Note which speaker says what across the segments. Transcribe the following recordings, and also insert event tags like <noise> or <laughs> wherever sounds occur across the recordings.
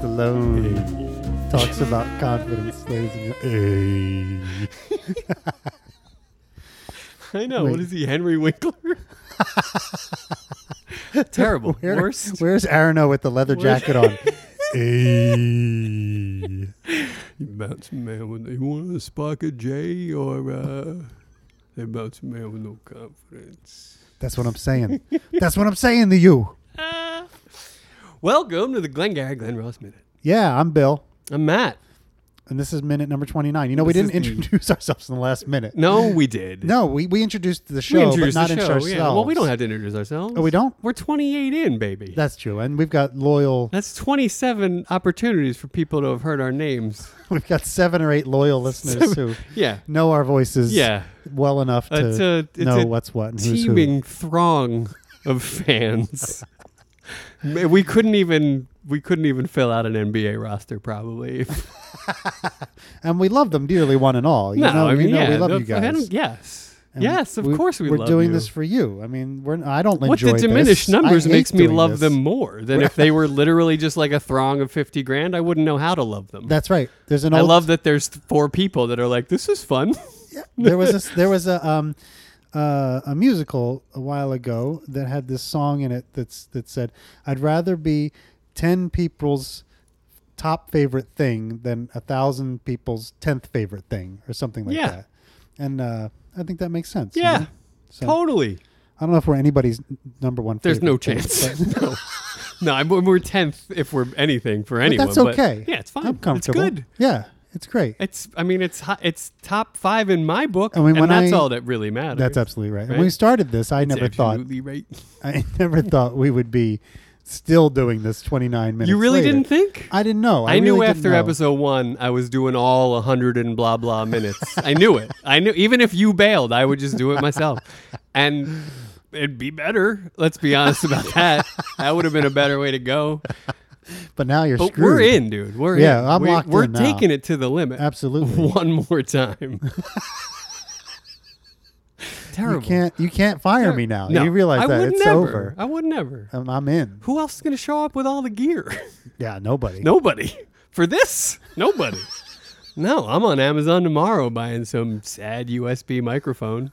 Speaker 1: Stallone talks about confidence, ladies and gen-
Speaker 2: I know.
Speaker 1: Wait.
Speaker 2: What is he, Henry Winkler? <laughs> Terrible.
Speaker 1: Where-
Speaker 2: Worst.
Speaker 1: Where's Arno with the leather
Speaker 2: Where-
Speaker 1: jacket
Speaker 2: <laughs>
Speaker 1: on? Ay.
Speaker 3: They bounce man with you want a spark of J or uh, they bounce man with no confidence.
Speaker 1: That's what I'm saying. That's what I'm saying to you.
Speaker 2: Uh. Welcome to the Glengarry Glen Ross Minute.
Speaker 1: Yeah, I'm Bill,
Speaker 2: I'm Matt.
Speaker 1: and this is minute number 29. You know, we
Speaker 2: This
Speaker 1: didn't
Speaker 2: is the-
Speaker 1: introduce <laughs> ourselves in the last
Speaker 2: <laughs>
Speaker 1: minute.
Speaker 2: No, we did.
Speaker 1: No, we, we introduced the
Speaker 2: we
Speaker 1: show,
Speaker 2: introduced
Speaker 1: but not
Speaker 2: the show.
Speaker 1: introduced
Speaker 2: yeah.
Speaker 1: ourselves.
Speaker 2: Well, we don't have to introduce ourselves.
Speaker 1: Oh, we don't?
Speaker 2: We're 28 in, baby.
Speaker 1: That's true. And we've got loyal, <laughs>
Speaker 2: That's 27 opportunities for people to have heard our names.
Speaker 1: we've got seven or eight loyal listeners who
Speaker 2: Yeah.
Speaker 1: know our voices
Speaker 2: Yeah. Uh,
Speaker 1: well enough to
Speaker 2: It's a- it's
Speaker 1: know
Speaker 2: a
Speaker 1: what's what and who's who.
Speaker 2: Teeming throng of fans. Man, we couldn't even we couldn't even fill out an NBA roster probably. <laughs>
Speaker 1: And we love them dearly, one and all. You
Speaker 2: no,
Speaker 1: know,
Speaker 2: I
Speaker 1: you
Speaker 2: mean,
Speaker 1: know
Speaker 2: yeah,
Speaker 1: we love
Speaker 2: no,
Speaker 1: you
Speaker 2: I
Speaker 1: guys.
Speaker 2: don't- yes.
Speaker 1: And
Speaker 2: yes, of course we
Speaker 1: We're
Speaker 2: love
Speaker 1: doing
Speaker 2: you.
Speaker 1: this for you. I mean, we're I don't
Speaker 2: What
Speaker 1: enjoy
Speaker 2: the diminished
Speaker 1: this. I
Speaker 2: numbers
Speaker 1: hate
Speaker 2: makes me
Speaker 1: doing
Speaker 2: love
Speaker 1: this.
Speaker 2: them more than if they were literally just like a throng of 50 grand. I wouldn't know how to love them.
Speaker 1: That's right. There's an
Speaker 2: I
Speaker 1: old
Speaker 2: love that there's four people that are like, this is fun.
Speaker 1: <laughs>
Speaker 2: <laughs>
Speaker 1: there was this there was a um uh, a musical a while ago that had this song in it that's that said I'd rather be 10 people's top favorite thing than a thousand people's 10th favorite thing or something like
Speaker 2: Yeah.
Speaker 1: that and uh, I think that makes sense you
Speaker 2: Yeah.
Speaker 1: know? so
Speaker 2: Totally.
Speaker 1: I don't know if we're anybody's n- number one
Speaker 2: There's no
Speaker 1: favorite thing, but-
Speaker 2: chance.
Speaker 1: <laughs>
Speaker 2: no. No, I'm, we're 10th if we're anything for
Speaker 1: but
Speaker 2: anyone.
Speaker 1: that's okay
Speaker 2: yeah, it's fine.
Speaker 1: I'm comfortable
Speaker 2: It's good.
Speaker 1: yeah it's great
Speaker 2: It's. I mean, it's hi- it's top five in my book.
Speaker 1: I mean, when
Speaker 2: and that's
Speaker 1: I-
Speaker 2: all that really matters.
Speaker 1: that's absolutely right. When
Speaker 2: Right?
Speaker 1: we started this, I
Speaker 2: It's
Speaker 1: never thought
Speaker 2: absolutely right.
Speaker 1: <laughs> I never thought we would be still doing this 29 minutes.
Speaker 2: You really
Speaker 1: later.
Speaker 2: didn't think?
Speaker 1: I didn't know. I,
Speaker 2: I, knew
Speaker 1: really didn't
Speaker 2: after
Speaker 1: know.
Speaker 2: episode one, I was doing all 100 and
Speaker 1: <laughs>
Speaker 2: blah blah minutes. I knew it. I knew even if you bailed, I would just do it myself, and it'd be better. Let's be honest about that. That would have been a better way to go.
Speaker 1: but now you're
Speaker 2: But
Speaker 1: screwed.
Speaker 2: we're in, dude. We're
Speaker 1: Yeah,
Speaker 2: in.
Speaker 1: I'm
Speaker 2: we,
Speaker 1: locked
Speaker 2: We're
Speaker 1: in now.
Speaker 2: taking it to the limit.
Speaker 1: Absolutely.
Speaker 2: <laughs> One more time.
Speaker 1: <laughs> you
Speaker 2: Terrible.
Speaker 1: can't. You can't fire me now.
Speaker 2: No,
Speaker 1: you realize
Speaker 2: I
Speaker 1: that
Speaker 2: would
Speaker 1: it's
Speaker 2: never.
Speaker 1: over.
Speaker 2: I would never.
Speaker 1: I'm, I'm in.
Speaker 2: Who else is going to show up with all the gear? <laughs>
Speaker 1: Yeah. Nobody.
Speaker 2: Nobody. For this?
Speaker 1: <laughs>
Speaker 2: Nobody. no, I'm on Amazon tomorrow buying some sad USB
Speaker 1: <laughs>
Speaker 2: microphone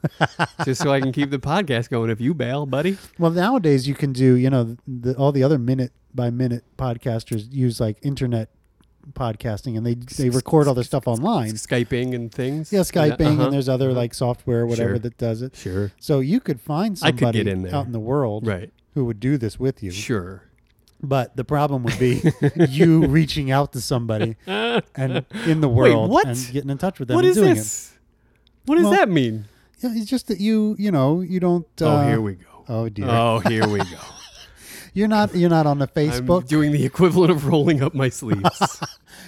Speaker 2: just so I can keep the podcast going if you bail, buddy.
Speaker 1: Well, nowadays you can do. You know, the, all the other minute by minute podcasters use like internet podcasting, and they they record all their stuff online.
Speaker 2: Skyping and things.
Speaker 1: Yeah, Skyping,
Speaker 2: uh-huh.
Speaker 1: and there's other like software, or whatever
Speaker 2: Sure.
Speaker 1: that does it.
Speaker 2: Sure.
Speaker 1: So you could find
Speaker 2: I could
Speaker 1: somebody
Speaker 2: get in there.
Speaker 1: out in the world
Speaker 2: Right.
Speaker 1: who would do this with you.
Speaker 2: Sure.
Speaker 1: But the problem would
Speaker 2: <laughs>
Speaker 1: be you reaching out to somebody
Speaker 2: <laughs>
Speaker 1: and in the
Speaker 2: Wait,
Speaker 1: world
Speaker 2: what?
Speaker 1: and getting in touch with them
Speaker 2: what
Speaker 1: and
Speaker 2: is
Speaker 1: doing
Speaker 2: this? What does
Speaker 1: Well,
Speaker 2: that mean?
Speaker 1: it. Yeah, it's just that you, you know, you don't. Uh,
Speaker 2: oh, here we go.
Speaker 1: Oh dear,
Speaker 2: Oh, here we go.
Speaker 1: you're not you're not on the
Speaker 2: <laughs> I'm
Speaker 1: Facebook.
Speaker 2: doing the equivalent of rolling up my
Speaker 1: <laughs>
Speaker 2: sleeves.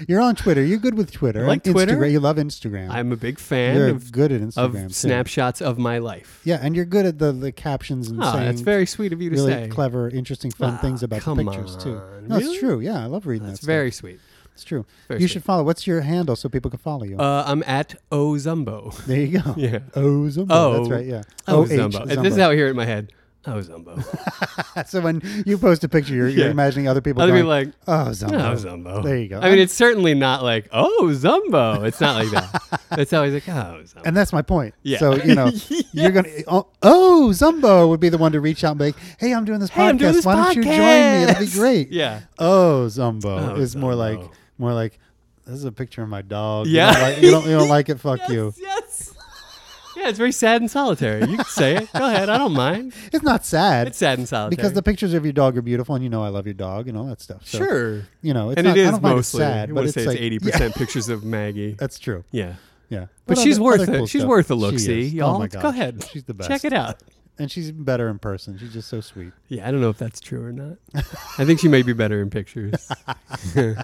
Speaker 1: you're on Twitter. You're good with Twitter.
Speaker 2: like
Speaker 1: and
Speaker 2: Twitter.
Speaker 1: Instagram. You love Instagram.
Speaker 2: I'm a big fan
Speaker 1: you're
Speaker 2: of,
Speaker 1: good at
Speaker 2: of
Speaker 1: Instagram. too.
Speaker 2: snapshots of my life.
Speaker 1: Yeah, and you're good at the, the captions and
Speaker 2: Ah,
Speaker 1: saying
Speaker 2: that's very sweet of you to
Speaker 1: really
Speaker 2: say.
Speaker 1: clever, interesting, fun
Speaker 2: Ah,
Speaker 1: things about the
Speaker 2: come
Speaker 1: pictures too.
Speaker 2: on.
Speaker 1: No,
Speaker 2: Really?
Speaker 1: it's true. Yeah, I love reading
Speaker 2: That's
Speaker 1: that.
Speaker 2: very
Speaker 1: Stuff.
Speaker 2: sweet.
Speaker 1: It's true.
Speaker 2: very
Speaker 1: you
Speaker 2: sweet.
Speaker 1: should follow. What's your handle so people can follow you?
Speaker 2: Uh, I'm at O Zumbo.
Speaker 1: There you go.
Speaker 2: <laughs> Yeah.
Speaker 1: Oh, Zumbo. That's
Speaker 2: Oh.
Speaker 1: right. Yeah.
Speaker 2: <laughs> O
Speaker 1: OH
Speaker 2: Zumbo. This is
Speaker 1: Zumbo.
Speaker 2: out here in my head. O Zumbo.
Speaker 1: <laughs> so when you post a picture, you're, you're
Speaker 2: Yeah.
Speaker 1: imagining other people
Speaker 2: Other
Speaker 1: going,
Speaker 2: people like,
Speaker 1: oh,
Speaker 2: O
Speaker 1: Zumbo.
Speaker 2: Zumbo.
Speaker 1: There you go.
Speaker 2: I mean, it's certainly not like, oh, Zumbo. It's not like that.
Speaker 1: <laughs>
Speaker 2: it's always like, oh, Zumbo.
Speaker 1: and that's my point.
Speaker 2: Yeah.
Speaker 1: So, you
Speaker 2: <laughs>
Speaker 1: know, you're going to, oh, oh, Zumbo would be the one to reach out and be like, hey, I'm doing this
Speaker 2: Hey,
Speaker 1: podcast.
Speaker 2: I'm doing this
Speaker 1: Why don't you join me? It'll be
Speaker 2: podcast." <laughs>
Speaker 1: great.
Speaker 2: Yeah.
Speaker 1: Oh, Zumbo
Speaker 2: Oh,
Speaker 1: is more like,
Speaker 2: Zumbo.
Speaker 1: more like, this is a picture of my dog.
Speaker 2: Yeah.
Speaker 1: You don't like, you don't, you don't like
Speaker 2: <laughs>
Speaker 1: it. Fuck you.
Speaker 2: Yes. <laughs> Yeah, it's very sad and solitary. You can say it. Go ahead. I don't mind.
Speaker 1: It's not sad.
Speaker 2: It's sad and solitary.
Speaker 1: because the pictures of your dog are beautiful, and you know I love your dog and all that stuff. So,
Speaker 2: sure.
Speaker 1: you know, it's
Speaker 2: and
Speaker 1: not,
Speaker 2: it
Speaker 1: I
Speaker 2: is
Speaker 1: don't find
Speaker 2: mostly.
Speaker 1: it sad,
Speaker 2: I
Speaker 1: but
Speaker 2: want to
Speaker 1: it's
Speaker 2: say
Speaker 1: like,
Speaker 2: it's 80% pictures of Maggie.
Speaker 1: <laughs> That's true.
Speaker 2: Yeah.
Speaker 1: Yeah.
Speaker 2: But
Speaker 1: other-
Speaker 2: she's worth
Speaker 1: other
Speaker 2: it.
Speaker 1: cool
Speaker 2: she's
Speaker 1: stuff.
Speaker 2: worth a
Speaker 1: She
Speaker 2: look.
Speaker 1: is.
Speaker 2: See,
Speaker 1: Oh
Speaker 2: y'all.
Speaker 1: my
Speaker 2: Go
Speaker 1: gosh.
Speaker 2: ahead.
Speaker 1: She's the best.
Speaker 2: Check it out.
Speaker 1: And she's even better in person. She's just so sweet.
Speaker 2: Yeah, I don't know if that's true or not. I think she may be better
Speaker 1: <laughs>
Speaker 2: in pictures. <laughs>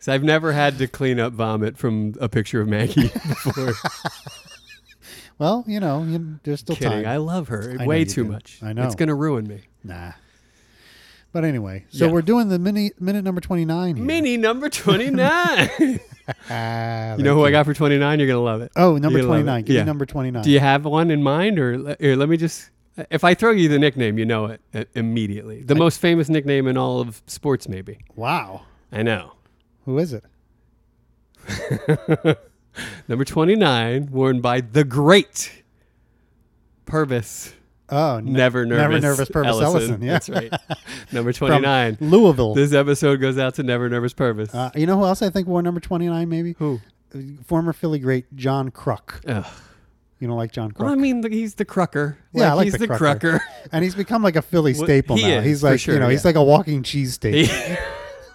Speaker 2: so I've never had to clean up vomit from a picture of Maggie <laughs> before.
Speaker 1: Well, you know, you, there's still
Speaker 2: Kidding. I
Speaker 1: time.
Speaker 2: love her
Speaker 1: I know
Speaker 2: way
Speaker 1: you
Speaker 2: too
Speaker 1: do.
Speaker 2: much.
Speaker 1: I know.
Speaker 2: It's going to ruin me.
Speaker 1: nah. But anyway, so
Speaker 2: Yeah.
Speaker 1: we're doing the mini minute number 29 here.
Speaker 2: Mini number 29.
Speaker 1: <laughs>
Speaker 2: you
Speaker 1: Ah,
Speaker 2: know who I got for 29? You're going to love it.
Speaker 1: Oh, number
Speaker 2: You love it.
Speaker 1: 29. Give
Speaker 2: Yeah.
Speaker 1: me number 29.
Speaker 2: Do you have one in mind? Or le- here, let me just. If I throw you the nickname, you know it uh, immediately. The most famous nickname in all of sports, maybe.
Speaker 1: Wow.
Speaker 2: I know.
Speaker 1: Who is it?
Speaker 2: Number 29, worn by the great Purvis.
Speaker 1: Oh, n-
Speaker 2: Never nervous.
Speaker 1: Never nervous Purvis Ellison, yeah. <laughs>
Speaker 2: That's right. Number
Speaker 1: from
Speaker 2: 29.
Speaker 1: Louisville.
Speaker 2: This episode goes out to Never Nervous Purvis.
Speaker 1: uh, you know who else I think wore number 29 maybe?
Speaker 2: Who?
Speaker 1: Former Philly great John Cruck.
Speaker 2: Ugh.
Speaker 1: You don't like John Cruck?
Speaker 2: Well, I mean, the, he's the crucker.
Speaker 1: Yeah, I like
Speaker 2: he's
Speaker 1: the
Speaker 2: the,
Speaker 1: crucker.
Speaker 2: crucker.
Speaker 1: and he's become like a Philly
Speaker 2: Well,
Speaker 1: staple
Speaker 2: he
Speaker 1: now.
Speaker 2: is,
Speaker 1: he's
Speaker 2: for
Speaker 1: like, you
Speaker 2: sure,
Speaker 1: know, he's
Speaker 2: yeah.
Speaker 1: like a walking cheese staple.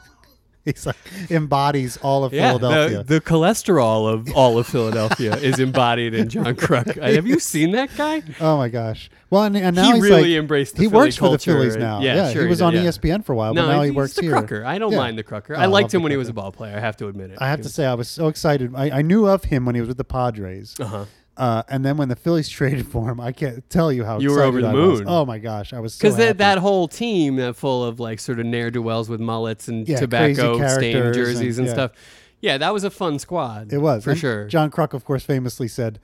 Speaker 2: <laughs>
Speaker 1: he's like embodies all of
Speaker 2: yeah,
Speaker 1: Philadelphia.
Speaker 2: the, the cholesterol of all of Philadelphia is embodied in
Speaker 1: <laughs>
Speaker 2: John Cruck. Uh, Have you seen that guy?
Speaker 1: oh my gosh! Well, and, and now
Speaker 2: he
Speaker 1: he's
Speaker 2: really
Speaker 1: like,
Speaker 2: embraced the
Speaker 1: he
Speaker 2: Philly
Speaker 1: works for the
Speaker 2: culture
Speaker 1: Phillies
Speaker 2: and-
Speaker 1: now.
Speaker 2: Yeah, sure
Speaker 1: he was
Speaker 2: did,
Speaker 1: on E
Speaker 2: yeah.
Speaker 1: ESPN for a while,
Speaker 2: No,
Speaker 1: but now
Speaker 2: he's
Speaker 1: he works
Speaker 2: the
Speaker 1: here.
Speaker 2: crucker. I don't
Speaker 1: Yeah.
Speaker 2: mind the crucker.
Speaker 1: Oh,
Speaker 2: I
Speaker 1: I
Speaker 2: liked
Speaker 1: love
Speaker 2: him
Speaker 1: the
Speaker 2: when he was a
Speaker 1: Crucker.
Speaker 2: ball player. I have to admit it.
Speaker 1: I have to say, I was so excited. I, I knew of him when he was with the Padres,
Speaker 2: Uh-huh.
Speaker 1: uh, and then when the Phillies <laughs> traded for him, I can't tell you how
Speaker 2: You were
Speaker 1: excited
Speaker 2: over the
Speaker 1: I was.
Speaker 2: moon.
Speaker 1: Oh my gosh, I was so
Speaker 2: Because
Speaker 1: happy.
Speaker 2: that, that whole team that full of like sort of ne'er do wells with mullets and
Speaker 1: Yeah,
Speaker 2: tobacco
Speaker 1: crazy
Speaker 2: stained
Speaker 1: characters
Speaker 2: jerseys
Speaker 1: and-
Speaker 2: and,
Speaker 1: yeah.
Speaker 2: stuff. Yeah, that was a fun squad.
Speaker 1: It was
Speaker 2: for
Speaker 1: And
Speaker 2: sure.
Speaker 1: John Kruk, of course, famously said,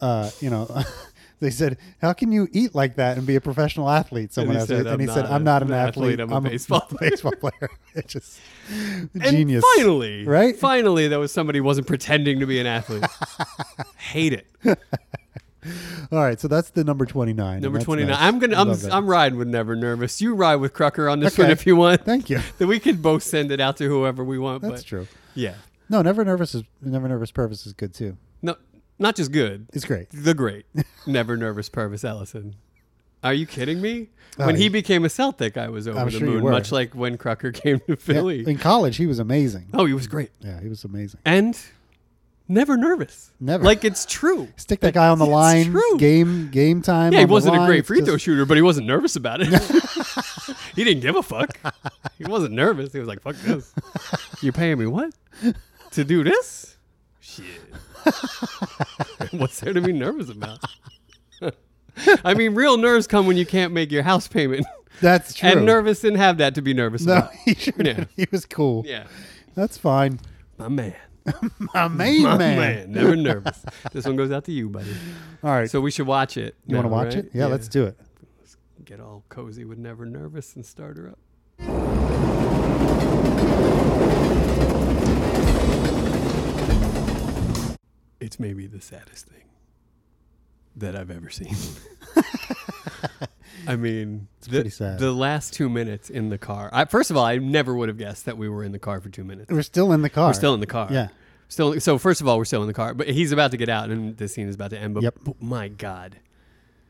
Speaker 1: uh, "You know." <laughs> They said, "How can you eat like that and be a professional athlete?" Someone
Speaker 2: he
Speaker 1: asked,
Speaker 2: said,
Speaker 1: and
Speaker 2: "I'm
Speaker 1: he said,
Speaker 2: not
Speaker 1: "I'm
Speaker 2: an
Speaker 1: not an athlete.
Speaker 2: athlete, I'm a baseball
Speaker 1: <laughs>
Speaker 2: player."
Speaker 1: baseball player." It's just
Speaker 2: and
Speaker 1: genius.
Speaker 2: finally,
Speaker 1: right?
Speaker 2: Finally, there was somebody who wasn't pretending to be
Speaker 1: <laughs>
Speaker 2: an athlete. Hate it.
Speaker 1: All right, so that's the number twenty-nine. and
Speaker 2: Number
Speaker 1: that's
Speaker 2: twenty nine.
Speaker 1: nice.
Speaker 2: I'm gonna.
Speaker 1: I
Speaker 2: I'm.
Speaker 1: love that.
Speaker 2: I'm riding with Never Nervous. You ride with Crucker on this
Speaker 1: Okay.
Speaker 2: one if you want.
Speaker 1: Thank
Speaker 2: <laughs>
Speaker 1: you.
Speaker 2: Then we can both send it out to whoever we want.
Speaker 1: That's
Speaker 2: but
Speaker 1: true.
Speaker 2: Yeah.
Speaker 1: No, never nervous is never nervous. Purpose is good too.
Speaker 2: No, not just good.
Speaker 1: It's great.
Speaker 2: the great, never nervous Purvis Ellison. Are you kidding me?
Speaker 1: Oh,
Speaker 2: when
Speaker 1: yeah.
Speaker 2: he became a Celtic, I was over
Speaker 1: I'm
Speaker 2: the
Speaker 1: sure you
Speaker 2: moon,
Speaker 1: were.
Speaker 2: much like when Crucker came to
Speaker 1: Yeah,
Speaker 2: Philly.
Speaker 1: in college, he was amazing.
Speaker 2: oh, he was great.
Speaker 1: Yeah, he was amazing.
Speaker 2: And never nervous.
Speaker 1: Never.
Speaker 2: Like it's true.
Speaker 1: Stick that guy on the
Speaker 2: It's
Speaker 1: line.
Speaker 2: true.
Speaker 1: Game game time.
Speaker 2: Yeah, he
Speaker 1: on the
Speaker 2: wasn't a
Speaker 1: line,
Speaker 2: great
Speaker 1: it's
Speaker 2: free throw
Speaker 1: just-
Speaker 2: shooter, but he wasn't nervous about it. <laughs> he didn't give a fuck. He wasn't nervous. He was like, fuck this. You're paying me what? To do this? Shit. <laughs> What's there to be nervous about? <laughs> I mean, real nerves come when you can't make your house payment.
Speaker 1: <laughs> That's <laughs> true.
Speaker 2: And nervous didn't have that to be nervous
Speaker 1: No,
Speaker 2: about.
Speaker 1: he sure
Speaker 2: Yeah.
Speaker 1: didn't. He was cool.
Speaker 2: Yeah.
Speaker 1: That's fine.
Speaker 2: My man.
Speaker 1: My main
Speaker 2: My
Speaker 1: man.
Speaker 2: man. Never nervous. this one goes out to you, buddy.
Speaker 1: All right.
Speaker 2: So we should watch it.
Speaker 1: you want to
Speaker 2: now,
Speaker 1: watch
Speaker 2: right?
Speaker 1: it? Yeah, let's do it.
Speaker 2: get all cozy with Never Nervous and start her up. It's maybe the saddest thing that I've ever
Speaker 1: <laughs>
Speaker 2: seen. I mean, the,
Speaker 1: pretty sad.
Speaker 2: the last two minutes in the car. I, first of all, I never would have guessed that we were in the car for two minutes.
Speaker 1: We're still in the car.
Speaker 2: We're still in the car.
Speaker 1: Yeah.
Speaker 2: Still. So first of all, we're still in the car, but he's about to get out, and this scene is about to end. But
Speaker 1: Yep.
Speaker 2: b- my God,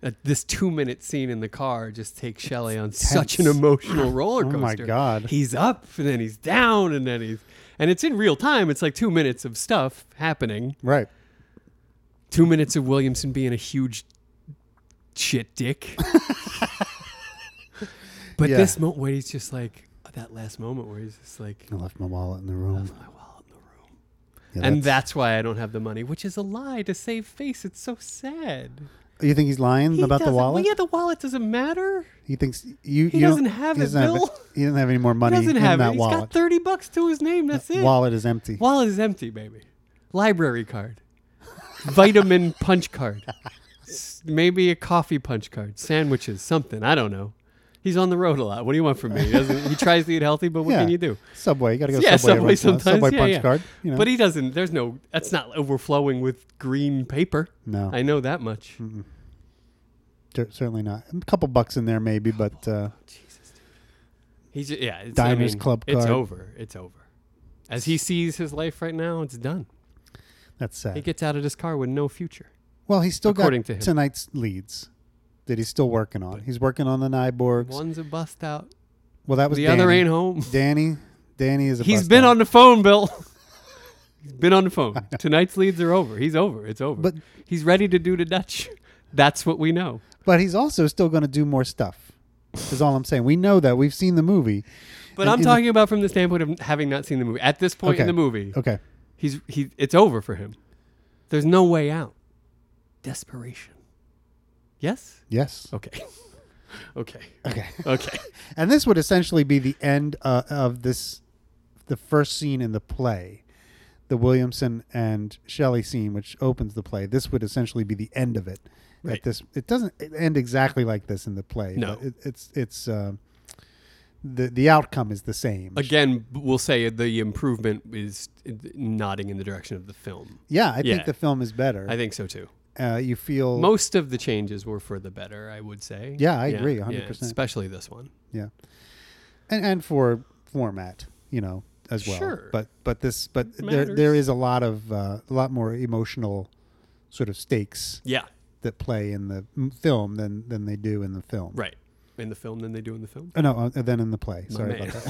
Speaker 2: Uh, this two-minute scene in the car just takes Shelley on such an
Speaker 1: tense. <clears throat>
Speaker 2: emotional roller
Speaker 1: Oh,
Speaker 2: coaster.
Speaker 1: my God.
Speaker 2: He's up, and then he's down, and then he's and it's in real time. It's like two minutes of stuff happening.
Speaker 1: Right.
Speaker 2: Two minutes of Williamson being a huge shit
Speaker 1: <laughs>
Speaker 2: dick. but
Speaker 1: Yeah.
Speaker 2: this moment where he's just like that last moment where he's just like
Speaker 1: I left my wallet in the room.
Speaker 2: my wallet in the room
Speaker 1: Yeah,
Speaker 2: and
Speaker 1: that's-
Speaker 2: that's why I don't have the money, which is a lie to save face. It's so sad.
Speaker 1: you think he's lying
Speaker 2: He
Speaker 1: about the
Speaker 2: doesn't- well,
Speaker 1: wallet?
Speaker 2: yeah, the wallet doesn't matter.
Speaker 1: He thinks you.
Speaker 2: He
Speaker 1: you don't-
Speaker 2: doesn't have
Speaker 1: he
Speaker 2: it,
Speaker 1: doesn't have
Speaker 2: Bill.
Speaker 1: He doesn't have any more
Speaker 2: He
Speaker 1: money
Speaker 2: doesn't
Speaker 1: in
Speaker 2: have it.
Speaker 1: that
Speaker 2: He's
Speaker 1: wallet.
Speaker 2: got thirty bucks to his name. That's it.
Speaker 1: wallet is empty.
Speaker 2: Wallet is empty, baby. Library card, vitamin
Speaker 1: <laughs>
Speaker 2: punch card, S- maybe a coffee punch card, sandwiches, something. I don't know. He's on the road a lot. What do you want from me? He, doesn't, he tries to eat healthy, but what
Speaker 1: Yeah.
Speaker 2: can you do?
Speaker 1: Subway. You got to go
Speaker 2: yeah,
Speaker 1: Subway. every
Speaker 2: Subway
Speaker 1: once in a while.
Speaker 2: sometimes.
Speaker 1: Subway
Speaker 2: yeah,
Speaker 1: punch
Speaker 2: yeah.
Speaker 1: card. You know.
Speaker 2: But he doesn't. There's no. That's not overflowing with green paper.
Speaker 1: no,
Speaker 2: I know that much.
Speaker 1: cer- certainly not. A couple bucks in there maybe, but uh,
Speaker 2: Jesus, dude. He's ju- yeah. It's,
Speaker 1: Diners
Speaker 2: I mean,
Speaker 1: Club
Speaker 2: It's
Speaker 1: card.
Speaker 2: over. It's over. As he sees his life right now, it's done.
Speaker 1: that's sad.
Speaker 2: He gets out of this car with no future.
Speaker 1: well, he's still
Speaker 2: according
Speaker 1: got
Speaker 2: to him.
Speaker 1: tonight's leads that he's still working on. He's working on the Nyborgs.
Speaker 2: One's a bust out.
Speaker 1: well, that was
Speaker 2: The
Speaker 1: Danny.
Speaker 2: other ain't home. <laughs>
Speaker 1: Danny. Danny is a.
Speaker 2: He's
Speaker 1: bust
Speaker 2: been
Speaker 1: out.
Speaker 2: on the
Speaker 1: <laughs>
Speaker 2: phone, Bill. He's been on the phone. Tonight's leads are over. He's over. It's over.
Speaker 1: But-
Speaker 2: he's ready to do the Dutch. That's what we know.
Speaker 1: But he's also still going to do more stuff. Is all I'm saying. We know that. We've seen the movie.
Speaker 2: But
Speaker 1: And
Speaker 2: I'm
Speaker 1: in the-
Speaker 2: talking about from the standpoint of having not seen the movie. At this point
Speaker 1: Okay.
Speaker 2: in the movie,
Speaker 1: Okay.
Speaker 2: he's he it's over for him. There's no way out. Desperation. Yes?
Speaker 1: Yes.
Speaker 2: Okay. <laughs> okay.
Speaker 1: Okay. <laughs>
Speaker 2: Okay.
Speaker 1: And this would essentially be the end uh, of this, the first scene in the play, the Williamson and Shelley scene, which opens the play. This would essentially be the end of it. At
Speaker 2: Right.
Speaker 1: this, it doesn't end exactly like this in the play.
Speaker 2: No.
Speaker 1: but it, it's it's. um the the outcome is the same.
Speaker 2: Again, b- we'll say the improvement is nodding in the direction of the film.
Speaker 1: yeah, I
Speaker 2: yeah.
Speaker 1: think the film is better.
Speaker 2: I think so too.
Speaker 1: uh, you feel
Speaker 2: Most of the changes were for the better, I would say.
Speaker 1: Yeah, I agree, 100%.
Speaker 2: especially this one.
Speaker 1: yeah, and and for format, you know, as well.
Speaker 2: Sure.
Speaker 1: But but this but there
Speaker 2: Matters.
Speaker 1: there is a lot of uh, a lot more emotional sort of stakes
Speaker 2: Yeah,
Speaker 1: that play in the m- film than than they do in the film.
Speaker 2: right. In the film than they do in the film.
Speaker 1: Oh, no, uh, than in the play.
Speaker 2: My
Speaker 1: Sorry
Speaker 2: man.
Speaker 1: about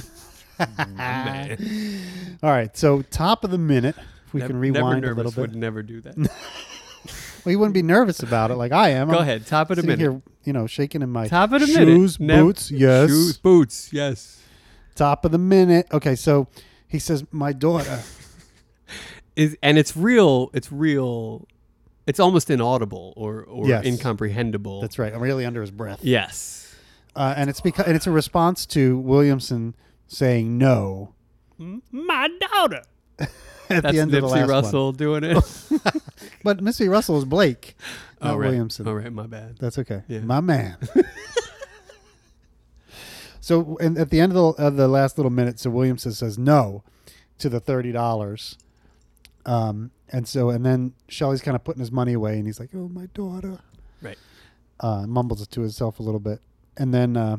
Speaker 1: that.
Speaker 2: My man. <laughs>
Speaker 1: All right, so top of the minute, if we
Speaker 2: Nev-
Speaker 1: can
Speaker 2: Never
Speaker 1: rewind a
Speaker 2: Nervous
Speaker 1: little bit.
Speaker 2: Would never
Speaker 1: <laughs>
Speaker 2: do that.
Speaker 1: Well, you wouldn't be nervous about it like I am.
Speaker 2: Go
Speaker 1: I'm
Speaker 2: ahead, top of the
Speaker 1: sitting
Speaker 2: minute.
Speaker 1: here, you know, shaking in my
Speaker 2: Top of the minute.
Speaker 1: shoes,
Speaker 2: Nev-
Speaker 1: boots, yes.
Speaker 2: Shoes, boots, yes.
Speaker 1: Top of the minute. Okay, so he says, "My daughter."
Speaker 2: Is and it's real. It's real. It's almost inaudible or or
Speaker 1: Yes.
Speaker 2: incomprehensible.
Speaker 1: That's right. I'm really under his breath,
Speaker 2: yes.
Speaker 1: uh, and it's because and it's a response to Williamson saying no
Speaker 2: My daughter.
Speaker 1: at
Speaker 2: That's
Speaker 1: the end
Speaker 2: Nipsey
Speaker 1: of the last Oh,
Speaker 2: Russell
Speaker 1: <laughs>
Speaker 2: doing it.
Speaker 1: one. But Missy Russell is Blake, not
Speaker 2: All Oh, right.
Speaker 1: Williamson.
Speaker 2: All right, my bad.
Speaker 1: That's okay.
Speaker 2: Yeah.
Speaker 1: My man. <laughs> so, and at the end of the, of the last little minute, so Williamson says no to the thirty dollars, um, and so and then Shelley's kind of putting his money away, and he's like, "Oh, my daughter,"
Speaker 2: Right.
Speaker 1: uh, mumbles it to himself a little bit, and then uh,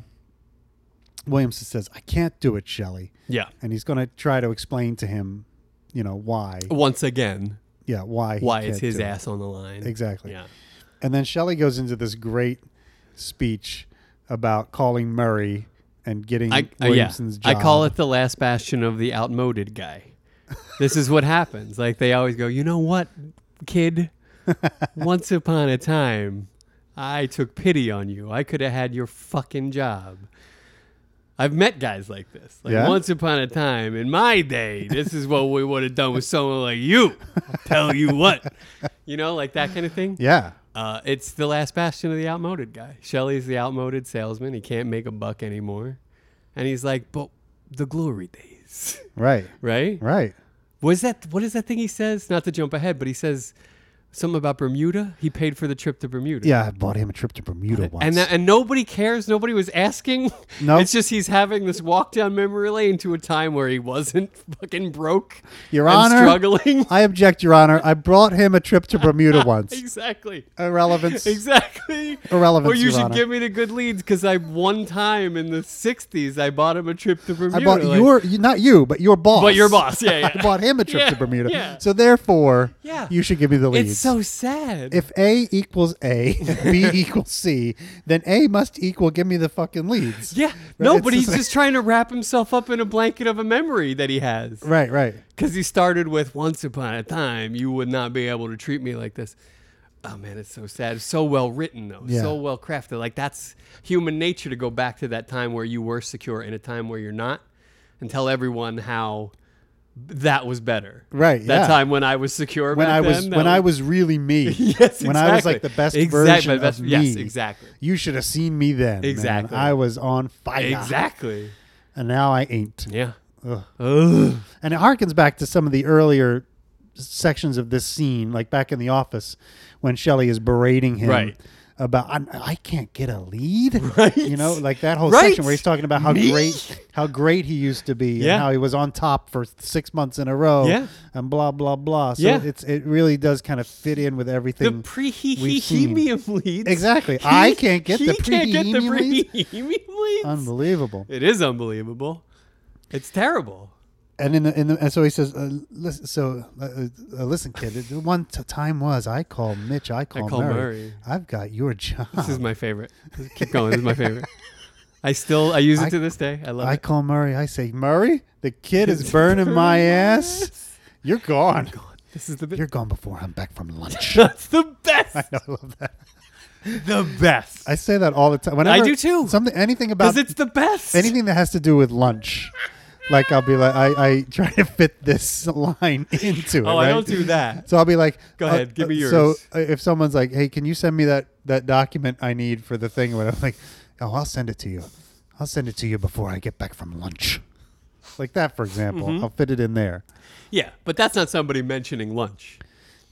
Speaker 1: Williamson says, "I can't do it, Shelley,"
Speaker 2: Yeah.
Speaker 1: and he's going to try to explain to him, you know, why,
Speaker 2: Once again,
Speaker 1: yeah, why, he
Speaker 2: Oh. why is
Speaker 1: can't
Speaker 2: his
Speaker 1: do it.
Speaker 2: ass on the line?
Speaker 1: exactly,
Speaker 2: Yeah.
Speaker 1: and then Shelley goes into this great speech about calling Murray and getting
Speaker 2: I uh, yeah.
Speaker 1: Williamson's
Speaker 2: I
Speaker 1: job.
Speaker 2: call it the last bastion of the outmoded guy. this is what happens. Like they always go, you know what,
Speaker 1: <laughs>
Speaker 2: kid? Once upon a time, I took pity on you. I could have had your fucking job. I've met guys like this. Like
Speaker 1: Yeah?
Speaker 2: once upon a time in my day, this is what we would have done with someone like you. I'll tell you what. You know, like that kind of thing.
Speaker 1: Yeah,
Speaker 2: Uh, it's the last bastion of the outmoded guy. Shelley's the outmoded salesman. He can't make a buck anymore. And he's like, but the glory days, <laughs>
Speaker 1: right,
Speaker 2: right?
Speaker 1: right.
Speaker 2: What is that? What is that thing he says? Not to jump ahead, but he says something about Bermuda. He paid for the trip to Bermuda.
Speaker 1: Yeah, I bought him a trip to Bermuda once.
Speaker 2: And, that, and nobody cares. Nobody was asking.
Speaker 1: No.
Speaker 2: It's just he's having this walk down memory lane to a time where he wasn't <laughs> fucking broke
Speaker 1: Your
Speaker 2: and
Speaker 1: Honor,
Speaker 2: struggling. <laughs>
Speaker 1: I object, Your Honor. I brought him a trip to Bermuda once.
Speaker 2: exactly.
Speaker 1: Irrelevance.
Speaker 2: <laughs> Exactly.
Speaker 1: Irrelevance,
Speaker 2: Or you
Speaker 1: Your
Speaker 2: should
Speaker 1: Honor.
Speaker 2: give me the good leads because I one time in the '60s I bought him a trip to Bermuda.
Speaker 1: I bought
Speaker 2: like-
Speaker 1: your, you- not you, but your boss.
Speaker 2: but your boss. Yeah, yeah.
Speaker 1: <laughs> I bought him a trip
Speaker 2: Yeah,
Speaker 1: to Bermuda.
Speaker 2: yeah.
Speaker 1: So therefore,
Speaker 2: Yeah.
Speaker 1: you should give me the leads.
Speaker 2: It's so sad.
Speaker 1: if A equals A, <laughs> and B equals C, then A must equal give me the fucking leads.
Speaker 2: yeah. No,
Speaker 1: It's
Speaker 2: but
Speaker 1: the
Speaker 2: he's
Speaker 1: same-
Speaker 2: just trying to wrap himself up in a blanket of a memory that he has
Speaker 1: Right, right.
Speaker 2: because he started with "Once upon a time, you would not be able to treat me like this." Oh man, it's so sad. It's so well written though,
Speaker 1: Yeah.
Speaker 2: so well crafted. Like that's human nature to go back to that time where you were secure in a time where you're not, and tell everyone how that was better.
Speaker 1: Right,
Speaker 2: That
Speaker 1: yeah.
Speaker 2: time when I was secure.
Speaker 1: when
Speaker 2: back
Speaker 1: I was
Speaker 2: then, that
Speaker 1: when <laughs> I was really me.
Speaker 2: <laughs> Yes,
Speaker 1: When I was like
Speaker 2: exactly.
Speaker 1: the best
Speaker 2: Exactly,
Speaker 1: version
Speaker 2: the best-
Speaker 1: of me.
Speaker 2: yes, exactly.
Speaker 1: You should have seen me then. man.
Speaker 2: Exactly.
Speaker 1: I was on fire.
Speaker 2: exactly.
Speaker 1: And now I ain't.
Speaker 2: Yeah.
Speaker 1: Ugh.
Speaker 2: Ugh.
Speaker 1: And it harkens back to some of the earlier sections of this scene, like back in the office when Shelley is berating him
Speaker 2: Right.
Speaker 1: about I, I can't get a lead.
Speaker 2: <laughs> Right.
Speaker 1: You know, like that whole
Speaker 2: Right.
Speaker 1: section where he's talking about how
Speaker 2: Me?
Speaker 1: great how great he used to be
Speaker 2: Yeah.
Speaker 1: and how he was on top for six months in a row.
Speaker 2: Yeah.
Speaker 1: And blah blah blah. So
Speaker 2: Yeah.
Speaker 1: it's it really does kind of fit in with
Speaker 2: The
Speaker 1: everything.
Speaker 2: prehemium leads. <laughs>
Speaker 1: Exactly. I can't get
Speaker 2: he
Speaker 1: the
Speaker 2: can't get the
Speaker 1: prehemium leads.
Speaker 2: prehemium leads.
Speaker 1: Unbelievable.
Speaker 2: It is unbelievable. It's terrible.
Speaker 1: And in the, in the and so he says, uh, listen, so uh, uh, listen, kid. The one t- time was I call Mitch, I call,
Speaker 2: call
Speaker 1: Murray.
Speaker 2: Murray.
Speaker 1: I've got your <laughs> job.
Speaker 2: This is my favorite. Keep going. This is my favorite. I still I use it
Speaker 1: I-
Speaker 2: to this day. I love
Speaker 1: I
Speaker 2: it.
Speaker 1: call Murray. I say, Murray, the kid is burning
Speaker 2: <laughs>
Speaker 1: my ass. You're gone.
Speaker 2: This is the best.
Speaker 1: You're gone before I'm back from lunch.
Speaker 2: <laughs>
Speaker 1: <laughs>
Speaker 2: That's the best.
Speaker 1: I love that.
Speaker 2: The best.
Speaker 1: I say that all the time. Whenever
Speaker 2: do too.
Speaker 1: Something, anything about
Speaker 2: Because it's the best.
Speaker 1: anything that has to do with lunch. Like I'll be like, I, I try to fit this <laughs> line into it.
Speaker 2: oh, I
Speaker 1: right?
Speaker 2: don't do that.
Speaker 1: So I'll be like,
Speaker 2: Go
Speaker 1: uh,
Speaker 2: ahead, give me
Speaker 1: uh,
Speaker 2: yours.
Speaker 1: So uh, if someone's like, "Hey, can you send me that that document I need for the thing?" When I'm like, "Oh, I'll send it to you. I'll send it to you before I get back from lunch."
Speaker 2: Mm-hmm.
Speaker 1: Like that, for example, I'll fit it in there.
Speaker 2: Yeah, but that's not somebody mentioning lunch.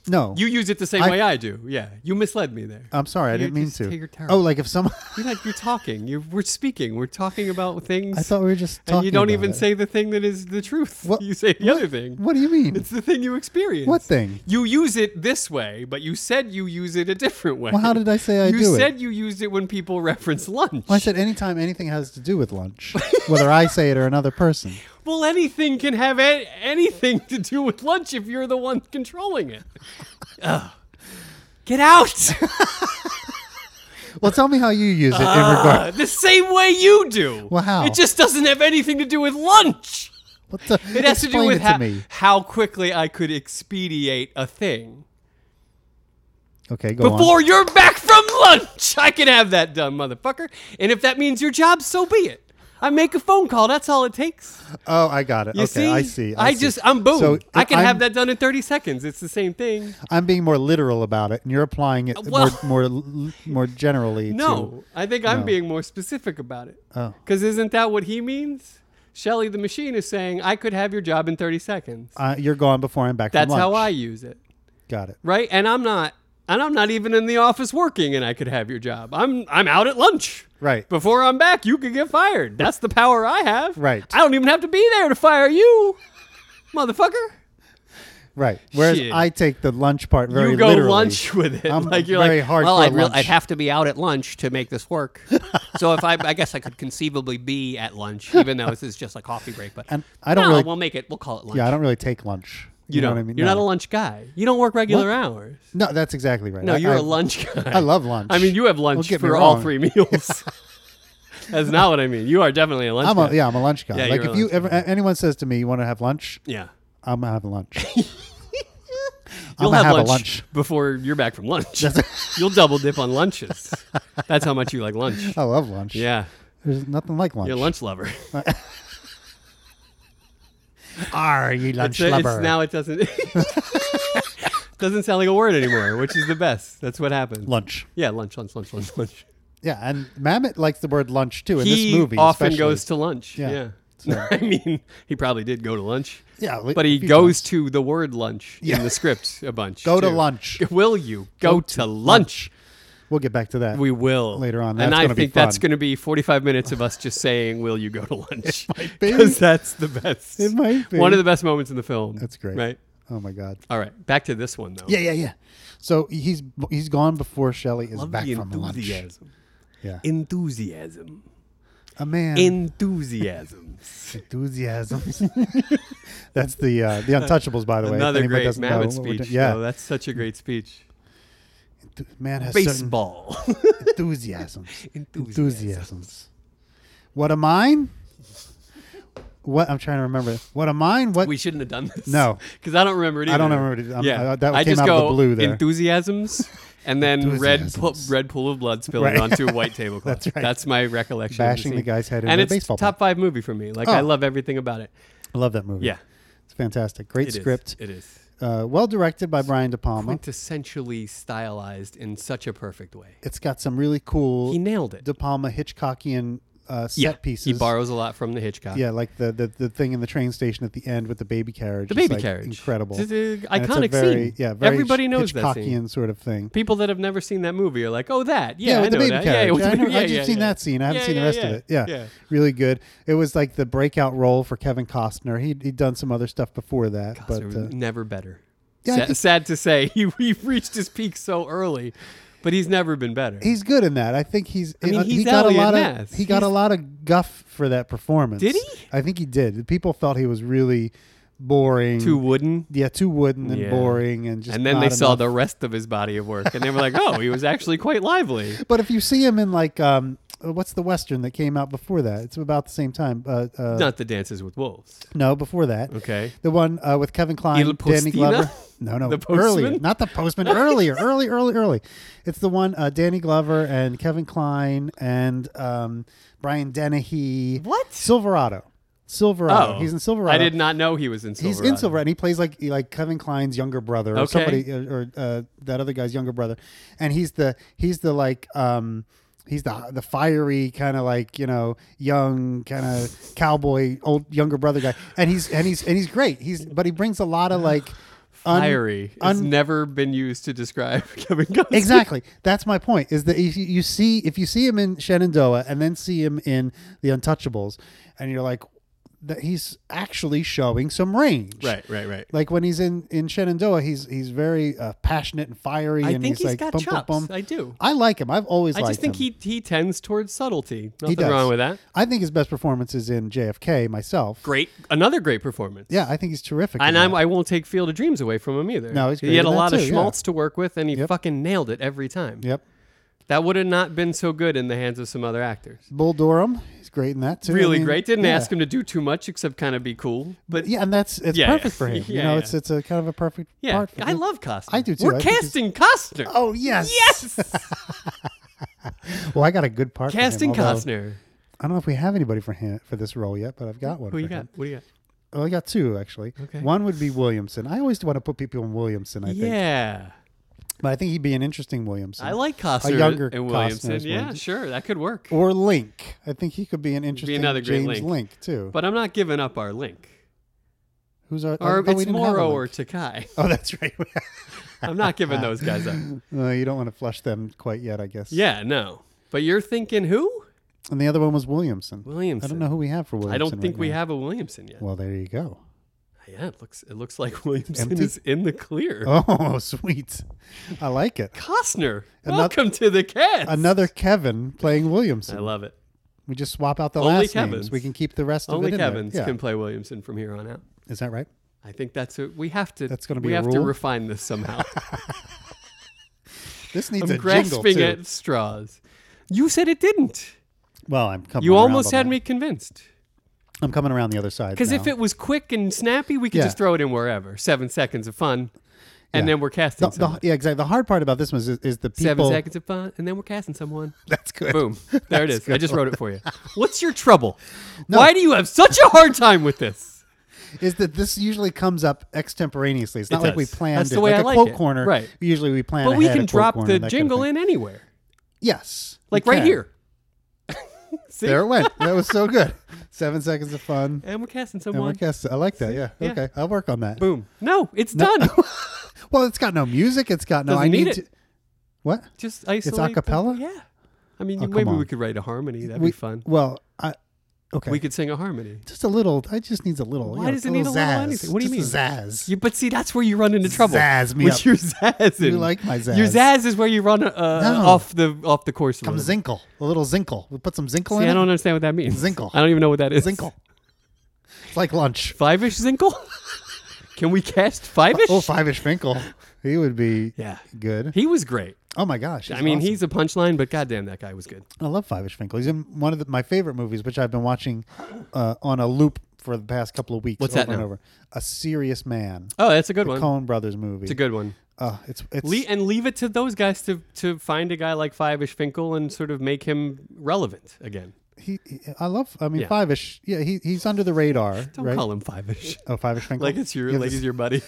Speaker 1: No,
Speaker 2: You use it the same
Speaker 1: I- Uh,
Speaker 2: way I do. Yeah, you misled me there.
Speaker 1: I'm sorry, I
Speaker 2: You
Speaker 1: didn't mean
Speaker 2: just-
Speaker 1: to.
Speaker 2: you're terrible.
Speaker 1: Oh, like if someone, <laughs>
Speaker 2: You're like you're talking. You we're speaking. We're talking about things.
Speaker 1: I thought we were just talking.
Speaker 2: and you don't
Speaker 1: about
Speaker 2: even
Speaker 1: it.
Speaker 2: say the thing that is the truth.
Speaker 1: What-
Speaker 2: you say the other thing.
Speaker 1: What do you mean?
Speaker 2: It's the thing you experience.
Speaker 1: what thing?
Speaker 2: You use it this way, but you said you use it a different way.
Speaker 1: Well, how did I say I
Speaker 2: you
Speaker 1: do
Speaker 2: said
Speaker 1: it?
Speaker 2: you used it when people <laughs> reference lunch.
Speaker 1: Well, I said anytime anything has to do with lunch, whether I say it or another person.
Speaker 2: well, anything can have a- anything to do with lunch if you're the one controlling
Speaker 1: <laughs>
Speaker 2: it. Ugh. Get out! <laughs>
Speaker 1: Well, tell me how you use it in regard.
Speaker 2: Ah, the same way you do.
Speaker 1: Well, how?
Speaker 2: It just doesn't have anything to do with lunch.
Speaker 1: What the,
Speaker 2: It has to do
Speaker 1: explain
Speaker 2: with
Speaker 1: it
Speaker 2: how,
Speaker 1: me.
Speaker 2: how quickly I could expedite a thing.
Speaker 1: Okay, go on.
Speaker 2: Before you're back from lunch, I can have that done, motherfucker. And if that means your job, so be it. I make a phone call. That's all it takes.
Speaker 1: Oh, I got it.
Speaker 2: You
Speaker 1: okay,
Speaker 2: see?
Speaker 1: I see.
Speaker 2: I,
Speaker 1: I, see.
Speaker 2: just, I'm boom.
Speaker 1: So,
Speaker 2: I can
Speaker 1: I'm-
Speaker 2: have that done in 30 seconds. It's the same thing.
Speaker 1: I'm being more literal about it, and you're applying it
Speaker 2: Well-
Speaker 1: more, more, more generally. to,
Speaker 2: No, I think I'm
Speaker 1: No.
Speaker 2: being more specific about it.
Speaker 1: Oh.
Speaker 2: Because isn't that what he means? Shelly the machine is saying, I could have your job in 30 seconds.
Speaker 1: uh, you're gone before I'm back. from
Speaker 2: That's how I
Speaker 1: lunch.
Speaker 2: use it.
Speaker 1: got it.
Speaker 2: right? And I'm not and I'm not even in the office working and I could have your job. I'm I'm out at lunch.
Speaker 1: Right.
Speaker 2: Before I'm back, you could get fired. That's the power I have.
Speaker 1: Right.
Speaker 2: I don't even have to be there to fire you. Motherfucker.
Speaker 1: Right. Whereas
Speaker 2: Shit.
Speaker 1: I take the lunch part very
Speaker 2: you go
Speaker 1: literally.
Speaker 2: lunch with it.
Speaker 1: I'm
Speaker 2: like you're
Speaker 1: very
Speaker 2: like,
Speaker 1: hardcore
Speaker 2: well, I'd, real-
Speaker 1: lunch.
Speaker 2: I'd have to be out at lunch to make
Speaker 1: <laughs>
Speaker 2: this work. so if I, I guess I could conceivably be at lunch, even though this is just a coffee break. But
Speaker 1: And I don't
Speaker 2: no,
Speaker 1: really-
Speaker 2: we'll make it. We'll call it lunch.
Speaker 1: Yeah, I don't really take lunch. You,
Speaker 2: you
Speaker 1: know
Speaker 2: don't-
Speaker 1: what I mean?
Speaker 2: You're
Speaker 1: no.
Speaker 2: not a lunch guy. You don't work regular hours.
Speaker 1: No, that's exactly right.
Speaker 2: No,
Speaker 1: I-
Speaker 2: you're a
Speaker 1: I-
Speaker 2: lunch guy.
Speaker 1: I love lunch.
Speaker 2: I mean, you have lunch
Speaker 1: Don't get me
Speaker 2: for all
Speaker 1: wrong.
Speaker 2: three meals. <laughs> That's not what I mean. You are definitely a lunch
Speaker 1: I'm
Speaker 2: <laughs> guy.
Speaker 1: a, yeah, I'm a lunch guy.
Speaker 2: Yeah,
Speaker 1: like
Speaker 2: you're a
Speaker 1: if you
Speaker 2: lunch
Speaker 1: ever a- anyone says to me, "You want to have lunch?"
Speaker 2: Yeah.
Speaker 1: I'm having
Speaker 2: <laughs>
Speaker 1: lunch.
Speaker 2: You'll
Speaker 1: I'ma
Speaker 2: have,
Speaker 1: have a
Speaker 2: lunch
Speaker 1: lunch.
Speaker 2: before you're back from lunch.
Speaker 1: <laughs>
Speaker 2: You'll double dip on lunches. That's how much you like lunch.
Speaker 1: I love lunch.
Speaker 2: Yeah.
Speaker 1: There's nothing like lunch.
Speaker 2: You're a lunch lover.
Speaker 1: Are you lunch
Speaker 2: It's, a- it's
Speaker 1: lover?
Speaker 2: now it doesn't <laughs> doesn't sound like a word anymore, which is the best. That's what happened.
Speaker 1: lunch.
Speaker 2: Yeah, lunch, lunch, lunch, lunch, lunch.
Speaker 1: Yeah, and Mamet likes the word lunch too in
Speaker 2: he
Speaker 1: this movie.
Speaker 2: often
Speaker 1: especially.
Speaker 2: goes to lunch.
Speaker 1: Yeah.
Speaker 2: Yeah.
Speaker 1: So-
Speaker 2: <laughs> I mean, he probably did go to lunch.
Speaker 1: Yeah, li-
Speaker 2: But he
Speaker 1: a few
Speaker 2: goes
Speaker 1: times.
Speaker 2: to the word lunch
Speaker 1: Yeah.
Speaker 2: in the script a bunch.
Speaker 1: Go to
Speaker 2: too.
Speaker 1: lunch.
Speaker 2: Will you go, to, lunch?
Speaker 1: We'll get back to that.
Speaker 2: We will
Speaker 1: Later on.
Speaker 2: and
Speaker 1: That's
Speaker 2: I
Speaker 1: gonna be
Speaker 2: think that's
Speaker 1: fun.
Speaker 2: going to be forty-five minutes of us just saying, "Will
Speaker 1: <laughs>
Speaker 2: you go to lunch?"
Speaker 1: be.
Speaker 2: Because that's the best.
Speaker 1: It might be.
Speaker 2: one of the best moments in the film.
Speaker 1: That's great.
Speaker 2: Right.
Speaker 1: oh my god.
Speaker 2: All right. Back to this one though.
Speaker 1: Yeah, yeah, yeah. So he's he's gone before Shelley is
Speaker 2: Love
Speaker 1: back
Speaker 2: the
Speaker 1: from lunch.
Speaker 2: enthusiasm.
Speaker 1: Yeah,
Speaker 2: Enthusiasm.
Speaker 1: a man
Speaker 2: Enthusiasm.
Speaker 1: enthusiasms. <laughs> That's the uh, the Untouchables, by the way. if
Speaker 2: Another
Speaker 1: anybody
Speaker 2: great
Speaker 1: doesn't know
Speaker 2: Mamet
Speaker 1: what we're
Speaker 2: speech.
Speaker 1: doing. Yeah,
Speaker 2: Oh, that's such a great speech.
Speaker 1: Enthu- man has certain
Speaker 2: Baseball.
Speaker 1: <laughs>
Speaker 2: <laughs>
Speaker 1: enthusiasms.
Speaker 2: Enthusiasm. <laughs>
Speaker 1: enthusiasms. What a mine! What I'm trying to remember. What a mine! What
Speaker 2: We shouldn't have done this. <laughs>
Speaker 1: No.
Speaker 2: because I don't remember it. Either.
Speaker 1: I don't remember it either. I'm- I- that
Speaker 2: I
Speaker 1: came
Speaker 2: just
Speaker 1: out
Speaker 2: go
Speaker 1: of the blue there. <laughs>
Speaker 2: enthusiasms, and then red po-
Speaker 1: Enthusiasms.
Speaker 2: red pool of blood spilling
Speaker 1: Right.
Speaker 2: onto a white
Speaker 1: <laughs>
Speaker 2: tablecloth.
Speaker 1: That's right.
Speaker 2: That's my recollection. of
Speaker 1: Bashing the
Speaker 2: scene.
Speaker 1: guy's head in
Speaker 2: and
Speaker 1: a
Speaker 2: it's
Speaker 1: baseball
Speaker 2: top five movie for me. Like I
Speaker 1: Oh.
Speaker 2: love everything about it.
Speaker 1: I love that movie.
Speaker 2: Yeah,
Speaker 1: it's fantastic. Great
Speaker 2: it is.
Speaker 1: script.
Speaker 2: It is
Speaker 1: Uh, well directed by Brian De Palma.
Speaker 2: quintessentially stylized in such a perfect way.
Speaker 1: It's got some really cool
Speaker 2: He nailed it.
Speaker 1: De Palma Hitchcockian uh, set
Speaker 2: yeah,
Speaker 1: pieces.
Speaker 2: he borrows a lot from the Hitchcock.
Speaker 1: Yeah, like the, the the thing in the train station at the end with the baby carriage.
Speaker 2: the
Speaker 1: is,
Speaker 2: baby
Speaker 1: like,
Speaker 2: carriage.
Speaker 1: incredible.
Speaker 2: It's a
Speaker 1: And it's a
Speaker 2: iconic
Speaker 1: very,
Speaker 2: scene.
Speaker 1: Yeah, very
Speaker 2: everybody
Speaker 1: Hitch-
Speaker 2: knows that
Speaker 1: Hitchcockian
Speaker 2: scene.
Speaker 1: sort of thing.
Speaker 2: people that have never seen that movie are like, "Oh, that, yeah, I
Speaker 1: with the
Speaker 2: know
Speaker 1: baby
Speaker 2: that.
Speaker 1: carriage.
Speaker 2: Yeah, with
Speaker 1: I
Speaker 2: the-
Speaker 1: know,
Speaker 2: <laughs> yeah,
Speaker 1: I've
Speaker 2: yeah,
Speaker 1: just seen
Speaker 2: yeah.
Speaker 1: that scene. I haven't
Speaker 2: Yeah,
Speaker 1: seen
Speaker 2: yeah,
Speaker 1: the rest
Speaker 2: yeah.
Speaker 1: of it. Yeah.
Speaker 2: yeah.
Speaker 1: really good. It was like the breakout role for Kevin Costner. He had done some other stuff before that,
Speaker 2: God,
Speaker 1: but
Speaker 2: there was
Speaker 1: uh,
Speaker 2: never better.
Speaker 1: Yeah, I
Speaker 2: sad,
Speaker 1: think-
Speaker 2: sad to say, <laughs> he, he reached his peak so early, but he's never been better.
Speaker 1: he's good in that. I think he's.
Speaker 2: I mean,
Speaker 1: uh, he
Speaker 2: he's
Speaker 1: got a
Speaker 2: Elliot
Speaker 1: lot
Speaker 2: Ness.
Speaker 1: of he got a
Speaker 2: He's-
Speaker 1: lot of guff for that performance.
Speaker 2: Did he?
Speaker 1: I think he did. People felt he was really boring.
Speaker 2: Too wooden.
Speaker 1: yeah, too wooden and
Speaker 2: Yeah.
Speaker 1: boring, and just.
Speaker 2: And then they
Speaker 1: not
Speaker 2: saw
Speaker 1: enough-
Speaker 2: the rest of his body of work, and they were like, "Oh, he was actually quite
Speaker 1: <laughs>
Speaker 2: lively."
Speaker 1: But if you see him in like um, uh, what's the western that came out before that? It's about the same time. Uh, uh,
Speaker 2: Not the dances with wolves.
Speaker 1: no, before that.
Speaker 2: Okay,
Speaker 1: The one uh, with Kevin Klein,
Speaker 2: Il
Speaker 1: Danny
Speaker 2: Postino? <laughs>
Speaker 1: Glover. No, no,
Speaker 2: The
Speaker 1: earlier,
Speaker 2: Postman?
Speaker 1: not the postman.
Speaker 2: <laughs>
Speaker 1: Earlier, early, early, early. It's the one uh, Danny Glover and Kevin Klein and um, Brian Dennehy.
Speaker 2: What?
Speaker 1: Silverado. Silverado. He's in Silverado.
Speaker 2: Oh. I did not know he was in Silverado.
Speaker 1: He's in Silverado. And he plays like like Kevin Klein's younger brother, or
Speaker 2: Okay.
Speaker 1: somebody, or, or uh, that other guy's younger brother. And he's the he's the like um, he's the the fiery kind of like you know young kind
Speaker 2: <laughs>
Speaker 1: of cowboy old younger brother guy. And he's and he's and he's great. He's but he brings a lot of like un-
Speaker 2: fiery. it's
Speaker 1: un-
Speaker 2: never been used to describe <laughs> Kevin Costner.
Speaker 1: Exactly. That's my point. Is that if you- you see if you see him in Shenandoah and then see him in The Untouchables, and you're like, that he's actually showing some range.
Speaker 2: Right, right, right.
Speaker 1: Like when he's in in Shenandoah, he's he's very uh, passionate and fiery,
Speaker 2: I
Speaker 1: and
Speaker 2: think
Speaker 1: he's like,
Speaker 2: he's got
Speaker 1: bum, bum,
Speaker 2: chops.
Speaker 1: bum.
Speaker 2: I do.
Speaker 1: I like him. I've always
Speaker 2: I
Speaker 1: liked
Speaker 2: just think
Speaker 1: him.
Speaker 2: he he tends towards subtlety. Nothing
Speaker 1: does.
Speaker 2: wrong with that.
Speaker 1: I think his best performance is in JFK myself.
Speaker 2: Great, another great performance.
Speaker 1: Yeah, I think he's terrific. in
Speaker 2: And I'm,
Speaker 1: that.
Speaker 2: I won't take Field of Dreams away from him either.
Speaker 1: No, he's great
Speaker 2: he had
Speaker 1: in
Speaker 2: a
Speaker 1: that
Speaker 2: lot of
Speaker 1: too, yeah.
Speaker 2: schmaltz to work with, and he
Speaker 1: Yep.
Speaker 2: fucking nailed it every time.
Speaker 1: Yep.
Speaker 2: That would have not been so good in the hands of some other actors.
Speaker 1: Bull Durham, he's great in that too. I
Speaker 2: Really
Speaker 1: mean,
Speaker 2: great. Didn't
Speaker 1: yeah.
Speaker 2: ask him to do too much except kind of be cool. But yeah,
Speaker 1: Yeah, and that's it's
Speaker 2: Yeah, yeah.
Speaker 1: perfect
Speaker 2: <laughs>
Speaker 1: for him. you
Speaker 2: Yeah,
Speaker 1: know,
Speaker 2: yeah.
Speaker 1: it's it's a kind of a perfect part. For
Speaker 2: I
Speaker 1: him.
Speaker 2: love Costner.
Speaker 1: I do too.
Speaker 2: We're
Speaker 1: I think he's-
Speaker 2: casting Costner.
Speaker 1: Oh yes, <laughs>
Speaker 2: yes,
Speaker 1: Well, I got a good part. for him,
Speaker 2: <laughs> casting
Speaker 1: although
Speaker 2: Costner.
Speaker 1: I don't know if we have anybody for him for this role yet, but I've got one.
Speaker 2: Who you
Speaker 1: for
Speaker 2: got?
Speaker 1: him.
Speaker 2: What do you got?
Speaker 1: Well, I got two actually.
Speaker 2: Okay.
Speaker 1: One would be Williamson. I always want to put people in Williamson. I think,
Speaker 2: yeah,
Speaker 1: but I think he'd be an interesting Williamson.
Speaker 2: I like Costner.
Speaker 1: younger
Speaker 2: and
Speaker 1: Costner
Speaker 2: Williamson.
Speaker 1: is
Speaker 2: yeah,
Speaker 1: one.
Speaker 2: sure, that could work.
Speaker 1: or Link. I think he could be an interesting
Speaker 2: another great
Speaker 1: James
Speaker 2: Link.
Speaker 1: too.
Speaker 2: But I'm not giving up our link.
Speaker 1: Who's our?
Speaker 2: Or
Speaker 1: oh, we
Speaker 2: it's
Speaker 1: didn't have a
Speaker 2: Morrow or
Speaker 1: Link.
Speaker 2: Takai.
Speaker 1: Oh, that's right.
Speaker 2: <laughs>
Speaker 1: <laughs>
Speaker 2: I'm not giving <laughs> those guys up.
Speaker 1: no, you don't want to flush them quite yet, I guess.
Speaker 2: Yeah, no. But you're thinking who?
Speaker 1: And the other one was Williamson. I
Speaker 2: Williamson.
Speaker 1: don't know who we have for Williamson.
Speaker 2: I don't think
Speaker 1: right
Speaker 2: we
Speaker 1: now.
Speaker 2: have a Williamson yet.
Speaker 1: Well, there you go.
Speaker 2: yeah, it looks it looks like <laughs> Williamson
Speaker 1: Empty?
Speaker 2: is in the clear.
Speaker 1: Oh, <laughs> sweet. I like it.
Speaker 2: Costner,
Speaker 1: Anoth-
Speaker 2: welcome to the cast.
Speaker 1: Another Kevin playing
Speaker 2: I
Speaker 1: Williamson.
Speaker 2: love it.
Speaker 1: We just swap out the
Speaker 2: Only
Speaker 1: last names.
Speaker 2: Kevins.
Speaker 1: We can keep the rest of
Speaker 2: Only
Speaker 1: it in there.
Speaker 2: Kevin's
Speaker 1: Yeah.
Speaker 2: can play Williamson from here on out.
Speaker 1: Is that right?
Speaker 2: I think that's what we have to.
Speaker 1: That's gonna be
Speaker 2: we
Speaker 1: a
Speaker 2: have to
Speaker 1: rule?
Speaker 2: refine this somehow.
Speaker 1: <laughs> This needs a
Speaker 2: I'm
Speaker 1: jingle
Speaker 2: grasping
Speaker 1: too.
Speaker 2: at straws. You said it didn't.
Speaker 1: Well, I'm coming.
Speaker 2: You
Speaker 1: around
Speaker 2: almost
Speaker 1: on
Speaker 2: had
Speaker 1: that.
Speaker 2: me convinced.
Speaker 1: I'm coming around the other side.
Speaker 2: <laughs> Because if
Speaker 1: now.
Speaker 2: it was quick and snappy, we could
Speaker 1: Yeah.
Speaker 2: just throw it in wherever. Seven seconds of fun, and
Speaker 1: Yeah.
Speaker 2: then we're
Speaker 1: the,
Speaker 2: casting
Speaker 1: the-
Speaker 2: someone.
Speaker 1: yeah, exactly. The hard part about this one is, is the people.
Speaker 2: Seven seconds of fun, and then we're casting someone.
Speaker 1: That's good. <laughs>
Speaker 2: Boom. There it
Speaker 1: That's
Speaker 2: is. I
Speaker 1: good.
Speaker 2: just wrote it for
Speaker 1: <laughs>
Speaker 2: you. What's your trouble? Why do you have such a hard time with this?
Speaker 1: Is that this usually comes up extemporaneously? It's not like we
Speaker 2: does.
Speaker 1: planned
Speaker 2: That's
Speaker 1: it.
Speaker 2: the way
Speaker 1: like
Speaker 2: I
Speaker 1: a
Speaker 2: like
Speaker 1: quote
Speaker 2: it.
Speaker 1: corner.
Speaker 2: Right.
Speaker 1: Usually we plan.
Speaker 2: But we
Speaker 1: ahead a
Speaker 2: can
Speaker 1: quote
Speaker 2: drop
Speaker 1: corner,
Speaker 2: the
Speaker 1: that kind of
Speaker 2: jingle
Speaker 1: thing.
Speaker 2: in anywhere.
Speaker 1: Yes. we
Speaker 2: Like right
Speaker 1: can.
Speaker 2: here. See?
Speaker 1: There it
Speaker 2: <laughs>
Speaker 1: went. That was so good. Seven seconds of fun.
Speaker 2: And we're casting
Speaker 1: And we're
Speaker 2: someone.
Speaker 1: cast- I like that. Yeah.
Speaker 2: Yeah.
Speaker 1: Okay. I'll work on that.
Speaker 2: Boom. No,
Speaker 1: <laughs>
Speaker 2: it's done.
Speaker 1: Well, it's got no music. It's got no.
Speaker 2: Doesn't
Speaker 1: I
Speaker 2: need
Speaker 1: need to.
Speaker 2: it.
Speaker 1: What?
Speaker 2: just isolate. the-
Speaker 1: cappella?
Speaker 2: Yeah. I mean,
Speaker 1: Oh,
Speaker 2: maybe
Speaker 1: come
Speaker 2: we
Speaker 1: on.
Speaker 2: could write a harmony. That'd
Speaker 1: we,
Speaker 2: be fun.
Speaker 1: Well, I. Okay.
Speaker 2: We could sing a harmony.
Speaker 1: just a little. I just needs a little.
Speaker 2: Why
Speaker 1: you know,
Speaker 2: does
Speaker 1: a
Speaker 2: it need
Speaker 1: little
Speaker 2: a little
Speaker 1: zazz.
Speaker 2: anything? What do you
Speaker 1: Just a Zazz.
Speaker 2: Yeah, but see, that's where you run into trouble.
Speaker 1: Zazz me
Speaker 2: with
Speaker 1: up.
Speaker 2: your zazzing.
Speaker 1: You like my
Speaker 2: Your
Speaker 1: zazz.
Speaker 2: zazz is where you run uh,
Speaker 1: No.
Speaker 2: off the off the course. a
Speaker 1: Come
Speaker 2: little bit.
Speaker 1: zinkle. A little zinkle. We put some zinkle
Speaker 2: See,
Speaker 1: in.
Speaker 2: I
Speaker 1: it.
Speaker 2: don't understand what that means.
Speaker 1: Zinkle.
Speaker 2: I don't even know what that is.
Speaker 1: Zinkle. It's like lunch.
Speaker 2: Five-ish Zinkle? <laughs> Can we cast five-ish?
Speaker 1: Oh, five-ish Finkel. He would be
Speaker 2: Yeah.
Speaker 1: good.
Speaker 2: He was great.
Speaker 1: Oh my gosh.
Speaker 2: I mean,
Speaker 1: he's. awesome.
Speaker 2: he's a punchline, but goddamn, that guy was good.
Speaker 1: I love Five Ish Finkel. He's in one of the, my favorite movies, which I've been watching uh, on a loop for the past couple of weeks.
Speaker 2: What's
Speaker 1: over
Speaker 2: that
Speaker 1: and
Speaker 2: now?
Speaker 1: over. A Serious Man.
Speaker 2: Oh, that's a good one.
Speaker 1: Coen Brothers movie.
Speaker 2: It's a good one.
Speaker 1: Uh, it's it's
Speaker 2: Le- and leave it to those guys to to find a guy like Five-ish Finkel and sort of make him relevant again.
Speaker 1: he, he- I love. I mean,
Speaker 2: Yeah.
Speaker 1: Five Ish. Yeah, he, he's under the radar,
Speaker 2: Don't
Speaker 1: right?
Speaker 2: call him Five-ish.
Speaker 1: Oh, Five Ish Finkel.
Speaker 2: Like it's your
Speaker 1: Yeah,
Speaker 2: like
Speaker 1: this-
Speaker 2: he's your buddy.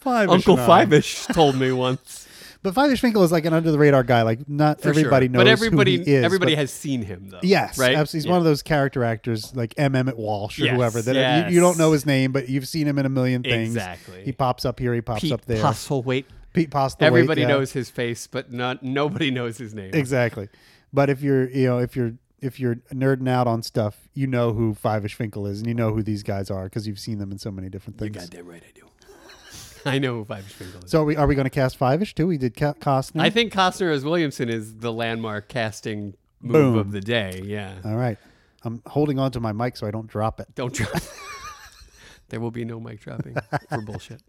Speaker 1: Five-ish
Speaker 2: Uncle
Speaker 1: and I.
Speaker 2: Five-ish told me once.
Speaker 1: But Five Ish Finkel is like an under the radar guy. Like not
Speaker 2: for sure.
Speaker 1: everybody knows
Speaker 2: but everybody
Speaker 1: who he is.
Speaker 2: everybody
Speaker 1: but-
Speaker 2: has seen him though.
Speaker 1: Yes,
Speaker 2: right.
Speaker 1: abs- He's one of those character actors like M. Emmett Walsh or
Speaker 2: Yes,
Speaker 1: whoever that you, you
Speaker 2: yes.
Speaker 1: don't know his name, but you've seen him in a million things.
Speaker 2: Exactly.
Speaker 1: He pops up here. He pops
Speaker 2: Pete
Speaker 1: up there.
Speaker 2: Postlewaite.
Speaker 1: Pete Postlewaite.
Speaker 2: Everybody
Speaker 1: yeah.
Speaker 2: knows his face, but not nobody knows his name.
Speaker 1: exactly. But if you're, you know, if you're if you're nerding out on stuff, you know who Five Ish Finkel is, and you know who these guys are because you've seen them in so many different
Speaker 2: You're
Speaker 1: things.
Speaker 2: goddamn right, I do. <laughs> I know who Five Finkel is.
Speaker 1: So are we are we going to cast Five Ish too? We did Ca- Costner.
Speaker 2: I think Costner as Williamson is the landmark casting move
Speaker 1: Boom. Uh.
Speaker 2: of the day. Yeah,
Speaker 1: All right, I'm holding on to my mic so I don't drop it. <laughs>
Speaker 2: don't drop. <laughs> there will be no mic dropping
Speaker 1: <laughs>
Speaker 2: for bullshit.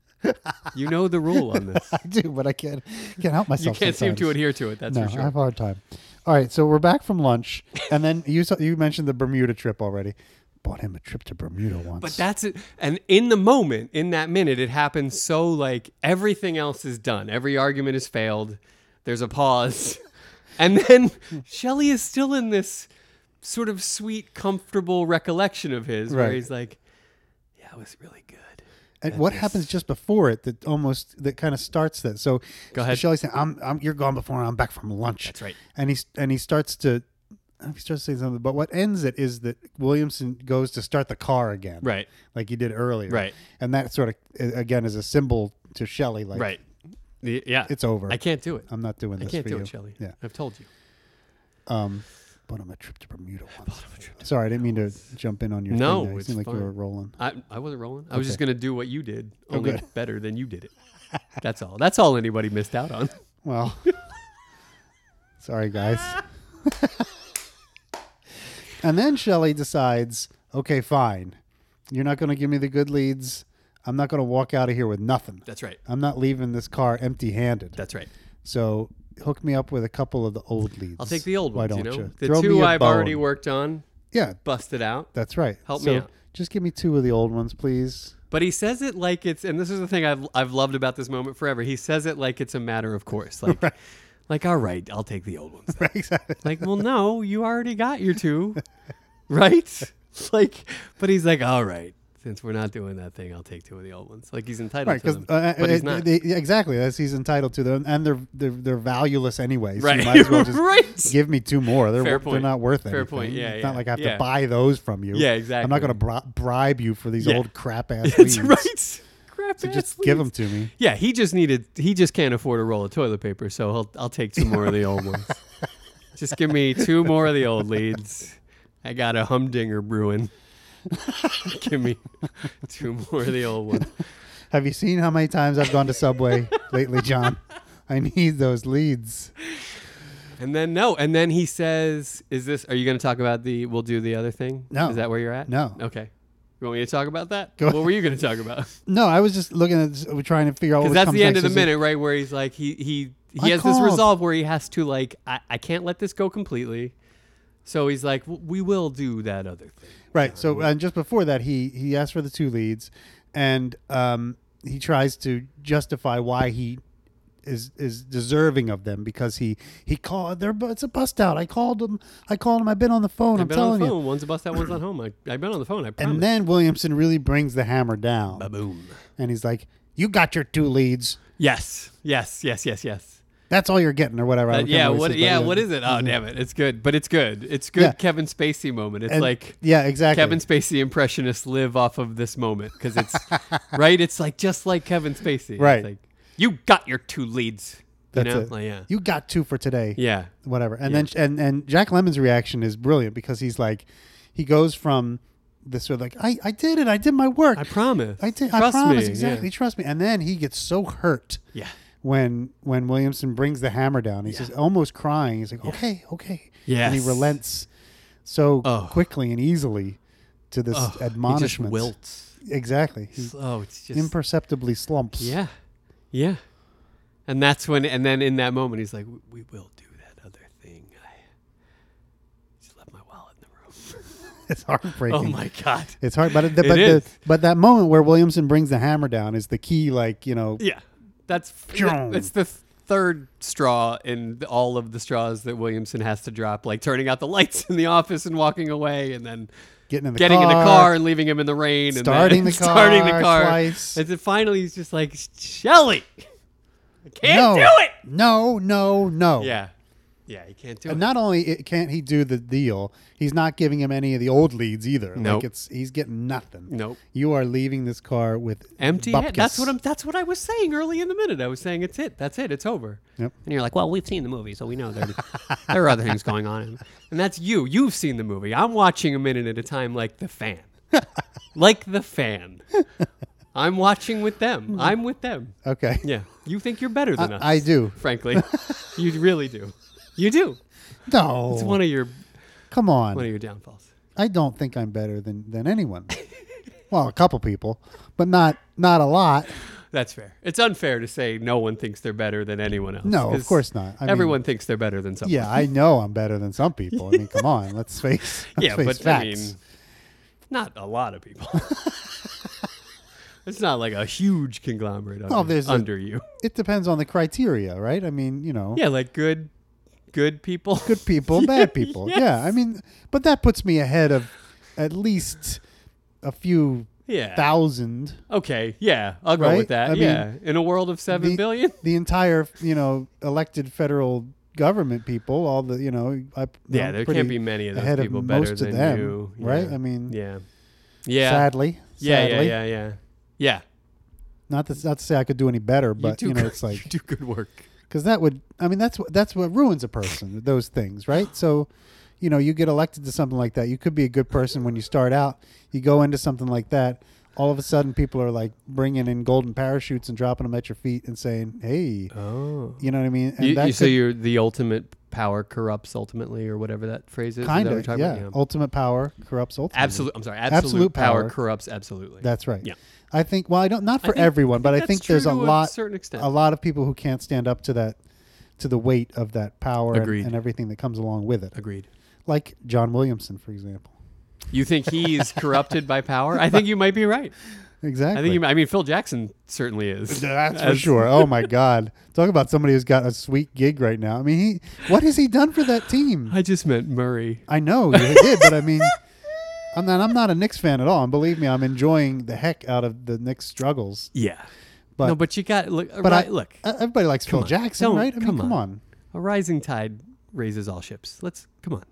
Speaker 2: You know the rule on this.
Speaker 1: I do, but I can't can't help
Speaker 2: You
Speaker 1: myself.
Speaker 2: can't seem to
Speaker 1: sometimes.
Speaker 2: adhere to it. That's
Speaker 1: No,
Speaker 2: for sure.
Speaker 1: I have a hard time. All right, so we're back from lunch, and then you saw, you mentioned the Bermuda trip already. Bought him a trip to Bermuda once.
Speaker 2: But that's it. And in the moment, in that minute, it happens so like everything else is done. Every argument is failed. There's a pause. <laughs> And then Shelley is still in this sort of sweet, comfortable recollection of his where
Speaker 1: Right.
Speaker 2: he's like, Yeah, it was really good.
Speaker 1: And what happens just before it that almost that kind of starts that? So
Speaker 2: Go ahead.
Speaker 1: Shelley saying, "I'm, I'm you're gone before I'm back from lunch." That's
Speaker 2: right.
Speaker 1: And he and he starts to. I don't know if He starts saying something, but what ends it is that Williamson goes to start the car again,
Speaker 2: Right.
Speaker 1: Like he did earlier,
Speaker 2: Right.
Speaker 1: And that sort of uh, again is a symbol to Shelly like
Speaker 2: right. Y- Yeah.
Speaker 1: it's over.
Speaker 2: I can't do it.
Speaker 1: I'm not doing
Speaker 2: I
Speaker 1: this
Speaker 2: can't
Speaker 1: for
Speaker 2: do
Speaker 1: you.
Speaker 2: it, Shelly.
Speaker 1: Yeah.
Speaker 2: I've told you.
Speaker 1: Um, but I'm a trip to Bermuda once. Sorry, I didn't mean to jump in on your thing.
Speaker 2: No,
Speaker 1: there. It
Speaker 2: it's
Speaker 1: seemed like you
Speaker 2: fine.
Speaker 1: were rolling.
Speaker 2: I, I wasn't rolling. I was just
Speaker 1: Okay. Oh,
Speaker 2: going to do what you did, only
Speaker 1: good.
Speaker 2: better than you did it. That's all. That's all anybody missed out on. <laughs>
Speaker 1: Well, sorry guys. <laughs> and then Shelly decides, okay, fine. You're not going to give me the good leads. I'm not going to walk out of here with nothing.
Speaker 2: That's right.
Speaker 1: I'm not leaving this car empty-handed.
Speaker 2: That's right.
Speaker 1: so hook me up with a couple of the old leads.
Speaker 2: I'll take the old
Speaker 1: Why
Speaker 2: ones. you
Speaker 1: don't
Speaker 2: know,
Speaker 1: you?
Speaker 2: the
Speaker 1: Throw me
Speaker 2: two
Speaker 1: a
Speaker 2: I've already
Speaker 1: bone.
Speaker 2: worked on,
Speaker 1: Yeah,
Speaker 2: busted out.
Speaker 1: that's right.
Speaker 2: Help me
Speaker 1: so
Speaker 2: out.
Speaker 1: Just give me two of the old ones,
Speaker 2: <laughs>
Speaker 1: please.
Speaker 2: But he says it like it's, and this is the thing I've I've loved about this moment forever. He says it like it's a matter of course. Like, like all right, I'll take the old ones.
Speaker 1: Right, exactly.
Speaker 2: Like, well, no, you already got your two, <laughs> right? <laughs> Like, but he's like, all right, since we're not doing that thing, I'll take two of the old ones. Like he's entitled
Speaker 1: Right,
Speaker 2: to
Speaker 1: because
Speaker 2: them,
Speaker 1: uh,
Speaker 2: but he's
Speaker 1: uh,
Speaker 2: not.
Speaker 1: they- exactly that's he's entitled to them, and they're they're, they're valueless anyway. So
Speaker 2: Right.
Speaker 1: you might
Speaker 2: <laughs>
Speaker 1: as well just
Speaker 2: Right.
Speaker 1: give me two more. They're
Speaker 2: Fair
Speaker 1: wor- they're
Speaker 2: point.
Speaker 1: not worth anything.
Speaker 2: Fair point. Yeah,
Speaker 1: it's
Speaker 2: yeah,
Speaker 1: not like I have
Speaker 2: yeah.
Speaker 1: to buy those from you.
Speaker 2: Yeah,
Speaker 1: I'm not
Speaker 2: exactly.
Speaker 1: going to bri- bribe you for these
Speaker 2: Yeah.
Speaker 1: old
Speaker 2: <laughs>
Speaker 1: crap ass
Speaker 2: That's
Speaker 1: leads.
Speaker 2: right. Crap.
Speaker 1: So
Speaker 2: ass
Speaker 1: just give them
Speaker 2: leads.
Speaker 1: to me.
Speaker 2: Yeah, he just needed. He just can't afford a roll of toilet paper, so he'll, I'll take two more of the
Speaker 1: <laughs>
Speaker 2: old ones. Just give me two more of the old leads. I got a humdinger brewing. <laughs> give me two more of the old ones.
Speaker 1: Have you seen how many times I've gone to
Speaker 2: <laughs>
Speaker 1: Subway lately, John? I need those leads.
Speaker 2: And then no, and then he says, "Is this? Are you going to talk about the? We'll do the other thing.
Speaker 1: No.
Speaker 2: is that where you're at?
Speaker 1: No.
Speaker 2: Okay. You want me to talk about that?
Speaker 1: Go
Speaker 2: what
Speaker 1: ahead.
Speaker 2: were you going to talk about?
Speaker 1: No, I was just looking at this, uh, trying to figure out what
Speaker 2: Because that's
Speaker 1: comes
Speaker 2: the end of the
Speaker 1: next. Is it-
Speaker 2: minute, right? Where he's like, he he he
Speaker 1: I
Speaker 2: has
Speaker 1: called.
Speaker 2: this resolve where he has to like, I, I can't let this go completely. So he's like, "W- we will do that other thing.
Speaker 1: Right. So and just before that, he he asked for the two leads, and um, he tries to justify why he is is deserving of them because he he called. They're bu- it's a bust out. I called him. I called him. I've been on the phone. I'm
Speaker 2: I've been on
Speaker 1: telling
Speaker 2: the
Speaker 1: you.
Speaker 2: phone. One's a bus out, one's on home. I, I've been on the phone. I promise.
Speaker 1: And then Williamson really brings the hammer down,
Speaker 2: boom.
Speaker 1: and he's like, "You got your two leads.
Speaker 2: Yes, yes, yes, yes, yes.
Speaker 1: That's all you're getting, or whatever." I
Speaker 2: Uh,
Speaker 1: don't
Speaker 2: yeah.
Speaker 1: remember he
Speaker 2: What?
Speaker 1: says,
Speaker 2: Yeah.
Speaker 1: but-
Speaker 2: What is it? Oh, damn it! It's good, but it's good. It's good.
Speaker 1: Mm-hmm. Yeah.
Speaker 2: Kevin Spacey moment. It's
Speaker 1: And-
Speaker 2: like
Speaker 1: yeah, exactly.
Speaker 2: Kevin Spacey impressionists live off of this moment because
Speaker 1: <laughs>
Speaker 2: it's right. It's like just like Kevin Spacey. It's
Speaker 1: Right.
Speaker 2: like, you got your two leads.
Speaker 1: That's
Speaker 2: you know?
Speaker 1: it.
Speaker 2: Like, yeah.
Speaker 1: You got two for today.
Speaker 2: Yeah.
Speaker 1: whatever. And then and and Jack Lemon's reaction is brilliant because he's like, he goes from this sort of like, I, I did it, I did my work,
Speaker 2: I
Speaker 1: I,
Speaker 2: promise.
Speaker 1: did,
Speaker 2: Trust
Speaker 1: I promise
Speaker 2: me.
Speaker 1: exactly, trust me. And then he gets so hurt
Speaker 2: Yeah. yeah.
Speaker 1: when when Williamson brings the hammer down. He's just almost crying. He's like, okay, okay, And he
Speaker 2: Yes.
Speaker 1: relents so
Speaker 2: Oh.
Speaker 1: quickly and easily to this
Speaker 2: Oh, he just
Speaker 1: admonishment.
Speaker 2: wilts.
Speaker 1: Exactly. He
Speaker 2: Oh, it's just
Speaker 1: imperceptibly slumps.
Speaker 2: yeah, yeah. And that's when, and then in that moment, he's like, "We- "We will do that other thing." I just left my wallet in the room.
Speaker 1: <laughs> It's heartbreaking.
Speaker 2: oh my god.
Speaker 1: It's hard, but it, but the,
Speaker 2: is.
Speaker 1: but that moment where Williamson brings the hammer down is the key, like you know,
Speaker 2: Yeah, that's
Speaker 1: Phew.
Speaker 2: it's the third straw in all of the straws that Williamson has to drop, like turning out the lights <laughs> in the office and walking away, and then
Speaker 1: getting in the
Speaker 2: getting
Speaker 1: car,
Speaker 2: in the car and leaving him in the rain,
Speaker 1: Starting
Speaker 2: <laughs> and
Speaker 1: the
Speaker 2: then starting
Speaker 1: car
Speaker 2: the car
Speaker 1: twice.
Speaker 2: and then finally he's just like, Shelly, I
Speaker 1: no,
Speaker 2: can't do it.
Speaker 1: No, no, no.
Speaker 2: Yeah, yeah, he can't do
Speaker 1: And
Speaker 2: it.
Speaker 1: not only it, can't he do the deal, he's not giving him any of the old leads either. Like
Speaker 2: Nope.
Speaker 1: it's he's getting nothing.
Speaker 2: Nope.
Speaker 1: You are leaving this car with
Speaker 2: Empty. Head. That's
Speaker 1: bupkis.
Speaker 2: what I'm. That's what I was saying early in the minute. I was saying it's it. That's it. It's over.
Speaker 1: Yep.
Speaker 2: And you're like, well, we've seen the movie, so we know there, there are other things going on. And that's you. You've seen the movie. I'm watching a minute at a time, like
Speaker 1: <laughs>
Speaker 2: the fan, like the fan. I'm watching with them. I'm with them.
Speaker 1: Okay. <laughs>
Speaker 2: Yeah. You think you're better than us?
Speaker 1: I do.
Speaker 2: Frankly, <laughs> you really do. You do.
Speaker 1: No.
Speaker 2: It's one of your
Speaker 1: Come on.
Speaker 2: one of your downfalls.
Speaker 1: I don't think I'm better than than
Speaker 2: <laughs>
Speaker 1: anyone. well, a couple people, but not not a lot.
Speaker 2: That's fair. It's unfair to say no one thinks they're better than anyone else.
Speaker 1: No, of
Speaker 2: 'cause
Speaker 1: course not. I mean-
Speaker 2: everyone thinks they're better than someone.
Speaker 1: Yeah, I know I'm better than some people. I mean, come on, let's face <laughs> let's
Speaker 2: yeah,
Speaker 1: face
Speaker 2: but
Speaker 1: facts.
Speaker 2: I mean, not a lot of people. <laughs> it's not like a huge conglomerate under,
Speaker 1: Well, there's a-
Speaker 2: under you. <laughs>
Speaker 1: it depends on the criteria, right? I mean, you know,
Speaker 2: Yeah, like good, good people. <laughs>
Speaker 1: good people, bad people. Yeah, I mean, but that puts me ahead of at least a few
Speaker 2: Yeah.
Speaker 1: thousand.
Speaker 2: okay. Yeah, I'll go
Speaker 1: Right?
Speaker 2: with that.
Speaker 1: I
Speaker 2: yeah, in a world of seven
Speaker 1: the-
Speaker 2: billion.
Speaker 1: The entire, you know, elected federal government people, all the, you know, I,
Speaker 2: Yeah,
Speaker 1: I'm
Speaker 2: there
Speaker 1: pretty
Speaker 2: can't be many of those
Speaker 1: ahead of
Speaker 2: people better
Speaker 1: most of
Speaker 2: than
Speaker 1: them,
Speaker 2: you.
Speaker 1: right?
Speaker 2: Yeah.
Speaker 1: I mean,
Speaker 2: yeah, yeah,
Speaker 1: sadly,
Speaker 2: yeah,
Speaker 1: sadly,
Speaker 2: yeah, yeah, yeah, yeah.
Speaker 1: Not to, not to say I could do any better, but
Speaker 2: do
Speaker 1: you know,
Speaker 2: good-
Speaker 1: it's like
Speaker 2: <laughs> you do good work.
Speaker 1: because that would i mean that's what that's what ruins a
Speaker 2: <laughs>
Speaker 1: person those things right so you know you get elected to something like that you could be a good person when you start out you go into something like that all of a sudden people are like bringing in golden parachutes and dropping them at your feet and saying hey
Speaker 2: Oh,
Speaker 1: you know what i mean and
Speaker 2: you, you
Speaker 1: that
Speaker 2: say you're the ultimate power corrupts ultimately, or whatever that phrase is. Is that
Speaker 1: kind
Speaker 2: what you're
Speaker 1: of
Speaker 2: talking
Speaker 1: yeah.
Speaker 2: about?
Speaker 1: ultimate power corrupts ultimate
Speaker 2: absolute. I'm sorry. Absolute,
Speaker 1: Absolute
Speaker 2: power,
Speaker 1: power.
Speaker 2: corrupts absolutely.
Speaker 1: that's right
Speaker 2: Yeah.
Speaker 1: i think well i don't not
Speaker 2: I
Speaker 1: for
Speaker 2: think-
Speaker 1: everyone but i
Speaker 2: that's
Speaker 1: think there's
Speaker 2: true
Speaker 1: a
Speaker 2: to
Speaker 1: lot
Speaker 2: certain extent.
Speaker 1: a lot of people who can't stand up to that to the weight of that power and,
Speaker 2: Agreed.
Speaker 1: and everything that comes along with it
Speaker 2: Agreed.
Speaker 1: like john williamson for example
Speaker 2: You think he's corrupted by power? I think you might be right.
Speaker 1: Exactly.
Speaker 2: I think you, I mean Phil Jackson certainly is.
Speaker 1: that's for
Speaker 2: As-
Speaker 1: sure. Oh
Speaker 2: <laughs>
Speaker 1: my God! Talk about somebody who's got a sweet gig right now. I mean, he what has he done for that
Speaker 2: <laughs>
Speaker 1: team?
Speaker 2: I just meant Murray.
Speaker 1: I know he did, but I mean, I'm not. I'm not a Knicks fan at all. And believe me, I'm enjoying the heck out of the Knicks struggles.
Speaker 2: Yeah.
Speaker 1: But-
Speaker 2: no, but you got look.
Speaker 1: But
Speaker 2: right,
Speaker 1: I
Speaker 2: look,
Speaker 1: e- everybody likes Phil
Speaker 2: on.
Speaker 1: Jackson,
Speaker 2: Don't-
Speaker 1: right? I mean,
Speaker 2: come
Speaker 1: come, on.
Speaker 2: on. a rising tide raises all ships. Let's come on.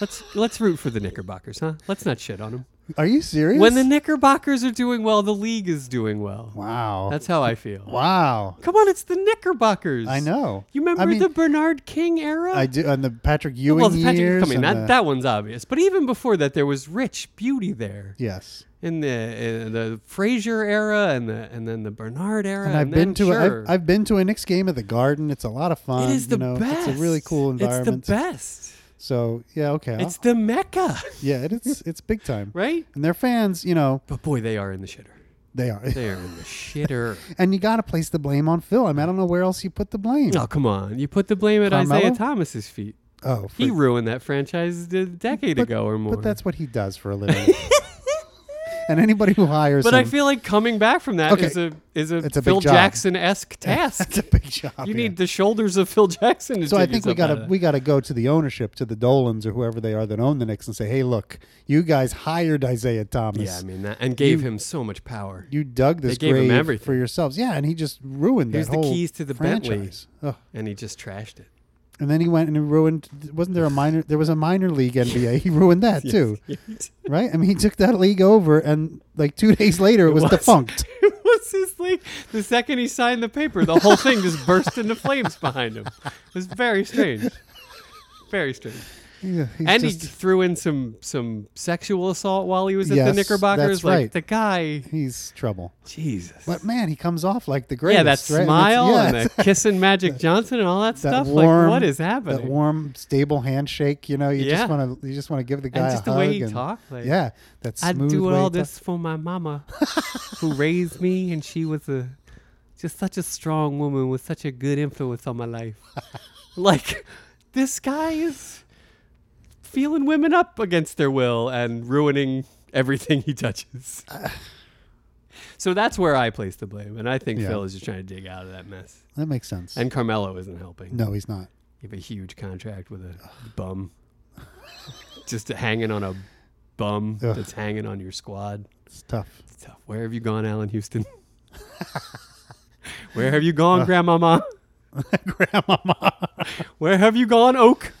Speaker 2: Let's let's root for the Knickerbockers, huh? Let's not shit on them.
Speaker 1: Are you serious?
Speaker 2: When the Knickerbockers are doing well, the league is doing well.
Speaker 1: wow,
Speaker 2: That's how I feel.
Speaker 1: wow.
Speaker 2: Come on, it's the Knickerbockers.
Speaker 1: I know.
Speaker 2: You remember
Speaker 1: I mean,
Speaker 2: the Bernard King era?
Speaker 1: I do, and the Patrick Ewing
Speaker 2: well, the Patrick,
Speaker 1: years.
Speaker 2: I
Speaker 1: and
Speaker 2: mean, that,
Speaker 1: the-
Speaker 2: that one's obvious. But even before that, there was rich beauty there
Speaker 1: yes.
Speaker 2: in the in the Frazier era and the and then the Bernard era.
Speaker 1: And I've been
Speaker 2: then,
Speaker 1: to a,
Speaker 2: sure,
Speaker 1: I've, I've been to a Knicks game at the Garden. It's a lot of fun.
Speaker 2: it is the
Speaker 1: you know,
Speaker 2: best.
Speaker 1: It's a really cool environment.
Speaker 2: It's the best.
Speaker 1: So yeah, okay, I'll-
Speaker 2: It's the mecca,
Speaker 1: yeah, it, it's it's big
Speaker 2: <laughs>
Speaker 1: time.
Speaker 2: right?
Speaker 1: And their fans, you know,
Speaker 2: But boy, they are in the shitter.
Speaker 1: they are.
Speaker 2: They are in the shitter.
Speaker 1: <laughs> And you got to place the blame on Phil. I mean, I don't know where else you put the blame.
Speaker 2: Oh come on! You put the blame at
Speaker 1: Carmelo?
Speaker 2: Isaiah Thomas's feet.
Speaker 1: Oh, for-
Speaker 2: He ruined that franchise a decade
Speaker 1: but-
Speaker 2: ago or more.
Speaker 1: But that's what he does
Speaker 2: <laughs>
Speaker 1: for a living. and anybody who hires
Speaker 2: But
Speaker 1: him,
Speaker 2: I feel like coming back from that
Speaker 1: Okay.
Speaker 2: is a is a
Speaker 1: It's a big
Speaker 2: Phil
Speaker 1: job.
Speaker 2: Jackson esque
Speaker 1: <laughs>
Speaker 2: task.
Speaker 1: that's a <laughs> big job.
Speaker 2: you
Speaker 1: yeah.
Speaker 2: need the shoulders of Phil Jackson. To
Speaker 1: So I
Speaker 2: take
Speaker 1: think we
Speaker 2: yourself out
Speaker 1: gotta
Speaker 2: of
Speaker 1: we gotta go to the ownership, to the Dolans or whoever they are that own the Knicks, and say, hey, look, you guys hired Isaiah
Speaker 2: that.
Speaker 1: Thomas.
Speaker 2: Yeah, I mean that, and gave him so much power.
Speaker 1: you dug this
Speaker 2: gave him
Speaker 1: grave
Speaker 2: everything.
Speaker 1: for yourselves. Yeah, and he just ruined
Speaker 2: Here's
Speaker 1: that
Speaker 2: the
Speaker 1: whole
Speaker 2: keys to the Bentley.
Speaker 1: franchise. Ugh.
Speaker 2: and he just trashed it. <laughs>
Speaker 1: And then he went and he ruined. Wasn't there a minor? There was a minor league
Speaker 2: <laughs>
Speaker 1: NBA. He ruined that too,
Speaker 2: it
Speaker 1: right? I mean, he took that league over, and like two <laughs> days later, it, was,
Speaker 2: was. <laughs>
Speaker 1: defunct.
Speaker 2: was his league. The second he signed the paper, the whole thing just burst into flames behind him. It was very strange. Very strange.
Speaker 1: Yeah, uh, he's
Speaker 2: and
Speaker 1: just-
Speaker 2: he threw in some some sexual assault while he was at the
Speaker 1: Yes,
Speaker 2: Knickerbockers.
Speaker 1: that's
Speaker 2: like
Speaker 1: right.
Speaker 2: the guy,
Speaker 1: he's trouble.
Speaker 2: Jesus.
Speaker 1: But man, he comes off like the greatest.
Speaker 2: yeah, that
Speaker 1: right?
Speaker 2: smile
Speaker 1: I mean,
Speaker 2: and
Speaker 1: it's- <laughs>
Speaker 2: the kissing Magic Johnson and all that,
Speaker 1: yeah,
Speaker 2: stuff. like, what is happening?
Speaker 1: That warm, stable handshake. You know, you
Speaker 2: Yeah.
Speaker 1: just want to you just want to give the guy
Speaker 2: and just
Speaker 1: a
Speaker 2: the way
Speaker 1: hug
Speaker 2: he
Speaker 1: and-
Speaker 2: talked. Like,
Speaker 1: yeah, that
Speaker 2: I
Speaker 1: smooth
Speaker 2: do
Speaker 1: way
Speaker 2: all
Speaker 1: he talk-
Speaker 2: this for
Speaker 1: <laughs>
Speaker 2: my mama, who raised me, and she was a just such a strong woman with such a good influence on my life.
Speaker 1: <laughs>
Speaker 2: like this guy is feeling women up against their will and ruining everything
Speaker 1: <sighs>
Speaker 2: he touches. so that's where I place the blame, and I think
Speaker 1: Yeah.
Speaker 2: Phil is just trying to dig out of that mess.
Speaker 1: That makes sense.
Speaker 2: And Carmelo isn't helping.
Speaker 1: no, he's not.
Speaker 2: You have a huge contract with a bum. Just hanging on a bum
Speaker 1: Ugh.
Speaker 2: that's hanging on your squad.
Speaker 1: It's tough.
Speaker 2: It's tough. Where have you gone, Alan Houston? Where have you
Speaker 1: Uh.
Speaker 2: gone, Grandmama?
Speaker 1: <laughs> Grandmama.
Speaker 2: Where have you gone, Oak?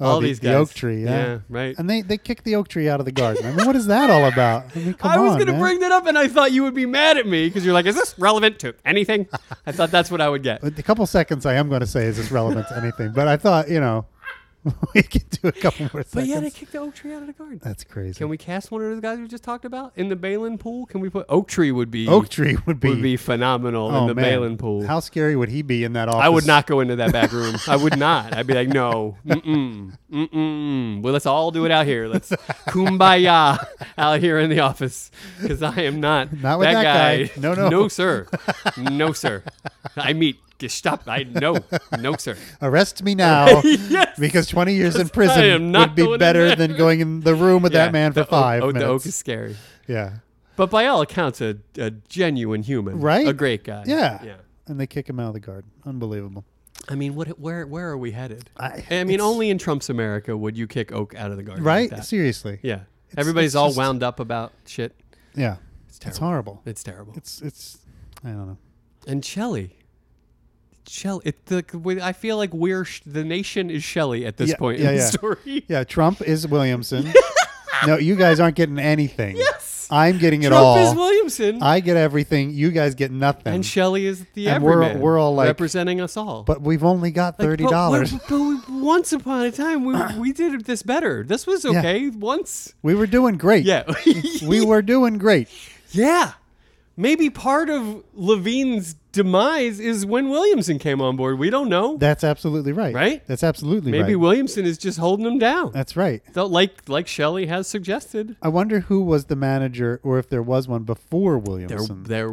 Speaker 1: Oh,
Speaker 2: All
Speaker 1: the,
Speaker 2: these
Speaker 1: the
Speaker 2: guys.
Speaker 1: oak tree. yeah.
Speaker 2: right.
Speaker 1: And they, they kicked the oak tree out of the garden. I mean, what is that all about? I mean, come
Speaker 2: I was
Speaker 1: on,
Speaker 2: gonna
Speaker 1: man.
Speaker 2: bring that up, and I thought you would be mad at me because you're like, "Is this relevant to anything?" I thought that's what I
Speaker 1: <laughs>
Speaker 2: would get.
Speaker 1: But a couple seconds I am going to say, is this relevant to anything? But I thought, you know, <laughs> we could do a couple more
Speaker 2: But
Speaker 1: seconds.
Speaker 2: yeah, they kicked the oak tree out of the garden.
Speaker 1: That's crazy.
Speaker 2: Can we cast one of those guys we just talked about in the Balin pool? Can we put oak tree? Would be
Speaker 1: oak tree would be,
Speaker 2: would be phenomenal
Speaker 1: oh,
Speaker 2: in the
Speaker 1: man.
Speaker 2: Balin pool.
Speaker 1: How scary would he be in that office?
Speaker 2: I would not go into that back room.
Speaker 1: <laughs>
Speaker 2: I would not. I'd be like, no, mm-mm, mm-mm. Well, let's all do it out here. Let's kumbaya out here in the office because I am not,
Speaker 1: Not with that guy. No, no.
Speaker 2: no, sir, no, sir. I meet Gestapo. I no,
Speaker 1: <laughs>
Speaker 2: no, sir.
Speaker 1: arrest
Speaker 2: <laughs>
Speaker 1: me now
Speaker 2: yes.
Speaker 1: because 20 years in prison
Speaker 2: am not
Speaker 1: would be
Speaker 2: going
Speaker 1: better
Speaker 2: in there.
Speaker 1: than going in the room with
Speaker 2: Yeah,
Speaker 1: that man for
Speaker 2: the oak-
Speaker 1: five
Speaker 2: oh,
Speaker 1: minutes.
Speaker 2: The oak is scary,
Speaker 1: yeah.
Speaker 2: but by all accounts, a, a genuine human,
Speaker 1: Right?
Speaker 2: A great guy.
Speaker 1: Yeah.
Speaker 2: yeah.
Speaker 1: And they kick him out of the garden. Unbelievable.
Speaker 2: I mean, what? Where? Where are we headed?
Speaker 1: I-
Speaker 2: I mean,
Speaker 1: it's-
Speaker 2: only in Trump's America would you kick Oak out of the garden, like
Speaker 1: Right?
Speaker 2: that.
Speaker 1: Seriously.
Speaker 2: Yeah. Everybody's
Speaker 1: it's
Speaker 2: all
Speaker 1: just-
Speaker 2: wound up about shit.
Speaker 1: Yeah.
Speaker 2: It's
Speaker 1: It's
Speaker 2: terrible.
Speaker 1: horrible.
Speaker 2: It's, terrible.
Speaker 1: It's, it's, I don't know.
Speaker 2: and Shelley. Shelley. It, the, we- I feel like we're sh- the nation is Shelley at this
Speaker 1: Yeah,
Speaker 2: point
Speaker 1: yeah,
Speaker 2: in
Speaker 1: yeah.
Speaker 2: the story. <laughs>
Speaker 1: Yeah, Trump is Williamson. no, you guys aren't getting anything.
Speaker 2: Yes.
Speaker 1: I'm getting it
Speaker 2: <laughs> Trump is
Speaker 1: all.
Speaker 2: Williamson,
Speaker 1: I get everything. You guys get nothing.
Speaker 2: and Shelley is the
Speaker 1: And we're-
Speaker 2: everyman
Speaker 1: we're all like-
Speaker 2: representing us all.
Speaker 1: but we've only got
Speaker 2: Like,
Speaker 1: thirty
Speaker 2: but-
Speaker 1: dollars.
Speaker 2: But, but we- once upon a time, we, we did this better. This was
Speaker 1: Yeah.
Speaker 2: okay once.
Speaker 1: <laughs> We were doing great.
Speaker 2: Yeah. <laughs>
Speaker 1: we were doing great.
Speaker 2: yeah. Maybe part of Levine's demise is when Williamson came on board. We don't know.
Speaker 1: That's absolutely right.
Speaker 2: Right? Uh,
Speaker 1: That's absolutely
Speaker 2: Maybe
Speaker 1: right.
Speaker 2: Williamson is just holding him down.
Speaker 1: That's right.
Speaker 2: Though, like like Shelley has suggested.
Speaker 1: I wonder who was the manager, or if there was one before
Speaker 2: There,
Speaker 1: Williamson.
Speaker 2: there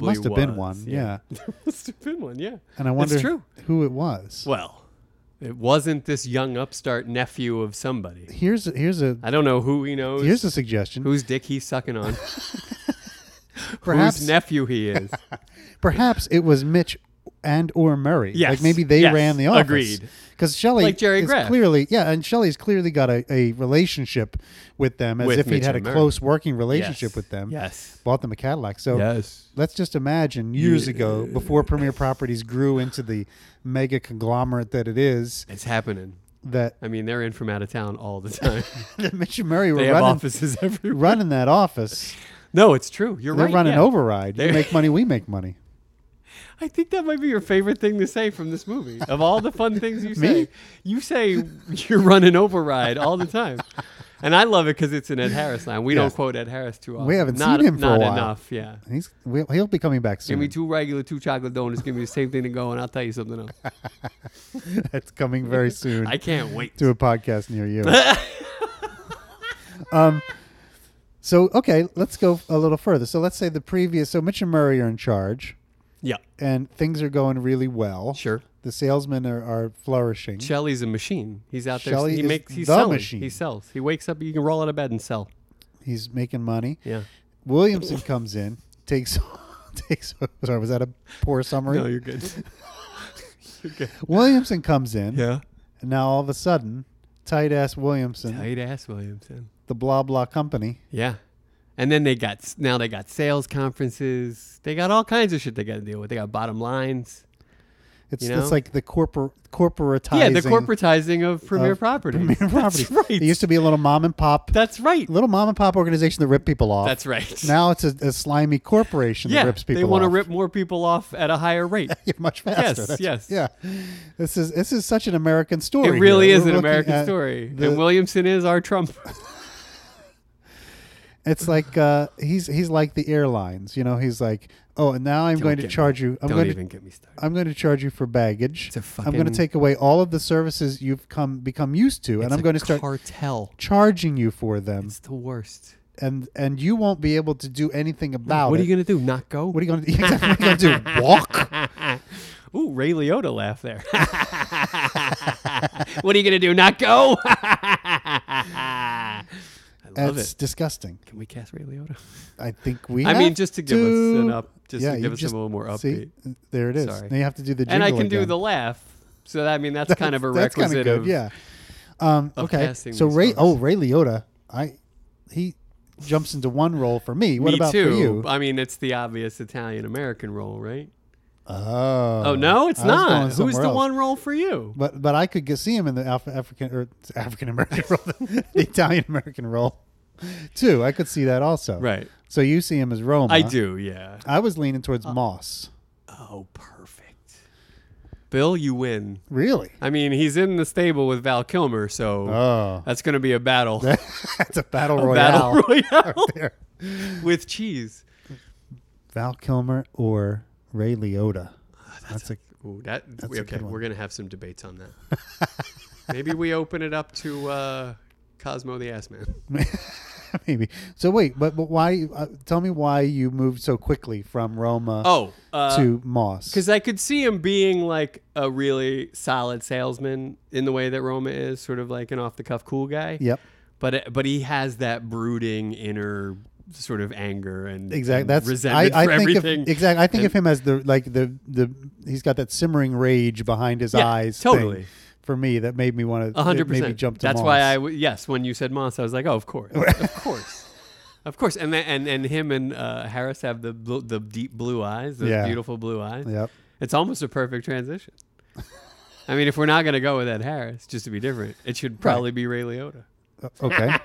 Speaker 1: there must have been
Speaker 2: was,
Speaker 1: one. Yeah.
Speaker 2: <laughs> There must have been one, yeah.
Speaker 1: And I wonder
Speaker 2: It's true.
Speaker 1: who it was.
Speaker 2: Well, it wasn't this young upstart nephew of somebody.
Speaker 1: Here's here's a
Speaker 2: I don't know who he knows,
Speaker 1: here's a suggestion.
Speaker 2: whose dick he's
Speaker 1: <laughs>
Speaker 2: sucking on,
Speaker 1: perhaps
Speaker 2: whose nephew he
Speaker 1: <laughs>
Speaker 2: is.
Speaker 1: perhaps it was Mitch and or Murray.
Speaker 2: Yes,
Speaker 1: Like maybe they
Speaker 2: yes,
Speaker 1: ran the office.
Speaker 2: agreed.
Speaker 1: Because Shelley
Speaker 2: Like Jerry
Speaker 1: is
Speaker 2: Graff.
Speaker 1: clearly yeah, and Shelley's clearly got a, a relationship with them as
Speaker 2: With
Speaker 1: if
Speaker 2: Mitch
Speaker 1: he'd had a
Speaker 2: and Murray.
Speaker 1: close working relationship with them.
Speaker 2: Yes.
Speaker 1: Bought them a Cadillac. So
Speaker 3: Yes.
Speaker 1: let's just imagine years ago, before Premier Properties grew into the mega conglomerate that it is,
Speaker 2: It's happening.
Speaker 1: that <laughs>
Speaker 2: I mean, they're in from out of town all the time.
Speaker 1: that Mitch and Murray
Speaker 2: they
Speaker 1: were
Speaker 2: have
Speaker 1: running,
Speaker 2: offices <laughs> everywhere.
Speaker 1: running that office.
Speaker 2: No, it's true. You're
Speaker 1: They're
Speaker 2: right.
Speaker 1: running
Speaker 2: yeah.
Speaker 1: override. You
Speaker 2: They're-
Speaker 1: make money, we make money.
Speaker 2: I think that might be your favorite thing to say from this movie. Of all the fun things you say,
Speaker 1: <laughs> Me?
Speaker 2: you say you're running override all the time. And I love it because it's an Ed Harris line. We don't
Speaker 1: Yes.
Speaker 2: quote Ed Harris too often.
Speaker 1: haven't
Speaker 2: Not-
Speaker 1: seen him for a
Speaker 2: not
Speaker 1: while.
Speaker 2: enough. Yeah.
Speaker 1: He's we'll- he'll be coming back
Speaker 2: Give me
Speaker 1: soon.
Speaker 2: two regular, two chocolate donuts. Give me the same thing to go, and I'll tell you something else.
Speaker 1: <laughs> That's coming very soon.
Speaker 2: <laughs> I can't wait.
Speaker 1: to a podcast near you. <laughs> um, so okay, let's go a little further. So let's say the previous. So Mitch and Murray are in charge,
Speaker 2: Yeah,
Speaker 1: and things are going really well.
Speaker 2: sure.
Speaker 1: The salesmen are, are flourishing.
Speaker 2: Shelley's a machine. He's out there.
Speaker 1: Shelley
Speaker 2: he
Speaker 1: is
Speaker 2: makes. He's
Speaker 1: the
Speaker 2: selling.
Speaker 1: machine.
Speaker 2: He sells. He wakes up. You can roll out of bed and sell.
Speaker 1: He's making money.
Speaker 2: Yeah.
Speaker 1: Williamson comes in, takes <laughs> takes. Sorry, was that a poor summary?
Speaker 2: No, you're good. you're good.
Speaker 1: Williamson comes in,
Speaker 2: Yeah.
Speaker 1: and now all of a sudden, tight ass Williamson,
Speaker 2: Tight ass Williamson.
Speaker 1: the blah blah company.
Speaker 2: Yeah. And then they got now they got sales conferences. They got all kinds of shit they got to deal with. They got bottom lines.
Speaker 1: It's
Speaker 2: You know?
Speaker 1: it's like the corpor corporatizing.
Speaker 2: Yeah,
Speaker 1: <laughs>
Speaker 2: the corporatizing of Premier
Speaker 1: of
Speaker 2: Properties.
Speaker 1: Premier Properties.
Speaker 2: <laughs> That's
Speaker 1: It
Speaker 2: right.
Speaker 1: used to be a little mom and pop,
Speaker 2: That's right.
Speaker 1: little mom and pop organization that ripped people off.
Speaker 2: That's right.
Speaker 1: Now it's a, a slimy
Speaker 2: <laughs>
Speaker 1: corporation
Speaker 2: yeah,
Speaker 1: that rips people
Speaker 2: they want to
Speaker 1: off. <laughs>
Speaker 2: rip more people off at a higher rate.
Speaker 1: Yeah, much
Speaker 2: Yes,
Speaker 1: faster. That's-
Speaker 2: yes.
Speaker 1: Yeah. This is this is such an American story.
Speaker 2: it really
Speaker 1: here.
Speaker 2: is
Speaker 1: We're
Speaker 2: an
Speaker 1: looking
Speaker 2: American
Speaker 1: at-
Speaker 2: story.
Speaker 1: the-
Speaker 2: and Williamson is our Trump.
Speaker 1: It's like uh, he's he's like the airlines. You know, he's like, oh, and now I'm going to
Speaker 2: get me-
Speaker 1: charge you. <laughs> I'm
Speaker 2: Don't
Speaker 1: going
Speaker 2: even
Speaker 1: to.
Speaker 2: get me started.
Speaker 1: I'm going to charge you for baggage.
Speaker 2: It's a
Speaker 1: I'm going
Speaker 2: fucking-
Speaker 1: to take away all of the services you've come become used to, and I'm going to start
Speaker 2: cartel.
Speaker 1: charging you for them,
Speaker 2: It's the worst.
Speaker 1: and and you won't be able to do anything about
Speaker 2: what
Speaker 1: it.
Speaker 2: are you going to do? Not go?
Speaker 1: What are you going to do? <laughs> Exactly, what are you going to
Speaker 2: <laughs>
Speaker 1: do? Walk?
Speaker 2: Ooh, Ray Liotta laugh there. <laughs> what are you gonna do? Not go? I love
Speaker 1: That's
Speaker 2: it.
Speaker 1: disgusting.
Speaker 2: <laughs> Can we cast Ray Liotta?
Speaker 1: I think we.
Speaker 2: I mean,
Speaker 1: have
Speaker 2: just to give us an
Speaker 1: to-
Speaker 2: up, just
Speaker 1: yeah,
Speaker 2: to
Speaker 1: you
Speaker 2: give us a little more upbeat,
Speaker 1: See, there it is.
Speaker 2: Sorry.
Speaker 1: Now you have to do the jingle
Speaker 2: and I can do
Speaker 1: again.
Speaker 2: the laugh. So I mean, that's, kind of a
Speaker 1: That's kind
Speaker 2: requisite
Speaker 1: of good. yeah.
Speaker 2: of
Speaker 1: Um,
Speaker 2: of
Speaker 1: okay.
Speaker 2: casting
Speaker 1: So
Speaker 2: these
Speaker 1: Ray.
Speaker 2: folks.
Speaker 1: Oh, Ray Liotta. I. He jumps into one role for me. What
Speaker 2: me
Speaker 1: about
Speaker 2: too.
Speaker 1: for you?
Speaker 2: I mean, it's the obvious Italian American role, right?
Speaker 1: Oh.
Speaker 2: Oh no, it's
Speaker 1: I was going
Speaker 2: not. Who's
Speaker 1: somewhere
Speaker 2: the
Speaker 1: else.
Speaker 2: one role for you?
Speaker 1: But but I could get, see him in the Alpha African or African American <laughs> role, the Italian American role, too. I could see that also.
Speaker 2: Right.
Speaker 1: So you see him as Roma.
Speaker 2: I do. Yeah.
Speaker 1: I was leaning towards Moss.
Speaker 2: Oh, perfect. Bill, you win.
Speaker 1: Really?
Speaker 2: I mean, he's in the stable with Val Kilmer, so
Speaker 1: Oh,
Speaker 2: that's going to be a
Speaker 1: <laughs>
Speaker 2: battle.
Speaker 1: that's a battle royale.
Speaker 2: <laughs> battle <laughs> royale
Speaker 1: there.
Speaker 2: with cheese.
Speaker 1: Val Kilmer or Ray Liotta. That's, a <laughs>
Speaker 2: Ooh, that
Speaker 1: a
Speaker 2: okay.
Speaker 1: good one.
Speaker 2: We're going to have some debates on that.
Speaker 1: <laughs>
Speaker 2: Maybe we open it up to uh, Cosmo the Ass Man.
Speaker 1: maybe. So wait, but but why? Uh, tell me why you moved so quickly from Roma
Speaker 2: Oh,
Speaker 1: to Moss.
Speaker 2: because I could see him being like a really solid salesman in the way that Roma is, sort of like an off the cuff cool guy.
Speaker 1: Yep,
Speaker 2: But but he has that brooding inner sort of anger and
Speaker 1: exactly.
Speaker 2: and
Speaker 1: That's
Speaker 2: resentment
Speaker 1: I, I
Speaker 2: for
Speaker 1: think
Speaker 2: everything.
Speaker 1: Of, exactly. I think of him
Speaker 2: And-
Speaker 1: as the like the the he's got that simmering rage behind his
Speaker 2: Yeah,
Speaker 1: eyes. thing
Speaker 2: totally.
Speaker 1: for me, that made me want
Speaker 2: A
Speaker 1: to
Speaker 2: hundred
Speaker 1: maybe
Speaker 2: percent.
Speaker 1: jump to
Speaker 2: That's
Speaker 1: Moss.
Speaker 2: why I w- yes, when you said Moss, I was like, oh, of course, of course, of course. And then, and and him and uh, Harris have the blu- the deep blue eyes, those
Speaker 1: Yeah.
Speaker 2: beautiful blue eyes.
Speaker 1: Yep.
Speaker 2: It's almost a
Speaker 1: <laughs>
Speaker 2: perfect transition. I mean, if we're not gonna go with Ed Harris, just to <laughs> be different, it should probably be Ray Liotta.
Speaker 1: Uh, Okay.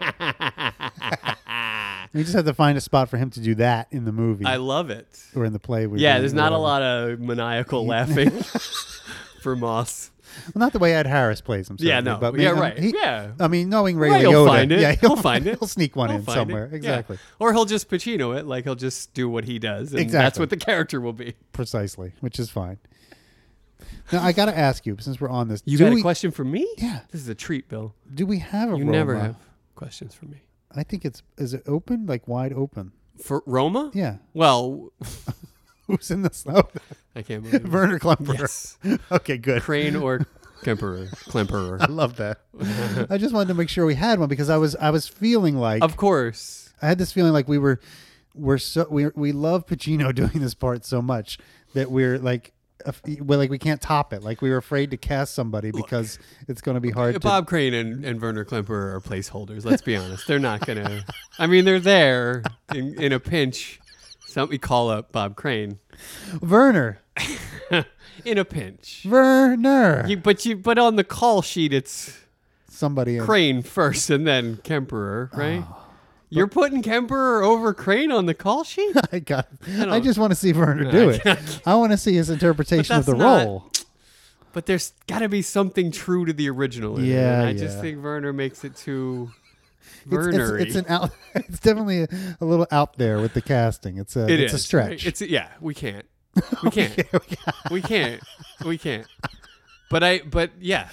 Speaker 1: We just have to find a spot for him to do that in the movie
Speaker 2: I love it.
Speaker 1: or in the play. we
Speaker 2: Yeah,
Speaker 1: were
Speaker 2: there's
Speaker 1: in,
Speaker 2: not a
Speaker 1: whatever.
Speaker 2: lot of maniacal laughing
Speaker 1: <laughs>
Speaker 2: for Moss.
Speaker 1: Well, not the way Ed Harris plays him.
Speaker 2: Yeah,
Speaker 1: certainly,
Speaker 2: no.
Speaker 1: But
Speaker 2: Yeah,
Speaker 1: maybe-
Speaker 2: right.
Speaker 1: he-
Speaker 2: Yeah.
Speaker 1: I mean, knowing Ray
Speaker 2: Right, he'll
Speaker 1: Liotta,
Speaker 2: find it.
Speaker 1: yeah,
Speaker 2: He'll find
Speaker 1: <laughs>
Speaker 2: it.
Speaker 1: He'll sneak one
Speaker 2: He'll
Speaker 1: in
Speaker 2: find it.
Speaker 1: somewhere.
Speaker 2: Yeah.
Speaker 1: Exactly,
Speaker 2: Or he'll just Pacino it, like he'll just do what he does, and that's
Speaker 1: Exactly.
Speaker 2: what the character will be.
Speaker 1: precisely, which is fine. Now I got to ask you, since we're on this,
Speaker 2: You
Speaker 1: do
Speaker 2: got
Speaker 1: we
Speaker 2: a question for me?
Speaker 1: Yeah.
Speaker 2: This is a treat, Bill.
Speaker 1: do we have a
Speaker 2: You
Speaker 1: Roma?
Speaker 2: never have questions for me.
Speaker 1: I think it's is it open like wide open?
Speaker 2: For Roma?
Speaker 1: Yeah, <laughs>
Speaker 2: Well,
Speaker 1: who's in the snow? <laughs>
Speaker 2: I <laughs> can't believe it.
Speaker 1: Werner Klumper.
Speaker 2: Yes.
Speaker 1: <laughs> Okay, good.
Speaker 2: Crane or Kemperer.
Speaker 1: I
Speaker 2: <laughs> Klemperer.
Speaker 1: love that. I just wanted to make sure we had one because I was I was feeling like
Speaker 2: Of course.
Speaker 1: I had this feeling like we were we're so we we love Pacino <laughs> doing this part so much that we're like af- we're like we can't top it. Like we were afraid to cast somebody because it's going to be hard. to,
Speaker 2: Bob Crane and, and Werner Klemperer are placeholders. Let's be honest. They're not going to. I mean, they're there in, in a pinch. Some, we call up Bob Crane
Speaker 1: Werner,
Speaker 2: in a pinch.
Speaker 1: Werner,
Speaker 2: You, but you but on the call sheet it's
Speaker 1: somebody. in-
Speaker 2: Crane first and then Kemperer, right? You're putting Kemperer over Crane on the call sheet?
Speaker 1: <laughs> I got.
Speaker 2: don't-
Speaker 1: I, just want to see Werner do it. I want to see his interpretation of
Speaker 2: that's
Speaker 1: the
Speaker 2: not-
Speaker 1: role.
Speaker 2: But there's got to be something true to the original. in it,
Speaker 1: Yeah,
Speaker 2: and I just
Speaker 1: yeah.
Speaker 2: think Werner makes it too
Speaker 1: It's, it's,
Speaker 2: Werner.
Speaker 1: it's an out. <laughs> It's definitely a, a little out there with the casting. It's a. it's a stretch.
Speaker 2: It's yeah,
Speaker 1: <laughs>
Speaker 2: we can't. We can't. we can't. We can't. But I but yeah.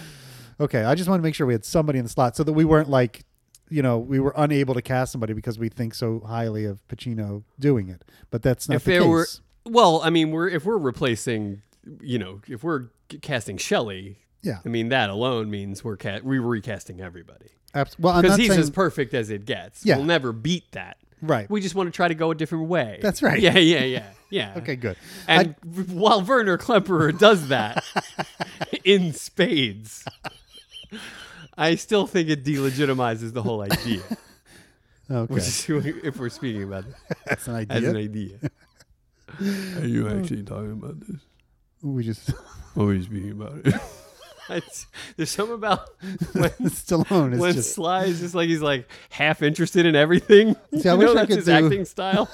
Speaker 1: Okay, I just want to make sure we had somebody in the slot so that we weren't like, you know, we were unable to cast somebody because we think so highly of Pacino doing it. But that's not
Speaker 2: if
Speaker 1: the
Speaker 2: there
Speaker 1: case.
Speaker 2: were well, I mean, we're if we're replacing, you know, if we're g- casting Shelley,
Speaker 1: yeah,
Speaker 2: I mean, that alone means we're ca- we recasting everybody
Speaker 1: abs- well, I'm
Speaker 2: because
Speaker 1: not
Speaker 2: he's
Speaker 1: saying
Speaker 2: as perfect as it gets.
Speaker 1: Yeah.
Speaker 2: We'll never beat that.
Speaker 1: right.
Speaker 2: We just want to try to go a different way.
Speaker 1: That's right.
Speaker 2: Yeah, yeah, yeah, yeah.
Speaker 1: <laughs> okay,
Speaker 2: <laughs>
Speaker 1: good.
Speaker 2: And while Werner Klemperer
Speaker 1: <laughs>
Speaker 2: does that in spades, I still think it delegitimizes the whole idea.
Speaker 1: Okay,
Speaker 2: Which is, if we're speaking about it
Speaker 1: that's an
Speaker 2: as
Speaker 1: idea.
Speaker 2: an idea,
Speaker 3: Are you actually talking about this?
Speaker 1: we just <laughs>
Speaker 3: Or are you speaking about it? <laughs>
Speaker 2: It's- there's
Speaker 1: <laughs>
Speaker 2: something about when
Speaker 1: Stallone is
Speaker 2: when
Speaker 1: just
Speaker 2: Sly is just like he's like half interested in everything. <laughs>
Speaker 1: See, I
Speaker 2: you
Speaker 1: wish
Speaker 2: know,
Speaker 1: I
Speaker 2: that's
Speaker 1: could
Speaker 2: his
Speaker 1: do- <laughs>
Speaker 2: acting style.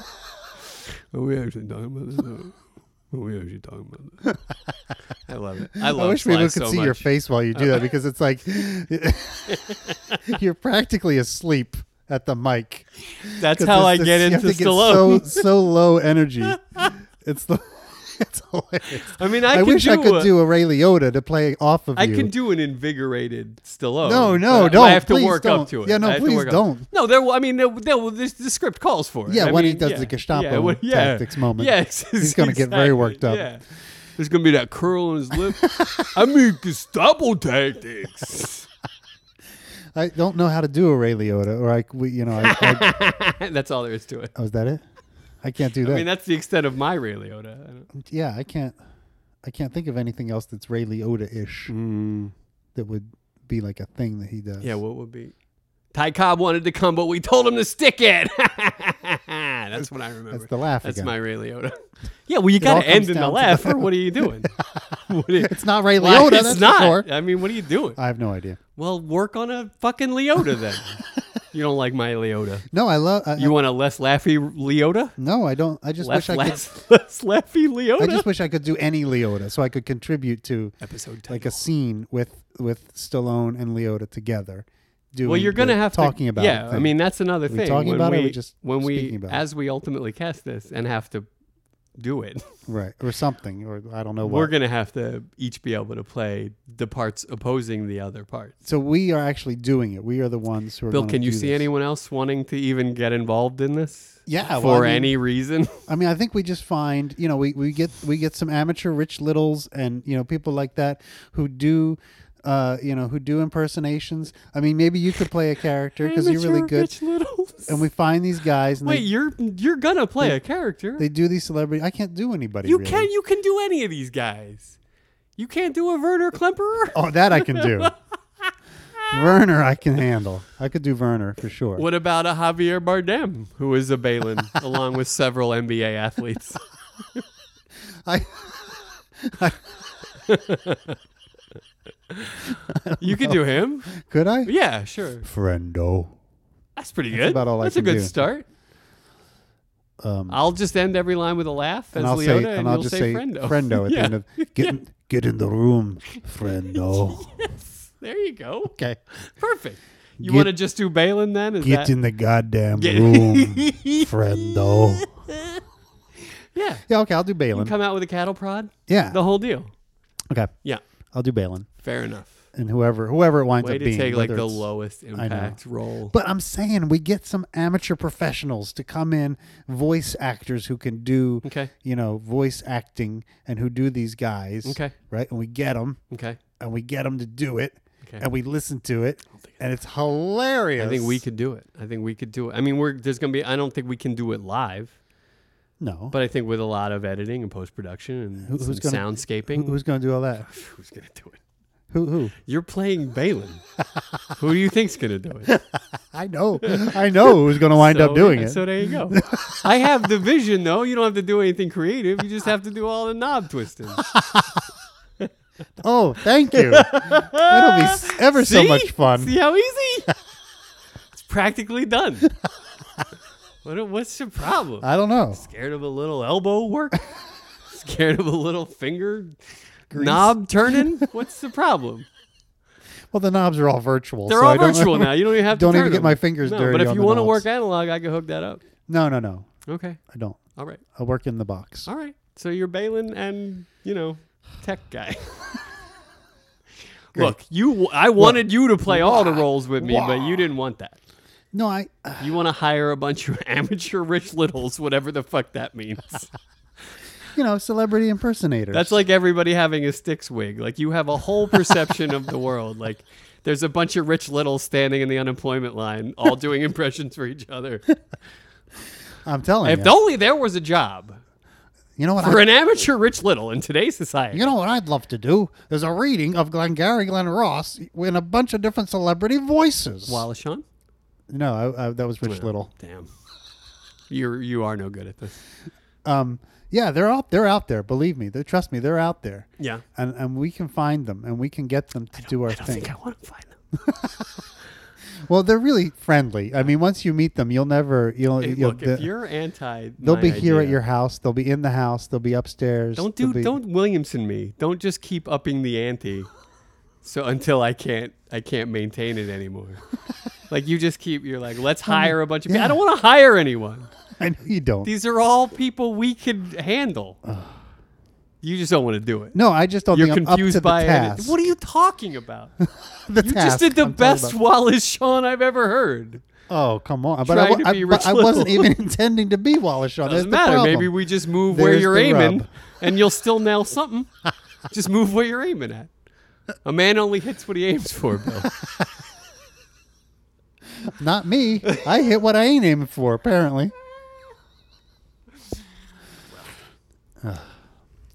Speaker 3: Are we actually talking about this? Or are we actually talking about this?
Speaker 2: I love it. I
Speaker 1: I
Speaker 2: love.
Speaker 1: wish
Speaker 2: Sly
Speaker 1: people could
Speaker 2: so
Speaker 1: see your
Speaker 2: much.
Speaker 1: face while you do that because it's like <laughs> you're practically asleep at the mic.
Speaker 2: That's
Speaker 1: 'Cause
Speaker 2: how I
Speaker 1: it's-
Speaker 2: get
Speaker 1: it's- you have
Speaker 2: into
Speaker 1: to
Speaker 2: Stallone.
Speaker 1: Get so so low energy. It's the <laughs> it's hilarious.
Speaker 2: <laughs> I mean, I,
Speaker 1: I,
Speaker 2: can
Speaker 1: wish
Speaker 2: do
Speaker 1: I could
Speaker 2: a-
Speaker 1: do a Ray Liotta to play off of
Speaker 2: I
Speaker 1: you.
Speaker 2: can do an invigorated Stallone.
Speaker 1: No, no,
Speaker 2: but I-
Speaker 1: don't.
Speaker 2: I have to
Speaker 1: Please
Speaker 2: work up
Speaker 1: don't.
Speaker 2: to it.
Speaker 1: Yeah, no,
Speaker 2: I have to
Speaker 1: please
Speaker 2: work up-
Speaker 1: don't.
Speaker 2: No, there. will- I mean, there, there, will- this, the script calls for it.
Speaker 1: Yeah,
Speaker 2: I
Speaker 1: when he
Speaker 2: mean,
Speaker 1: does
Speaker 2: yeah,
Speaker 1: the Gestapo
Speaker 2: yeah, when- yeah.
Speaker 1: tactics moment,
Speaker 2: Yeah, <laughs>
Speaker 1: he's gonna get very
Speaker 2: exactly,
Speaker 1: worked up.
Speaker 2: Yeah.
Speaker 3: There's gonna be that curl on his lip. I mean Gestapo tactics.
Speaker 1: I don't know how to do a Ray Liotta, or I, we, you know, I,
Speaker 2: <laughs>
Speaker 1: I,
Speaker 2: <laughs> that's all there is to it.
Speaker 1: oh, is that it? I can't do that.
Speaker 2: I mean, that's the extent of my Ray Liotta. I don't-
Speaker 1: yeah, I can't. I can't think of anything else that's Ray Liotta ish that would be like a thing that he does.
Speaker 2: Mm. Yeah, what would be? Ty Cobb wanted to come, but we told him to stick it. <laughs> That's what I remember.
Speaker 1: that's the laugh.
Speaker 2: That's
Speaker 1: again.
Speaker 2: my Ray Liotta. <laughs> Yeah, well, you
Speaker 1: all
Speaker 2: got to end
Speaker 1: comes
Speaker 2: in the
Speaker 1: down to
Speaker 2: laugh,
Speaker 1: that.
Speaker 2: or what are
Speaker 1: <laughs>
Speaker 2: you doing? What are you-
Speaker 1: It's not Ray
Speaker 2: <laughs> Why,
Speaker 1: Liotta.
Speaker 2: it's
Speaker 1: that's for
Speaker 2: not.
Speaker 1: sure.
Speaker 2: I mean, what are you doing?
Speaker 1: I have no idea.
Speaker 2: Well, work on a fucking Leota
Speaker 1: <laughs>
Speaker 2: then. you don't like my Leota.
Speaker 1: No, I love. I,
Speaker 2: You want a less laughy Leota?
Speaker 1: no, I don't. I just
Speaker 2: Less,
Speaker 1: wish I could.
Speaker 2: less, less <laughs> laughy Leota?
Speaker 1: I just wish I could do any Leota, so I could contribute to
Speaker 2: Episode title.
Speaker 1: like a scene with with Stallone and Leota together. Doing
Speaker 2: well, you're gonna
Speaker 1: the
Speaker 2: have
Speaker 1: talking
Speaker 2: to,
Speaker 1: about.
Speaker 2: Yeah,
Speaker 1: thing.
Speaker 2: I mean that's another
Speaker 1: we
Speaker 2: thing.
Speaker 1: talking
Speaker 2: when
Speaker 1: about it
Speaker 2: we,
Speaker 1: or we just
Speaker 2: when we
Speaker 1: speaking about it?
Speaker 2: as we ultimately cast this and have to do it,
Speaker 1: right or something, or I don't know what.
Speaker 2: we're gonna have to each be able to play the parts opposing the other parts.
Speaker 1: so we are actually doing it. We are the ones who are.
Speaker 2: Bill,
Speaker 1: gonna
Speaker 2: can you
Speaker 1: do
Speaker 2: see
Speaker 1: this.
Speaker 2: anyone else wanting to even get involved in this?
Speaker 1: Yeah, well,
Speaker 2: for
Speaker 1: I mean-
Speaker 2: any reason.
Speaker 1: I mean, I think we just find you know we, we get we get some amateur Rich Littles and you know people like that who do. Uh, you know who do impersonations. I mean, maybe you could play a
Speaker 2: <laughs>
Speaker 1: character because you're really
Speaker 2: Amateur
Speaker 1: good.
Speaker 2: Rich Littles.
Speaker 1: And we find these guys, and
Speaker 2: Wait,
Speaker 1: they,
Speaker 2: you're you're gonna play a character.
Speaker 1: they do these celebrity. I can't do anybody.
Speaker 2: you
Speaker 1: really.
Speaker 2: can you can do any of these guys. You can't do a Werner Klemperer.
Speaker 1: Oh, that I can do. Werner, I can handle. I could do Werner for sure.
Speaker 2: What about a Javier Bardem, who is a Balin,
Speaker 1: <laughs>
Speaker 2: along with several NBA athletes?
Speaker 1: I,
Speaker 2: You could do him.
Speaker 1: could I?
Speaker 2: Yeah, sure.
Speaker 1: Friendo.
Speaker 2: That's pretty good.
Speaker 1: about all I
Speaker 2: That's a
Speaker 1: can
Speaker 2: good
Speaker 1: do.
Speaker 2: start.
Speaker 1: um,
Speaker 2: I'll just end every line with a laugh as
Speaker 1: and I'll
Speaker 2: Leota,
Speaker 1: say,
Speaker 2: and,
Speaker 1: and I'll
Speaker 2: you'll
Speaker 1: just say
Speaker 2: say friendo.
Speaker 1: friendo at
Speaker 2: <laughs> Yeah.
Speaker 1: the end of get in, get in the room,
Speaker 2: <laughs>
Speaker 1: friendo.
Speaker 2: There you go.
Speaker 1: okay,
Speaker 2: Perfect. You
Speaker 1: Get-
Speaker 2: want to just do Balin then? Is
Speaker 1: get
Speaker 2: that,
Speaker 1: in the goddamn
Speaker 2: Get-
Speaker 1: room,
Speaker 2: <laughs>
Speaker 1: friendo.
Speaker 2: yeah.
Speaker 1: Yeah, okay, I'll do
Speaker 2: You
Speaker 1: Balin.
Speaker 2: come out with a cattle prod,
Speaker 1: yeah,
Speaker 2: the whole deal.
Speaker 1: okay,
Speaker 2: Yeah,
Speaker 1: I'll do Balin,
Speaker 2: fair enough.
Speaker 1: and whoever whoever it winds
Speaker 2: Way
Speaker 1: up
Speaker 2: to
Speaker 1: being.
Speaker 2: take like
Speaker 1: whether
Speaker 2: the
Speaker 1: it's-
Speaker 2: lowest impact role.
Speaker 1: But I'm saying we get some amateur professionals to come in, voice actors who can do,
Speaker 2: Okay.
Speaker 1: you know, voice acting and who do these guys,
Speaker 2: Okay.
Speaker 1: right? And we get them,
Speaker 2: okay,
Speaker 1: and we get them to do it,
Speaker 2: Okay.
Speaker 1: and we listen to it,
Speaker 2: think
Speaker 1: and it's hilarious.
Speaker 2: I think we could do it. I think we could do it. I mean, we're there's gonna be. I don't think we can do it live,
Speaker 1: no,
Speaker 2: but I think with a lot of editing and post production and
Speaker 1: Who-
Speaker 2: some
Speaker 1: who's gonna-
Speaker 2: soundscaping,
Speaker 1: Who- who's going to do all that?
Speaker 2: <laughs> who's gonna do it?
Speaker 1: Who?
Speaker 2: <laughs>
Speaker 1: Who?
Speaker 2: You're
Speaker 1: <laughs>
Speaker 2: playing Balin. Who do you think's gonna do it?
Speaker 1: I know, I know who's going to wind
Speaker 2: So,
Speaker 1: up doing
Speaker 2: yeah,
Speaker 1: it.
Speaker 2: So there
Speaker 1: <laughs>
Speaker 2: you go. I have the vision though. You don't have to do anything creative. You just have to do all the
Speaker 1: <laughs>
Speaker 2: knob twisting.
Speaker 1: oh, thank
Speaker 2: <laughs>
Speaker 1: you. It'll be s- ever so
Speaker 2: See?
Speaker 1: much fun.
Speaker 2: See
Speaker 1: <laughs>
Speaker 2: how easy? it's practically done. what, what's your problem?
Speaker 1: I don't know.
Speaker 2: Scared of a little
Speaker 1: <laughs>
Speaker 2: elbow work? Scared of a little finger
Speaker 1: <laughs>
Speaker 2: knob turning? What's the problem?
Speaker 1: Well, the knobs are all virtual.
Speaker 2: They're
Speaker 1: so I
Speaker 2: all
Speaker 1: don't-
Speaker 2: virtual now. You don't even have
Speaker 1: Don't
Speaker 2: to
Speaker 1: even
Speaker 2: turn
Speaker 1: get
Speaker 2: them.
Speaker 1: my fingers
Speaker 2: no,
Speaker 1: dirty
Speaker 2: But if
Speaker 1: on
Speaker 2: you
Speaker 1: the
Speaker 2: want to
Speaker 1: knobs.
Speaker 2: work analog, I can hook that up.
Speaker 1: <laughs> No, no, no.
Speaker 2: Okay.
Speaker 1: I don't.
Speaker 2: All right.
Speaker 1: I work in the box.
Speaker 2: All right. So you're Balin and, you know, tech guy. <laughs>
Speaker 1: Great.
Speaker 2: Look, you. I wanted you to play all the roles with me, but you didn't want that.
Speaker 1: No, I.
Speaker 2: You want to hire a bunch of <laughs> amateur rich littles, whatever the fuck that
Speaker 1: <laughs>
Speaker 2: means.
Speaker 1: You know, celebrity impersonators.
Speaker 2: That's like everybody having a sticks wig. Like you have a whole perception of the world. Like there's a bunch of rich littles standing in the unemployment line,
Speaker 1: <laughs>
Speaker 2: all doing impressions for each other.
Speaker 1: I'm telling
Speaker 2: If
Speaker 1: you.
Speaker 2: only there was a job
Speaker 1: you know what?
Speaker 2: for
Speaker 1: I,
Speaker 2: an amateur rich little in today's society.
Speaker 1: you know what I'd love to do is a reading of Glengarry Glen Ross in a bunch of different celebrity voices.
Speaker 2: Wallace Shawn.
Speaker 1: no, I, I, that was Rich Little.
Speaker 2: Damn. You you are no good at this.
Speaker 1: Um, yeah, they're out. They're out there. Believe me. They trust me. They're out there.
Speaker 2: Yeah.
Speaker 1: And and we can find them and we can get them to do our
Speaker 2: I don't
Speaker 1: thing.
Speaker 2: think I want to find them.
Speaker 1: well, they're really friendly. I mean, once you meet them, you'll never you'll,
Speaker 2: Hey,
Speaker 1: you'll
Speaker 2: look, if
Speaker 1: the-
Speaker 2: you're anti,
Speaker 1: they'll
Speaker 2: my
Speaker 1: be here at
Speaker 2: idea-
Speaker 1: your house. They'll be in the house. They'll be upstairs.
Speaker 2: Don't
Speaker 1: they'll
Speaker 2: do
Speaker 1: be-
Speaker 2: don't Williamson me. Don't just keep upping the ante. <laughs> So until I can't I can't maintain
Speaker 1: <laughs>
Speaker 2: it anymore. like you just keep you're like, let's hire a bunch of people. I don't want to hire anyone.
Speaker 1: <laughs> I know you don't.
Speaker 2: These are all people we could handle. you just don't want to do it.
Speaker 1: no, I just don't
Speaker 2: You're
Speaker 1: think I'm up to
Speaker 2: confused
Speaker 1: the
Speaker 2: by
Speaker 1: task.
Speaker 2: it. What are you talking about?
Speaker 1: <laughs> the
Speaker 2: you just did the best Wallace Shawn I've ever heard.
Speaker 1: Oh come on! But,
Speaker 2: Trying
Speaker 1: I, wa-
Speaker 2: to
Speaker 1: I-
Speaker 2: be
Speaker 1: but
Speaker 2: Rich
Speaker 1: I wasn't
Speaker 2: Little.
Speaker 1: even <laughs> intending to be Wallace Shawn.
Speaker 2: Doesn't
Speaker 1: That's the
Speaker 2: matter.
Speaker 1: problem.
Speaker 2: Maybe we just move where
Speaker 1: There's
Speaker 2: you're
Speaker 1: the
Speaker 2: aiming,
Speaker 1: rub.
Speaker 2: and you'll still nail something. <laughs> just move where you're aiming at. A man only hits what he aims
Speaker 1: <laughs>
Speaker 2: for, Bill.
Speaker 1: <laughs> not
Speaker 2: <laughs>
Speaker 1: me. I hit what I ain't aiming for. Apparently. <sighs> Ugh.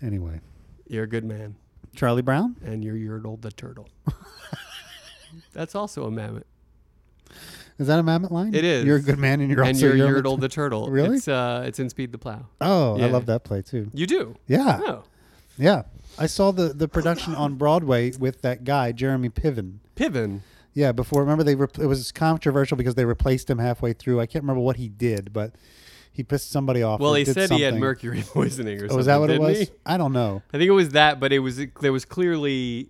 Speaker 1: anyway,
Speaker 2: you're a good man,
Speaker 1: Charlie Brown.
Speaker 2: and you're Yertle the turtle. <laughs> That's also a mammoth.
Speaker 1: Is that a mammoth line?
Speaker 2: It is.
Speaker 1: You're a good man, and you're
Speaker 2: and
Speaker 1: also
Speaker 2: you're
Speaker 1: you're-
Speaker 2: Yertle the turtle.
Speaker 1: Really?
Speaker 2: It's, uh, it's in Speed the Plow.
Speaker 1: Oh, I
Speaker 2: Yeah.
Speaker 1: love that play too.
Speaker 2: You do?
Speaker 1: Yeah,
Speaker 2: Oh.
Speaker 1: yeah. I saw the the production on Broadway with that guy Jeremy Piven.
Speaker 2: Piven.
Speaker 1: Yeah, before remember they re- it was controversial because they replaced him halfway through. I can't remember what he did, but he pissed somebody off.
Speaker 2: Well,
Speaker 1: or
Speaker 2: he
Speaker 1: did
Speaker 2: said he had
Speaker 1: something.
Speaker 2: mercury <laughs> poisoning or something.
Speaker 1: Oh, is that what it
Speaker 2: didn't
Speaker 1: was?
Speaker 2: he?
Speaker 1: I don't know.
Speaker 2: I think it was that, but it was there was clearly.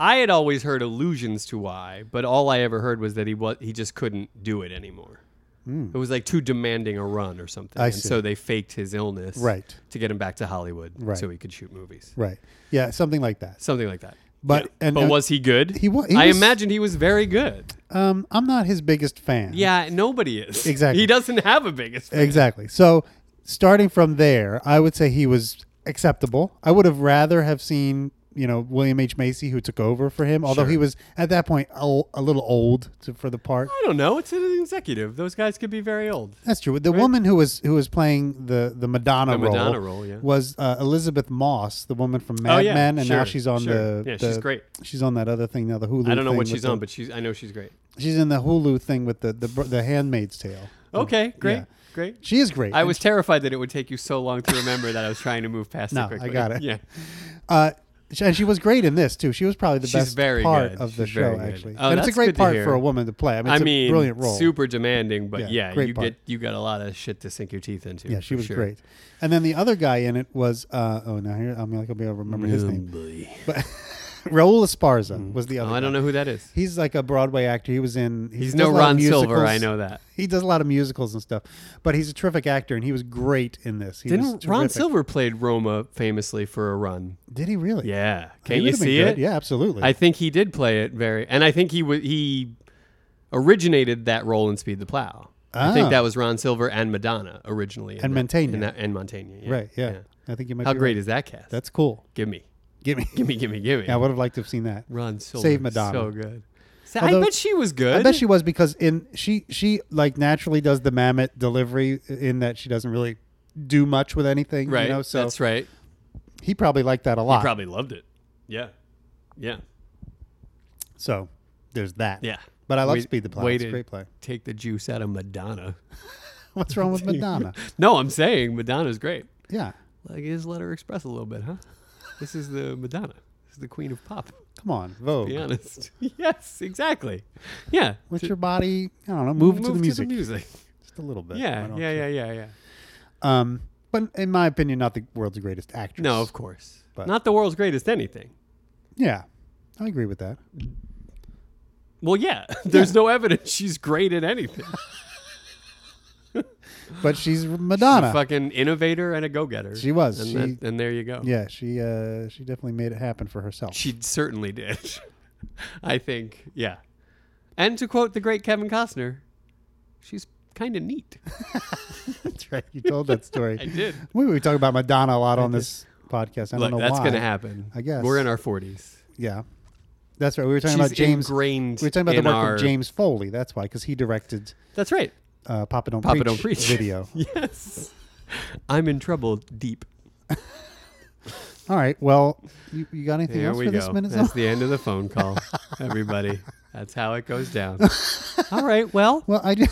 Speaker 2: I had always heard allusions to why, but all I ever heard was that he was he just couldn't do it anymore. It was like too demanding a run or something,
Speaker 1: Hmm. I
Speaker 2: and
Speaker 1: see.
Speaker 2: so they faked his illness
Speaker 1: Right.
Speaker 2: to get him back to Hollywood,
Speaker 1: Right.
Speaker 2: so he could shoot movies,
Speaker 1: Right. Yeah, something like that.
Speaker 2: something like that.
Speaker 1: But and
Speaker 2: but
Speaker 1: uh,
Speaker 2: was he good?
Speaker 1: he wa- he
Speaker 2: I
Speaker 1: was-
Speaker 2: imagine he was very good.
Speaker 1: um, I'm not his biggest fan.
Speaker 2: Yeah, nobody is
Speaker 1: Exactly.
Speaker 2: He doesn't have a biggest. fan.
Speaker 1: Exactly. So starting from there, I would say he was acceptable. I would have rather have seen you know William H Macy who took over for him, although
Speaker 2: Sure.
Speaker 1: he was at that point a, a little old to, for the part.
Speaker 2: I don't know. It's an executive. Those guys could be very old.
Speaker 1: That's true. The woman who was who was playing the the Madonna,
Speaker 2: The Madonna role, yeah.
Speaker 1: was uh, Elizabeth Moss, the woman from Mad
Speaker 2: oh yeah,
Speaker 1: Men, and now
Speaker 2: sure,
Speaker 1: she's on
Speaker 2: sure.
Speaker 1: the
Speaker 2: Yeah,
Speaker 1: the-
Speaker 2: she's great.
Speaker 1: She's on that other thing now, the Hulu.
Speaker 2: I don't know
Speaker 1: thing
Speaker 2: what
Speaker 1: with
Speaker 2: she's
Speaker 1: the-
Speaker 2: on, but she's I know she's great.
Speaker 1: she's in the Hulu thing with the the, br- the Handmaid's Tale.
Speaker 2: Okay, great,
Speaker 1: Yeah.
Speaker 2: great.
Speaker 1: She is great.
Speaker 2: I
Speaker 1: And
Speaker 2: was terrified that it would take you so long to remember that I was trying to move past
Speaker 1: No, I
Speaker 2: it quickly.
Speaker 1: got it.
Speaker 2: Yeah.
Speaker 1: Uh, and she was great in this too. She was probably the
Speaker 2: She's
Speaker 1: best
Speaker 2: very
Speaker 1: part
Speaker 2: good.
Speaker 1: of the
Speaker 2: She's very
Speaker 1: show,
Speaker 2: good.
Speaker 1: actually.
Speaker 2: Oh,
Speaker 1: and it's a
Speaker 2: that's good
Speaker 1: great
Speaker 2: to
Speaker 1: part
Speaker 2: hear.
Speaker 1: for a woman to play. I mean,
Speaker 2: I
Speaker 1: it's
Speaker 2: mean,
Speaker 1: a brilliant role.
Speaker 2: super demanding, but yeah,
Speaker 1: Yeah, great
Speaker 2: you
Speaker 1: part.
Speaker 2: get you got a lot of shit to sink your teeth into.
Speaker 1: yeah, she
Speaker 2: for
Speaker 1: was
Speaker 2: sure.
Speaker 1: great. And then the other guy in it was uh, oh now here I'm not gonna be able to remember his name. <laughs> Raul Esparza was the other.
Speaker 2: Oh, I
Speaker 1: guy.
Speaker 2: don't know who that is.
Speaker 1: He's like a Broadway actor. He was in. he
Speaker 2: He's
Speaker 1: does
Speaker 2: no
Speaker 1: a lot of
Speaker 2: Ron Silver.
Speaker 1: musicals.
Speaker 2: I know that.
Speaker 1: He does a lot of musicals and stuff, but he's a terrific actor, and he was great in this. He was
Speaker 2: Didn't Ron
Speaker 1: terrific.
Speaker 2: Silver played Roma famously for a run?
Speaker 1: Did he really?
Speaker 2: Yeah,
Speaker 1: He
Speaker 2: can you
Speaker 1: would've been
Speaker 2: see
Speaker 1: good.
Speaker 2: it?
Speaker 1: Yeah, absolutely.
Speaker 2: I think he did play it very, and I think he wa he originated that role in Speed the Plow. I
Speaker 1: Ah.
Speaker 2: think that was Ron Silver and Madonna originally, in
Speaker 1: And
Speaker 2: that-
Speaker 1: Mantegna.
Speaker 2: in that- and Mantegna. Yeah.
Speaker 1: right. Yeah. I think you might.
Speaker 2: How
Speaker 1: be
Speaker 2: great
Speaker 1: right.
Speaker 2: is that cast?
Speaker 1: That's cool.
Speaker 2: give me,
Speaker 1: Give
Speaker 2: <laughs>
Speaker 1: me.
Speaker 2: give me, give me, give me.
Speaker 1: Yeah, I would have liked to have seen that.
Speaker 2: Ron Silver,
Speaker 1: Save Madonna.
Speaker 2: so good. So
Speaker 1: Although-
Speaker 2: I bet she was good.
Speaker 1: I bet she was because in she she like naturally does the mammoth delivery in that she doesn't really do much with anything.
Speaker 2: right.
Speaker 1: You know, so
Speaker 2: That's right.
Speaker 1: he probably liked that a lot.
Speaker 2: Probably loved it. Yeah, yeah.
Speaker 1: so there's that.
Speaker 2: Yeah.
Speaker 1: But I love
Speaker 2: Way-
Speaker 1: Speed the Plow.
Speaker 2: way
Speaker 1: It's a
Speaker 2: to-
Speaker 1: great play.
Speaker 2: Take the juice out of Madonna. <laughs>
Speaker 1: What's wrong with Madonna?
Speaker 2: No, I'm saying Madonna's great.
Speaker 1: Yeah.
Speaker 2: Like, just let her express a little bit, huh? This is the Madonna. This is the queen of pop.
Speaker 1: Come on, Vogue.
Speaker 2: be honest. <laughs> yes, exactly. Yeah.
Speaker 1: With
Speaker 2: To-
Speaker 1: your body, I don't know, move, to the music
Speaker 2: music.
Speaker 1: just a little bit. I
Speaker 2: Yeah,
Speaker 1: don't
Speaker 2: yeah,
Speaker 1: care.
Speaker 2: yeah, yeah, yeah.
Speaker 1: Um, but in my opinion, not the world's greatest actress.
Speaker 2: No, of course.
Speaker 1: But-
Speaker 2: Not the world's greatest anything.
Speaker 1: Yeah, I agree with
Speaker 2: <sighs>
Speaker 1: that. <laughs>
Speaker 2: Well, yeah. There's no evidence she's great at anything.
Speaker 1: But she's
Speaker 2: A
Speaker 1: Madonna.
Speaker 2: fucking innovator and a go-getter.
Speaker 1: She was.
Speaker 2: And,
Speaker 1: She-
Speaker 2: that- and there you go.
Speaker 1: yeah, she uh, she definitely made it happen for herself.
Speaker 2: <laughs> She certainly did. I think. Yeah. And to quote the great Kevin Costner, she's kind of neat.
Speaker 1: That's right. You told that story.
Speaker 2: <laughs> I did.
Speaker 1: We we talk about Madonna a lot on this podcast. I
Speaker 2: Look,
Speaker 1: don't know
Speaker 2: that's
Speaker 1: why.
Speaker 2: going to happen.
Speaker 1: I guess.
Speaker 2: We're in our 40s.
Speaker 1: Yeah, that's right. We were talking
Speaker 2: she's
Speaker 1: about James.
Speaker 2: ingrained
Speaker 1: we were talking about the
Speaker 2: in
Speaker 1: work
Speaker 2: our-
Speaker 1: of James Foley. That's why, because he directed <laughs>
Speaker 2: That's right.
Speaker 1: uh, Papa Don't
Speaker 2: Papa
Speaker 1: Preach
Speaker 2: Don't Preach. <laughs>
Speaker 1: video.
Speaker 2: Yes. I'm in trouble deep.
Speaker 1: All right. Well, you, you got anything
Speaker 2: There
Speaker 1: else
Speaker 2: we
Speaker 1: for
Speaker 2: go.
Speaker 1: this minute?
Speaker 2: That's the end of the phone call, everybody. That's how it goes
Speaker 1: <laughs>
Speaker 2: down. All right. Well,
Speaker 1: <laughs> Well, I do.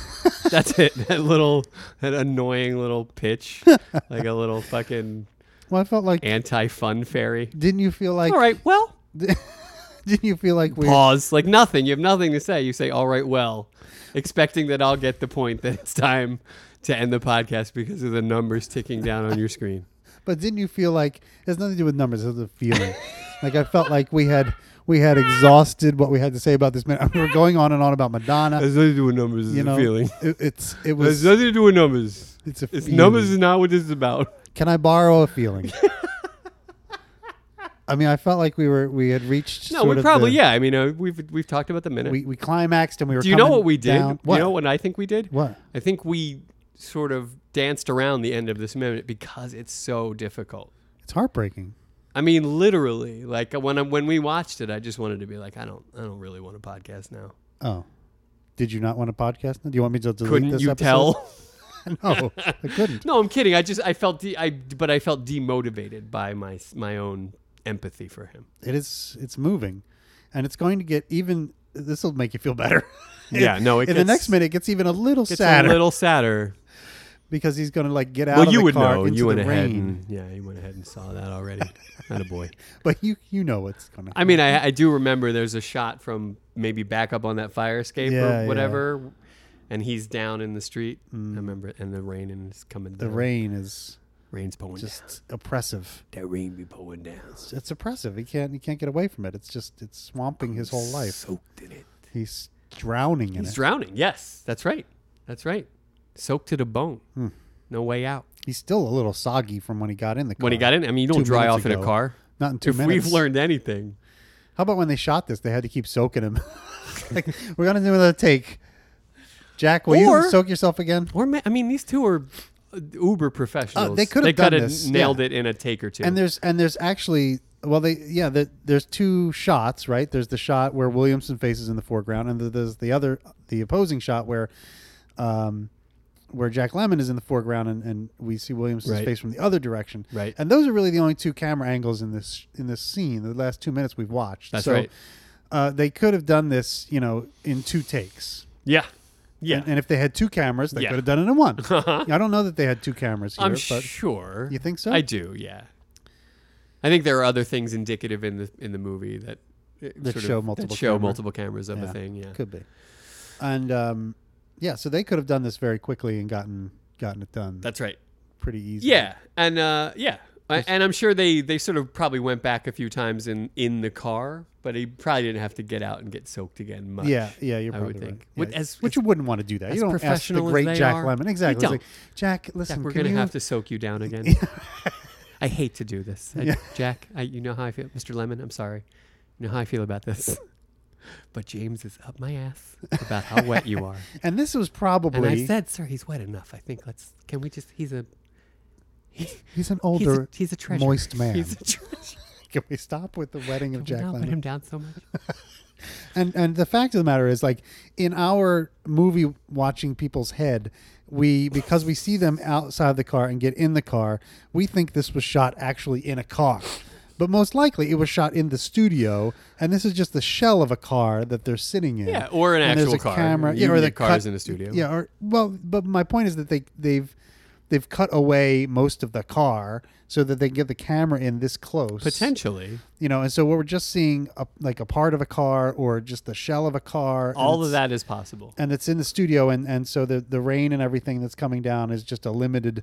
Speaker 2: that's it. <laughs> That little, that annoying little
Speaker 1: <laughs>
Speaker 2: pitch, like a little fucking
Speaker 1: Well, I felt like.
Speaker 2: anti-fun fairy.
Speaker 1: Didn't you feel like?
Speaker 2: All right. Well,
Speaker 1: <laughs> Didn't you feel like we?
Speaker 2: pause. Like nothing. You have nothing to say. You say, "All right. Well," expecting that I'll get the point that it's time to end the podcast because of the numbers ticking down on
Speaker 1: <laughs>
Speaker 2: your screen.
Speaker 1: But didn't you feel like it has nothing to do with numbers? It has a
Speaker 2: <laughs>
Speaker 1: feeling. like I felt like we had we had exhausted what we had to say about this man. <laughs> I mean, we're going on and on about Madonna.
Speaker 2: Has nothing to do with numbers. Is
Speaker 1: You know,
Speaker 2: a feeling. <laughs>
Speaker 1: It, it's it
Speaker 2: Has
Speaker 1: was
Speaker 2: nothing to do with numbers.
Speaker 1: it's a
Speaker 2: It's
Speaker 1: feeling.
Speaker 2: numbers is not what this
Speaker 1: <laughs>
Speaker 2: is about.
Speaker 1: Can I borrow a
Speaker 2: <laughs>
Speaker 1: feeling? I mean, I felt like we were we had reached.
Speaker 2: No,
Speaker 1: sort
Speaker 2: we
Speaker 1: of
Speaker 2: probably
Speaker 1: the-
Speaker 2: yeah. I mean, uh, we've we've talked about the minute.
Speaker 1: We, we climaxed and we were.
Speaker 2: Do you know
Speaker 1: coming
Speaker 2: what we did?
Speaker 1: down-
Speaker 2: You
Speaker 1: What?
Speaker 2: know what I think we did?
Speaker 1: What?
Speaker 2: I think we sort of danced around the end of this minute because it's so difficult.
Speaker 1: It's heartbreaking.
Speaker 2: I mean, literally, like when I, when we watched it, I just wanted to be like, I don't, I don't really want a podcast now.
Speaker 1: Oh, did you not want a podcast? Do you want me to delete
Speaker 2: Couldn't
Speaker 1: this
Speaker 2: you
Speaker 1: episode?
Speaker 2: tell? <laughs>
Speaker 1: no, <laughs> I couldn't.
Speaker 2: no, I'm kidding. I just, I felt, de- I, but I felt demotivated by my s- my own empathy for him.
Speaker 1: it is it's moving and it's going to get even this will make you feel better
Speaker 2: <laughs> Yeah, no, it
Speaker 1: in the
Speaker 2: gets-
Speaker 1: next minute it gets even a little
Speaker 2: It's
Speaker 1: sadder
Speaker 2: a little sadder.
Speaker 1: because he's going to like get out
Speaker 2: Well,
Speaker 1: of
Speaker 2: you
Speaker 1: the
Speaker 2: would
Speaker 1: car
Speaker 2: know.
Speaker 1: into
Speaker 2: You
Speaker 1: the
Speaker 2: went ahead.
Speaker 1: rain
Speaker 2: And, yeah, you went ahead and saw
Speaker 1: <laughs>
Speaker 2: that already. Not a boy.
Speaker 1: but you you know what's going to
Speaker 2: I mean, I, I do remember there's a shot from maybe back up on that fire escape
Speaker 1: Yeah, yeah.
Speaker 2: or whatever, and he's down in the street. I remember, it, and the rain and it's coming.
Speaker 1: the
Speaker 2: down.
Speaker 1: rain is
Speaker 2: rain's pouring
Speaker 1: just oppressive
Speaker 2: down. That rain be pouring down.
Speaker 1: it's, it's oppressive he can't he can't get away from it it's just it's swamping his whole life
Speaker 2: Soaked in it.
Speaker 1: he's drowning in
Speaker 2: He's
Speaker 1: it
Speaker 2: drowning. Yes, that's right. That's right. Soaked to the bone.
Speaker 1: Hmm.
Speaker 2: No way out.
Speaker 1: he's still a little soggy from when he got in the car
Speaker 2: When he got in, I mean, you
Speaker 1: Two
Speaker 2: don't dry
Speaker 1: minutes
Speaker 2: off in
Speaker 1: ago.
Speaker 2: a car.
Speaker 1: not in two
Speaker 2: If
Speaker 1: minutes
Speaker 2: we've learned anything,
Speaker 1: How about when they shot this? They had to keep soaking him. <laughs> like, we're gonna do another take. Jack, will
Speaker 2: Or-
Speaker 1: you soak yourself again?
Speaker 2: or ma- I mean, these two are uh, uber professionals.
Speaker 1: they could have done
Speaker 2: coulda
Speaker 1: this,
Speaker 2: nailed
Speaker 1: yeah.
Speaker 2: it in a take or two.
Speaker 1: And there's and there's actually well they yeah the, there's two shots right. There's the shot where Williamson faces in the foreground, and then there's the other the opposing shot where, um, where Jack Lemon is in the foreground, and, and we see Williamson's
Speaker 2: Right.
Speaker 1: face from the other direction.
Speaker 2: Right.
Speaker 1: And those are really the only two camera angles in this in this scene. The last two minutes we've watched.
Speaker 2: That's
Speaker 1: so,
Speaker 2: right.
Speaker 1: Uh, they could have done this, you know, in two takes.
Speaker 2: yeah, yeah.
Speaker 1: And, and if they had two cameras, they
Speaker 2: Yeah. Uh-huh.
Speaker 1: could have done it in
Speaker 2: <laughs>
Speaker 1: one. I don't know that they had two cameras here,
Speaker 2: I'm
Speaker 1: but
Speaker 2: sure.
Speaker 1: you think so?
Speaker 2: I do, yeah. I think there are other things indicative in the in the movie that uh,
Speaker 1: That
Speaker 2: sort
Speaker 1: show
Speaker 2: of,
Speaker 1: multiple
Speaker 2: that show
Speaker 1: camera.
Speaker 2: multiple cameras of
Speaker 1: Yeah.
Speaker 2: a thing. Yeah,
Speaker 1: Could be. And um, yeah, so they could have done this very quickly and gotten gotten it done
Speaker 2: that's right.
Speaker 1: pretty easy.
Speaker 2: Yeah, and uh, yeah, I, and I'm sure they they sort of probably went back a few times in in the car, but he probably didn't have to get out and get soaked again much.
Speaker 1: Yeah, yeah, you're
Speaker 2: I
Speaker 1: probably
Speaker 2: would
Speaker 1: right.
Speaker 2: think.
Speaker 1: Yeah,
Speaker 2: Would- as-
Speaker 1: which you wouldn't want to do that.
Speaker 2: as
Speaker 1: You don't ask the
Speaker 2: professional as
Speaker 1: great
Speaker 2: they
Speaker 1: Jack
Speaker 2: are,
Speaker 1: Lemon.
Speaker 2: you
Speaker 1: Exactly. It's
Speaker 2: don't.
Speaker 1: like, Jack, listen,
Speaker 2: Jack, we're
Speaker 1: can
Speaker 2: gonna
Speaker 1: you-
Speaker 2: have to soak you down again. <laughs> I hate to do this, I- Jack. I, you know how I feel, Mr. Lemon. I'm sorry. You know how I feel about this. <laughs> But James is up my ass about how wet you are.
Speaker 1: And this was probably
Speaker 2: And I said, sir, he's wet enough. I think let's. Can we just? He's a. <laughs>
Speaker 1: he's
Speaker 2: He's,
Speaker 1: an
Speaker 2: he's a,
Speaker 1: older,
Speaker 2: he's a treasure.
Speaker 1: moist man.
Speaker 2: <laughs> He's a treasure.
Speaker 1: <laughs> Can we stop with the wedding of
Speaker 2: Can
Speaker 1: <laughs>
Speaker 2: we
Speaker 1: Jack
Speaker 2: not put
Speaker 1: Lemon?
Speaker 2: him down so much?
Speaker 1: And and the fact of the matter is, like in our movie watching people's head, we because we see them outside the car and get in the car, we think this was shot actually in a car. But most likely, it was shot in the studio, and this is just the shell of a car that they're sitting in.
Speaker 2: Yeah, or an
Speaker 1: and there's
Speaker 2: actual
Speaker 1: a
Speaker 2: car.
Speaker 1: camera,
Speaker 2: You
Speaker 1: yeah, or
Speaker 2: can
Speaker 1: the
Speaker 2: get cars
Speaker 1: cut-
Speaker 2: in a studio.
Speaker 1: Yeah, or well, but my point is that they they've they've cut away most of the car so that they can get the camera in this close
Speaker 2: Potentially,
Speaker 1: you know and so we're just seeing a, like a part of a car or just the shell of a car and
Speaker 2: all of
Speaker 1: it's-
Speaker 2: that is possible.
Speaker 1: and it's in the studio and and so the the rain and everything that's coming down is just a limited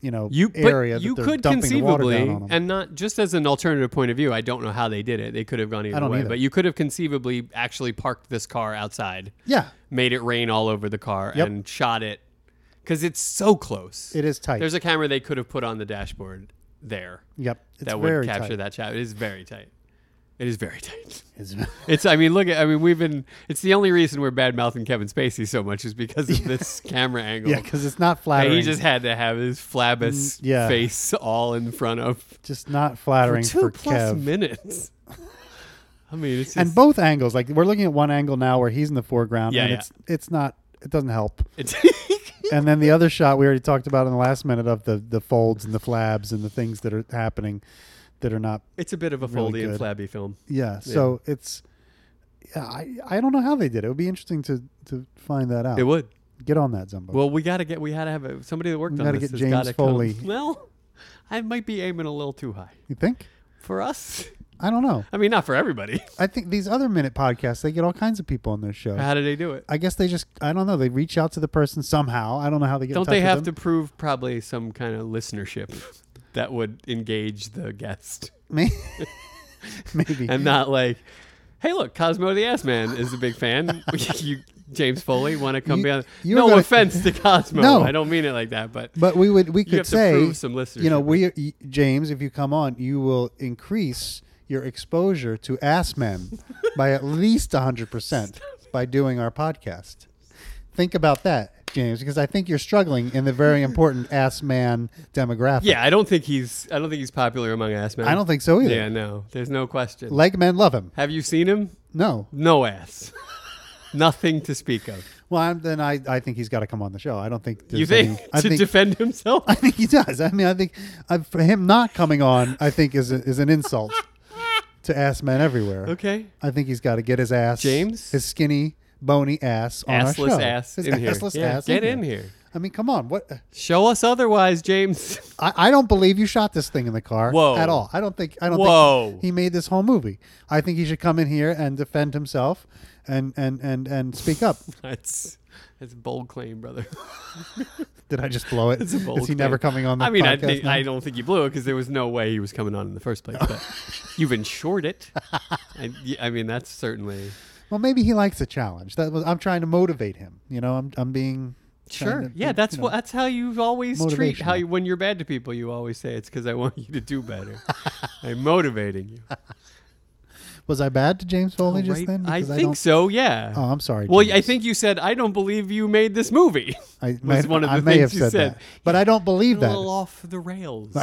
Speaker 1: you know
Speaker 2: You but
Speaker 1: area
Speaker 2: you
Speaker 1: that they're
Speaker 2: could
Speaker 1: dumping the water
Speaker 2: conceivably,
Speaker 1: down on 'em.
Speaker 2: and not just as an alternative point of view. I don't know how they did it. They could have gone either
Speaker 1: don't
Speaker 2: way,
Speaker 1: either.
Speaker 2: but you could have conceivably actually parked this car outside,
Speaker 1: yeah
Speaker 2: made it rain all over the car,
Speaker 1: Yep.
Speaker 2: and shot it because it's so close.
Speaker 1: it is tight
Speaker 2: There's a camera they could have put on the dashboard there
Speaker 1: yep it's
Speaker 2: that would
Speaker 1: very
Speaker 2: capture
Speaker 1: tight.
Speaker 2: that shot. It is very tight. It is very <laughs> tight.
Speaker 1: It's- <laughs>
Speaker 2: It's. I mean, look at. I mean, we've been. It's the only reason we're bad mouthing Kevin Spacey so much is
Speaker 1: <laughs>
Speaker 2: because of this camera angle.
Speaker 1: yeah because it's
Speaker 2: <laughs>
Speaker 1: not
Speaker 2: Like,
Speaker 1: flattering
Speaker 2: he just had to have his flabbus
Speaker 1: Mm, yeah.
Speaker 2: face all in
Speaker 1: <laughs>
Speaker 2: front of
Speaker 1: Just not flattering
Speaker 2: two
Speaker 1: for
Speaker 2: plus
Speaker 1: Kev.
Speaker 2: minutes. I mean, it's just,
Speaker 1: and both angles like we're looking at one angle now where he's in the foreground
Speaker 2: Yeah,
Speaker 1: and
Speaker 2: yeah.
Speaker 1: it's it's not it doesn't help
Speaker 2: it's,
Speaker 1: <laughs> and then the other shot we already talked about in the last minute of the the folds and the flabs and the things that are happening that are not
Speaker 2: it's a bit of a foldy
Speaker 1: Really
Speaker 2: and
Speaker 1: good.
Speaker 2: flabby film.
Speaker 1: yeah so it's yeah, I, I don't know how they did it. It would be interesting to, to find that out.
Speaker 2: It would.
Speaker 1: Get on that, Zumbo.
Speaker 2: Well, we gotta get. We gotta have a, somebody that worked
Speaker 1: We
Speaker 2: on
Speaker 1: gotta
Speaker 2: this.
Speaker 1: get
Speaker 2: has gotta
Speaker 1: James
Speaker 2: come.
Speaker 1: Foley.
Speaker 2: <laughs> Well, I might be aiming a little too high
Speaker 1: you think?
Speaker 2: for us.
Speaker 1: I don't know.
Speaker 2: I mean, not for everybody. <laughs>
Speaker 1: I think these other minute podcasts, they get all kinds of people on their show.
Speaker 2: How do they do it?
Speaker 1: I guess they just, I don't know. They reach out to the person somehow. I don't know how they get
Speaker 2: Don't they have to prove probably some kind of listenership that would engage
Speaker 1: <laughs>
Speaker 2: the guest?
Speaker 1: to? Maybe.
Speaker 2: and not like, hey, look, Cosmo the Ass Man is a big
Speaker 1: <laughs>
Speaker 2: fan. <laughs> you, James Foley, want to come
Speaker 1: You-
Speaker 2: be on?
Speaker 1: you
Speaker 2: No
Speaker 1: gotta-
Speaker 2: offense to Cosmo.
Speaker 1: No.
Speaker 2: I don't mean it like that, but
Speaker 1: but we would, we
Speaker 2: you have
Speaker 1: could
Speaker 2: to
Speaker 1: say,
Speaker 2: prove some listenership.
Speaker 1: you know, we, y- James, if you come on, you will increase your exposure to ass
Speaker 2: <laughs>
Speaker 1: men by at least 100% by doing our podcast. Think about that, James, because I think you're struggling in the
Speaker 2: <laughs>
Speaker 1: very important ass man demographic.
Speaker 2: yeah, I don't think he's. I don't think he's popular among ass men.
Speaker 1: I don't think so either.
Speaker 2: Yeah, no, there's no question.
Speaker 1: Leg men love him.
Speaker 2: have you seen him?
Speaker 1: No. <laughs>
Speaker 2: No ass. Nothing to speak of.
Speaker 1: Well, I'm, then I, I think he's got to come on the show. I don't think
Speaker 2: you
Speaker 1: there's
Speaker 2: think
Speaker 1: any- I
Speaker 2: <laughs> to
Speaker 1: think
Speaker 2: defend himself?
Speaker 1: I think he does. I mean, I think uh, for him not coming on, I think is a, is an
Speaker 2: <laughs>
Speaker 1: insult to ass men everywhere.
Speaker 2: okay.
Speaker 1: I think he's got to get his ass,
Speaker 2: James?
Speaker 1: his skinny, bony ass on our
Speaker 2: Assless
Speaker 1: show.
Speaker 2: ass
Speaker 1: his
Speaker 2: in here.
Speaker 1: assless
Speaker 2: Yeah,
Speaker 1: ass.
Speaker 2: get in here.
Speaker 1: I mean, come on. What?
Speaker 2: Show us otherwise, James. <laughs>
Speaker 1: I, I don't believe you shot this thing in the car
Speaker 2: Whoa.
Speaker 1: at all. I don't think. I don't.
Speaker 2: Whoa.
Speaker 1: think he made this whole movie. I think he should come in here and defend himself, and and and and speak up. <laughs>
Speaker 2: That's that's a bold claim, brother. <laughs>
Speaker 1: Did I just blow it?
Speaker 2: It's a bold
Speaker 1: Is he
Speaker 2: claim.
Speaker 1: never coming on the
Speaker 2: I mean, I,
Speaker 1: podcast?
Speaker 2: think,
Speaker 1: now?
Speaker 2: I don't think you blew it because there was no way he was coming on in the first place.
Speaker 1: <laughs>
Speaker 2: But you've insured it. I, y- I mean, that's certainly
Speaker 1: Well, maybe he likes a challenge. That was. I'm trying to motivate him. You know, I'm I'm being trying to be,
Speaker 2: Yeah, that's
Speaker 1: you
Speaker 2: what.
Speaker 1: know.
Speaker 2: That's how you always treat how
Speaker 1: Motivational.
Speaker 2: you when you're bad to people. You always say it's because I want you to
Speaker 1: <laughs>
Speaker 2: do better. I'm motivating you.
Speaker 1: was I bad to James Foley just
Speaker 2: Right?
Speaker 1: then?
Speaker 2: I
Speaker 1: Because
Speaker 2: think
Speaker 1: don't-
Speaker 2: so. Yeah.
Speaker 1: Oh, I'm sorry.
Speaker 2: well, I
Speaker 1: James.
Speaker 2: think you said I don't believe you made this movie.
Speaker 1: I
Speaker 2: was one of
Speaker 1: I
Speaker 2: the
Speaker 1: may have
Speaker 2: things you
Speaker 1: said,
Speaker 2: said.
Speaker 1: that, but I don't
Speaker 2: a
Speaker 1: believe that.
Speaker 2: little off the
Speaker 1: <laughs>
Speaker 2: rails.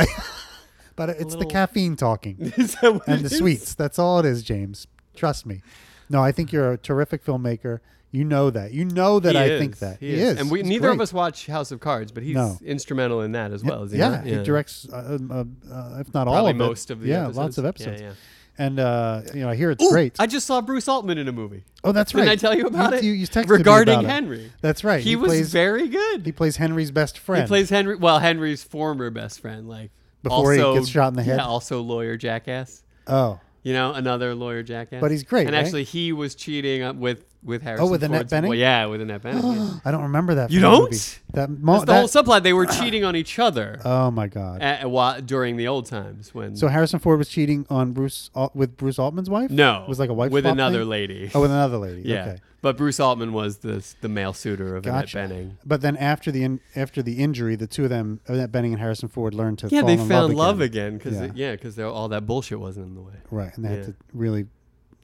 Speaker 1: But it's the
Speaker 2: little-
Speaker 1: caffeine
Speaker 2: <laughs>
Speaker 1: talking
Speaker 2: Is that what
Speaker 1: and
Speaker 2: it
Speaker 1: the
Speaker 2: is?
Speaker 1: sweets. That's all it is, James. Trust me. No, I think you're a terrific filmmaker. You know that. You know that
Speaker 2: He
Speaker 1: I
Speaker 2: is.
Speaker 1: think that he,
Speaker 2: and we
Speaker 1: He's
Speaker 2: neither of
Speaker 1: great.
Speaker 2: us watch House of Cards, but he's
Speaker 1: No.
Speaker 2: instrumental in that as well. Is he
Speaker 1: yeah,
Speaker 2: not?
Speaker 1: he directs, uh, um, uh, uh, if not all
Speaker 2: Probably
Speaker 1: of
Speaker 2: most
Speaker 1: it.
Speaker 2: of the
Speaker 1: yeah,
Speaker 2: episodes.
Speaker 1: lots of
Speaker 2: Yeah,
Speaker 1: episodes.
Speaker 2: yeah.
Speaker 1: And uh, you know, I hear it's
Speaker 2: Ooh,
Speaker 1: great.
Speaker 2: I just saw Bruce Altman in a movie.
Speaker 1: oh, that's right.
Speaker 2: Didn't I tell you about it?
Speaker 1: You, you texted me
Speaker 2: Regarding
Speaker 1: about it.
Speaker 2: Henry.
Speaker 1: That's right.
Speaker 2: He,
Speaker 1: He,
Speaker 2: was
Speaker 1: plays.
Speaker 2: very good.
Speaker 1: he plays Henry's best friend.
Speaker 2: He plays Henry. Well, Henry's former best friend. Like
Speaker 1: before
Speaker 2: also,
Speaker 1: he gets shot in the head.
Speaker 2: Yeah, also lawyer jackass.
Speaker 1: Oh,
Speaker 2: You know, another lawyer jackass.
Speaker 1: But he's great,
Speaker 2: And
Speaker 1: right? Oh,
Speaker 2: actually, he was cheating up with with Harrison.
Speaker 1: with Annette
Speaker 2: Ford's-
Speaker 1: Bening?
Speaker 2: Well, yeah, with Annette Bening.
Speaker 1: <gasps>
Speaker 2: yeah.
Speaker 1: I don't remember that.
Speaker 2: You
Speaker 1: from the
Speaker 2: don't?
Speaker 1: movie. That, mo-
Speaker 2: That's the whole
Speaker 1: that <coughs>
Speaker 2: subplot. They were cheating on each other
Speaker 1: Oh my god.
Speaker 2: at, while, during the old times when.
Speaker 1: So Harrison Ford was cheating on Bruce Al- with Bruce Altman's wife.
Speaker 2: no,
Speaker 1: it was like a wife
Speaker 2: with
Speaker 1: swap
Speaker 2: another
Speaker 1: thing?
Speaker 2: lady.
Speaker 1: Oh, with another lady.
Speaker 2: yeah,
Speaker 1: Okay.
Speaker 2: but Bruce Altman was the the male suitor of
Speaker 1: Gotcha.
Speaker 2: Annette Bening.
Speaker 1: But then after the in, after the injury, the two of them, Annette Benning and Harrison Ford, learned to
Speaker 2: Yeah,
Speaker 1: fall
Speaker 2: they
Speaker 1: in love
Speaker 2: found love
Speaker 1: again.
Speaker 2: again because
Speaker 1: Yeah.
Speaker 2: yeah, because all that bullshit wasn't in the way.
Speaker 1: Right, and they
Speaker 2: Yeah.
Speaker 1: had to really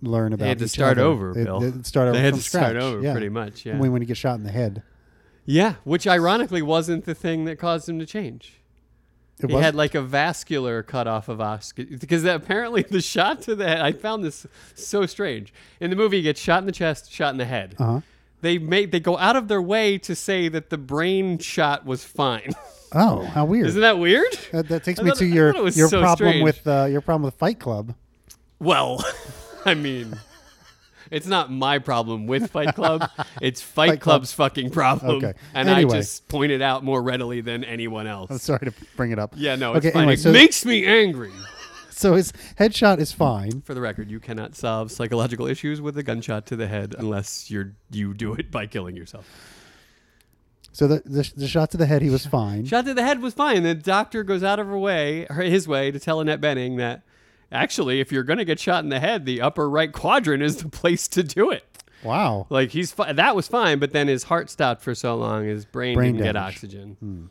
Speaker 1: learn about.
Speaker 2: had to
Speaker 1: each
Speaker 2: start
Speaker 1: other.
Speaker 2: over,
Speaker 1: They,
Speaker 2: Bill.
Speaker 1: They had to start over.
Speaker 2: They had
Speaker 1: from
Speaker 2: to start
Speaker 1: scratch.
Speaker 2: over
Speaker 1: yeah.
Speaker 2: pretty much. Yeah,
Speaker 1: When when you get shot in the head,
Speaker 2: yeah, which ironically wasn't the thing that caused him to change.
Speaker 1: it
Speaker 2: he
Speaker 1: was
Speaker 2: had like a vascular cut off of Oscar because apparently the shot to the head. I found this so strange. In the movie, he gets shot in the chest, shot in the head.
Speaker 1: Uh-huh.
Speaker 2: They make they go out of their way to say that the brain shot was fine.
Speaker 1: Oh, how weird!
Speaker 2: Isn't that weird?
Speaker 1: that, that takes
Speaker 2: I
Speaker 1: me
Speaker 2: thought-
Speaker 1: to
Speaker 2: I
Speaker 1: your
Speaker 2: thought it was
Speaker 1: your
Speaker 2: so
Speaker 1: problem
Speaker 2: strange.
Speaker 1: with uh, your problem with Fight Club. <laughs>
Speaker 2: Well, <laughs> I mean, it's not my problem with
Speaker 1: <laughs>
Speaker 2: Fight Club. It's Fight,
Speaker 1: Fight Club.
Speaker 2: Club's fucking problem.
Speaker 1: Okay.
Speaker 2: And
Speaker 1: Anyway.
Speaker 2: I just point it out more readily than anyone else.
Speaker 1: I'm sorry to bring it up.
Speaker 2: Yeah, no, it's
Speaker 1: Okay,
Speaker 2: fine.
Speaker 1: anyway,
Speaker 2: it
Speaker 1: so
Speaker 2: makes me angry.
Speaker 1: so his headshot is fine.
Speaker 2: For the record, you cannot solve psychological issues with a gunshot to the head unless you're you do it by killing yourself.
Speaker 1: So the the, the shot to the head, he was fine.
Speaker 2: Shot to the head was fine. The doctor goes out of her way, her, his way, to tell Annette Benning that actually, if you're going to get shot in the head, the upper right quadrant is the place to do it.
Speaker 1: Wow.
Speaker 2: Like he's fi- that was fine, but then his heart stopped for so long, his brain,
Speaker 1: Brain
Speaker 2: didn't get
Speaker 1: damage. Hmm.
Speaker 2: oxygen.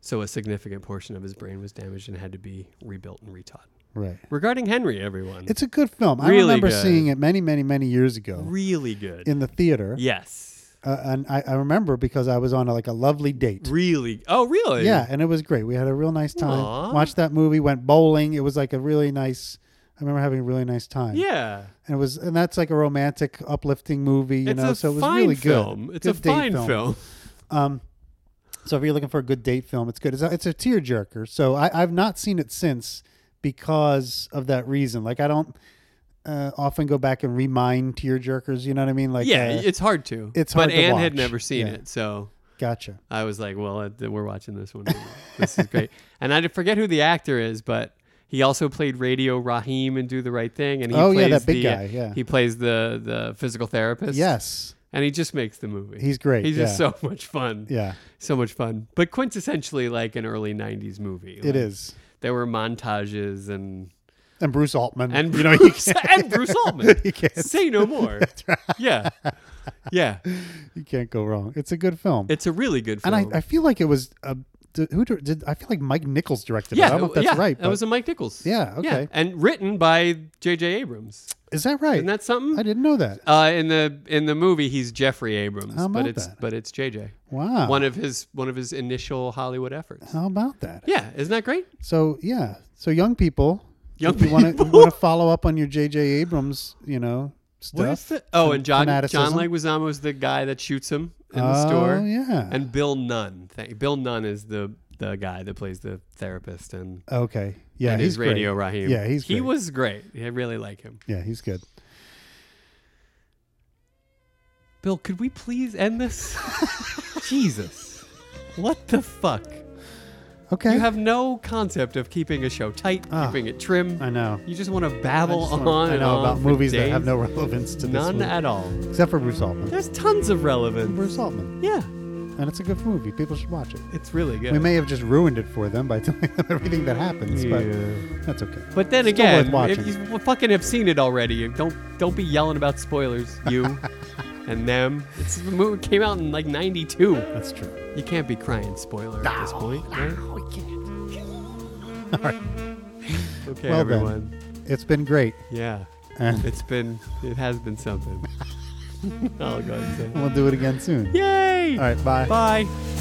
Speaker 2: So a significant portion of his brain was damaged and had to be rebuilt and retaught.
Speaker 1: Right.
Speaker 2: Regarding Henry, everyone,
Speaker 1: It's a good film. I
Speaker 2: Really
Speaker 1: remember
Speaker 2: good.
Speaker 1: seeing it many, many, many years ago
Speaker 2: really good.
Speaker 1: in the theater,
Speaker 2: yes,
Speaker 1: uh, and I, I remember because I was on a, like a lovely date.
Speaker 2: really. Oh, really?
Speaker 1: Yeah, and it was great. We had a real nice time.
Speaker 2: Aw.
Speaker 1: Watched that movie. Went bowling. It was like a really nice. I remember having a really nice time.
Speaker 2: yeah.
Speaker 1: and it was, and that's like a romantic, uplifting movie. You
Speaker 2: it's
Speaker 1: know,
Speaker 2: a
Speaker 1: so it was
Speaker 2: fine
Speaker 1: really good.
Speaker 2: film. It's
Speaker 1: Good
Speaker 2: a
Speaker 1: date
Speaker 2: fine film. <laughs>
Speaker 1: Um, so if you're looking for a good date film, it's good. It's a, it's a tearjerker. So I, I've not seen it since because of that reason. Like I don't uh, often go back and remine tearjerkers. You know what I mean? Like
Speaker 2: yeah,
Speaker 1: uh,
Speaker 2: it's hard to.
Speaker 1: it's
Speaker 2: but
Speaker 1: hard to
Speaker 2: Anne had
Speaker 1: watch.
Speaker 2: never seen
Speaker 1: Yeah.
Speaker 2: it, so
Speaker 1: gotcha.
Speaker 2: I was like, well, uh, th- we're watching this one. This is
Speaker 1: <laughs>
Speaker 2: great. And I forget who the actor is, but he also played Radio Rahim and Do the Right Thing. And he
Speaker 1: Oh,
Speaker 2: plays
Speaker 1: yeah, that big
Speaker 2: the, uh,
Speaker 1: guy, yeah.
Speaker 2: He plays the, the physical therapist.
Speaker 1: Yes,
Speaker 2: And he just makes the movie.
Speaker 1: He's great,
Speaker 2: He's just
Speaker 1: yeah.
Speaker 2: so much fun.
Speaker 1: yeah,
Speaker 2: So much fun. But quintessentially like an early 90s movie.
Speaker 1: it is.
Speaker 2: There were montages and.
Speaker 1: And Bruce Altman.
Speaker 2: And
Speaker 1: you know, you
Speaker 2: Bruce,
Speaker 1: can't,
Speaker 2: <laughs> and Bruce Altman.
Speaker 1: <laughs> you can't,
Speaker 2: Say
Speaker 1: <laughs>
Speaker 2: no more. Yeah. Yeah.
Speaker 1: you can't go wrong. It's a good film.
Speaker 2: It's a really good film.
Speaker 1: and I, I feel like it was uh, d- who dir- did I feel like Mike Nichols directed it. I don't know if that's
Speaker 2: yeah,
Speaker 1: right.
Speaker 2: That
Speaker 1: but-
Speaker 2: was a Mike Nichols.
Speaker 1: Yeah, okay.
Speaker 2: and written by J.J. Abrams.
Speaker 1: is that right?
Speaker 2: Isn't that something?
Speaker 1: I didn't know that.
Speaker 2: uh, in the in the movie, he's Jeffrey Abrams,
Speaker 1: How
Speaker 2: but
Speaker 1: about
Speaker 2: it's
Speaker 1: that?
Speaker 2: but it's J.J.
Speaker 1: Wow.
Speaker 2: One of his one of his initial Hollywood efforts.
Speaker 1: How about that?
Speaker 2: Yeah, isn't that great?
Speaker 1: So yeah, so young people,
Speaker 2: Young
Speaker 1: if you want to
Speaker 2: people. <laughs>
Speaker 1: want to follow up on your J.J. Abrams, you know,
Speaker 2: Where's
Speaker 1: stuff.
Speaker 2: the oh, and John John
Speaker 1: fanaticism.
Speaker 2: Leguizamo is the guy that shoots him in
Speaker 1: oh,
Speaker 2: the store,
Speaker 1: yeah.
Speaker 2: and Bill Nunn. Thank, Bill Nunn is the the guy that plays the therapist and.
Speaker 1: okay, yeah,
Speaker 2: and
Speaker 1: he's
Speaker 2: his radio
Speaker 1: great.
Speaker 2: Raheem.
Speaker 1: Yeah, he's
Speaker 2: he
Speaker 1: great.
Speaker 2: was great. I really like him.
Speaker 1: Yeah, he's good.
Speaker 2: Bill, could we please end
Speaker 1: <laughs>
Speaker 2: this? Jesus. What the fuck?
Speaker 1: Okay,
Speaker 2: You have no concept of keeping a show tight,
Speaker 1: Ah,
Speaker 2: keeping it trim.
Speaker 1: I know.
Speaker 2: You just want to
Speaker 1: I
Speaker 2: babble
Speaker 1: just wanna-
Speaker 2: on
Speaker 1: I
Speaker 2: and
Speaker 1: know
Speaker 2: on
Speaker 1: about
Speaker 2: for
Speaker 1: movies that have
Speaker 2: days.
Speaker 1: no relevance to this
Speaker 2: None
Speaker 1: movie,
Speaker 2: at all.
Speaker 1: except for Bruce Altman.
Speaker 2: There's tons of relevance.
Speaker 1: Bruce Altman,
Speaker 2: Yeah,
Speaker 1: and it's a good movie. People should watch it.
Speaker 2: it's really good.
Speaker 1: We may have just ruined it for them by <laughs> telling them everything that happens,
Speaker 2: Yeah.
Speaker 1: but that's okay.
Speaker 2: but then
Speaker 1: still
Speaker 2: again,
Speaker 1: worth
Speaker 2: if
Speaker 1: watching.
Speaker 2: you f- fucking have seen it already, you don't don't be yelling about spoilers.
Speaker 1: <laughs>
Speaker 2: You and them. It's the movie came out in like '92.
Speaker 1: That's true.
Speaker 2: You can't be crying spoiler at this point, right? <laughs> Okay,
Speaker 1: Well then.
Speaker 2: everyone.
Speaker 1: It's been great.
Speaker 2: Yeah,
Speaker 1: And <laughs>
Speaker 2: it's been, it has been <laughs> Oh, something. I'll go ahead and say.
Speaker 1: we'll do it again soon.
Speaker 2: Yay!
Speaker 1: All right, bye.
Speaker 2: Bye.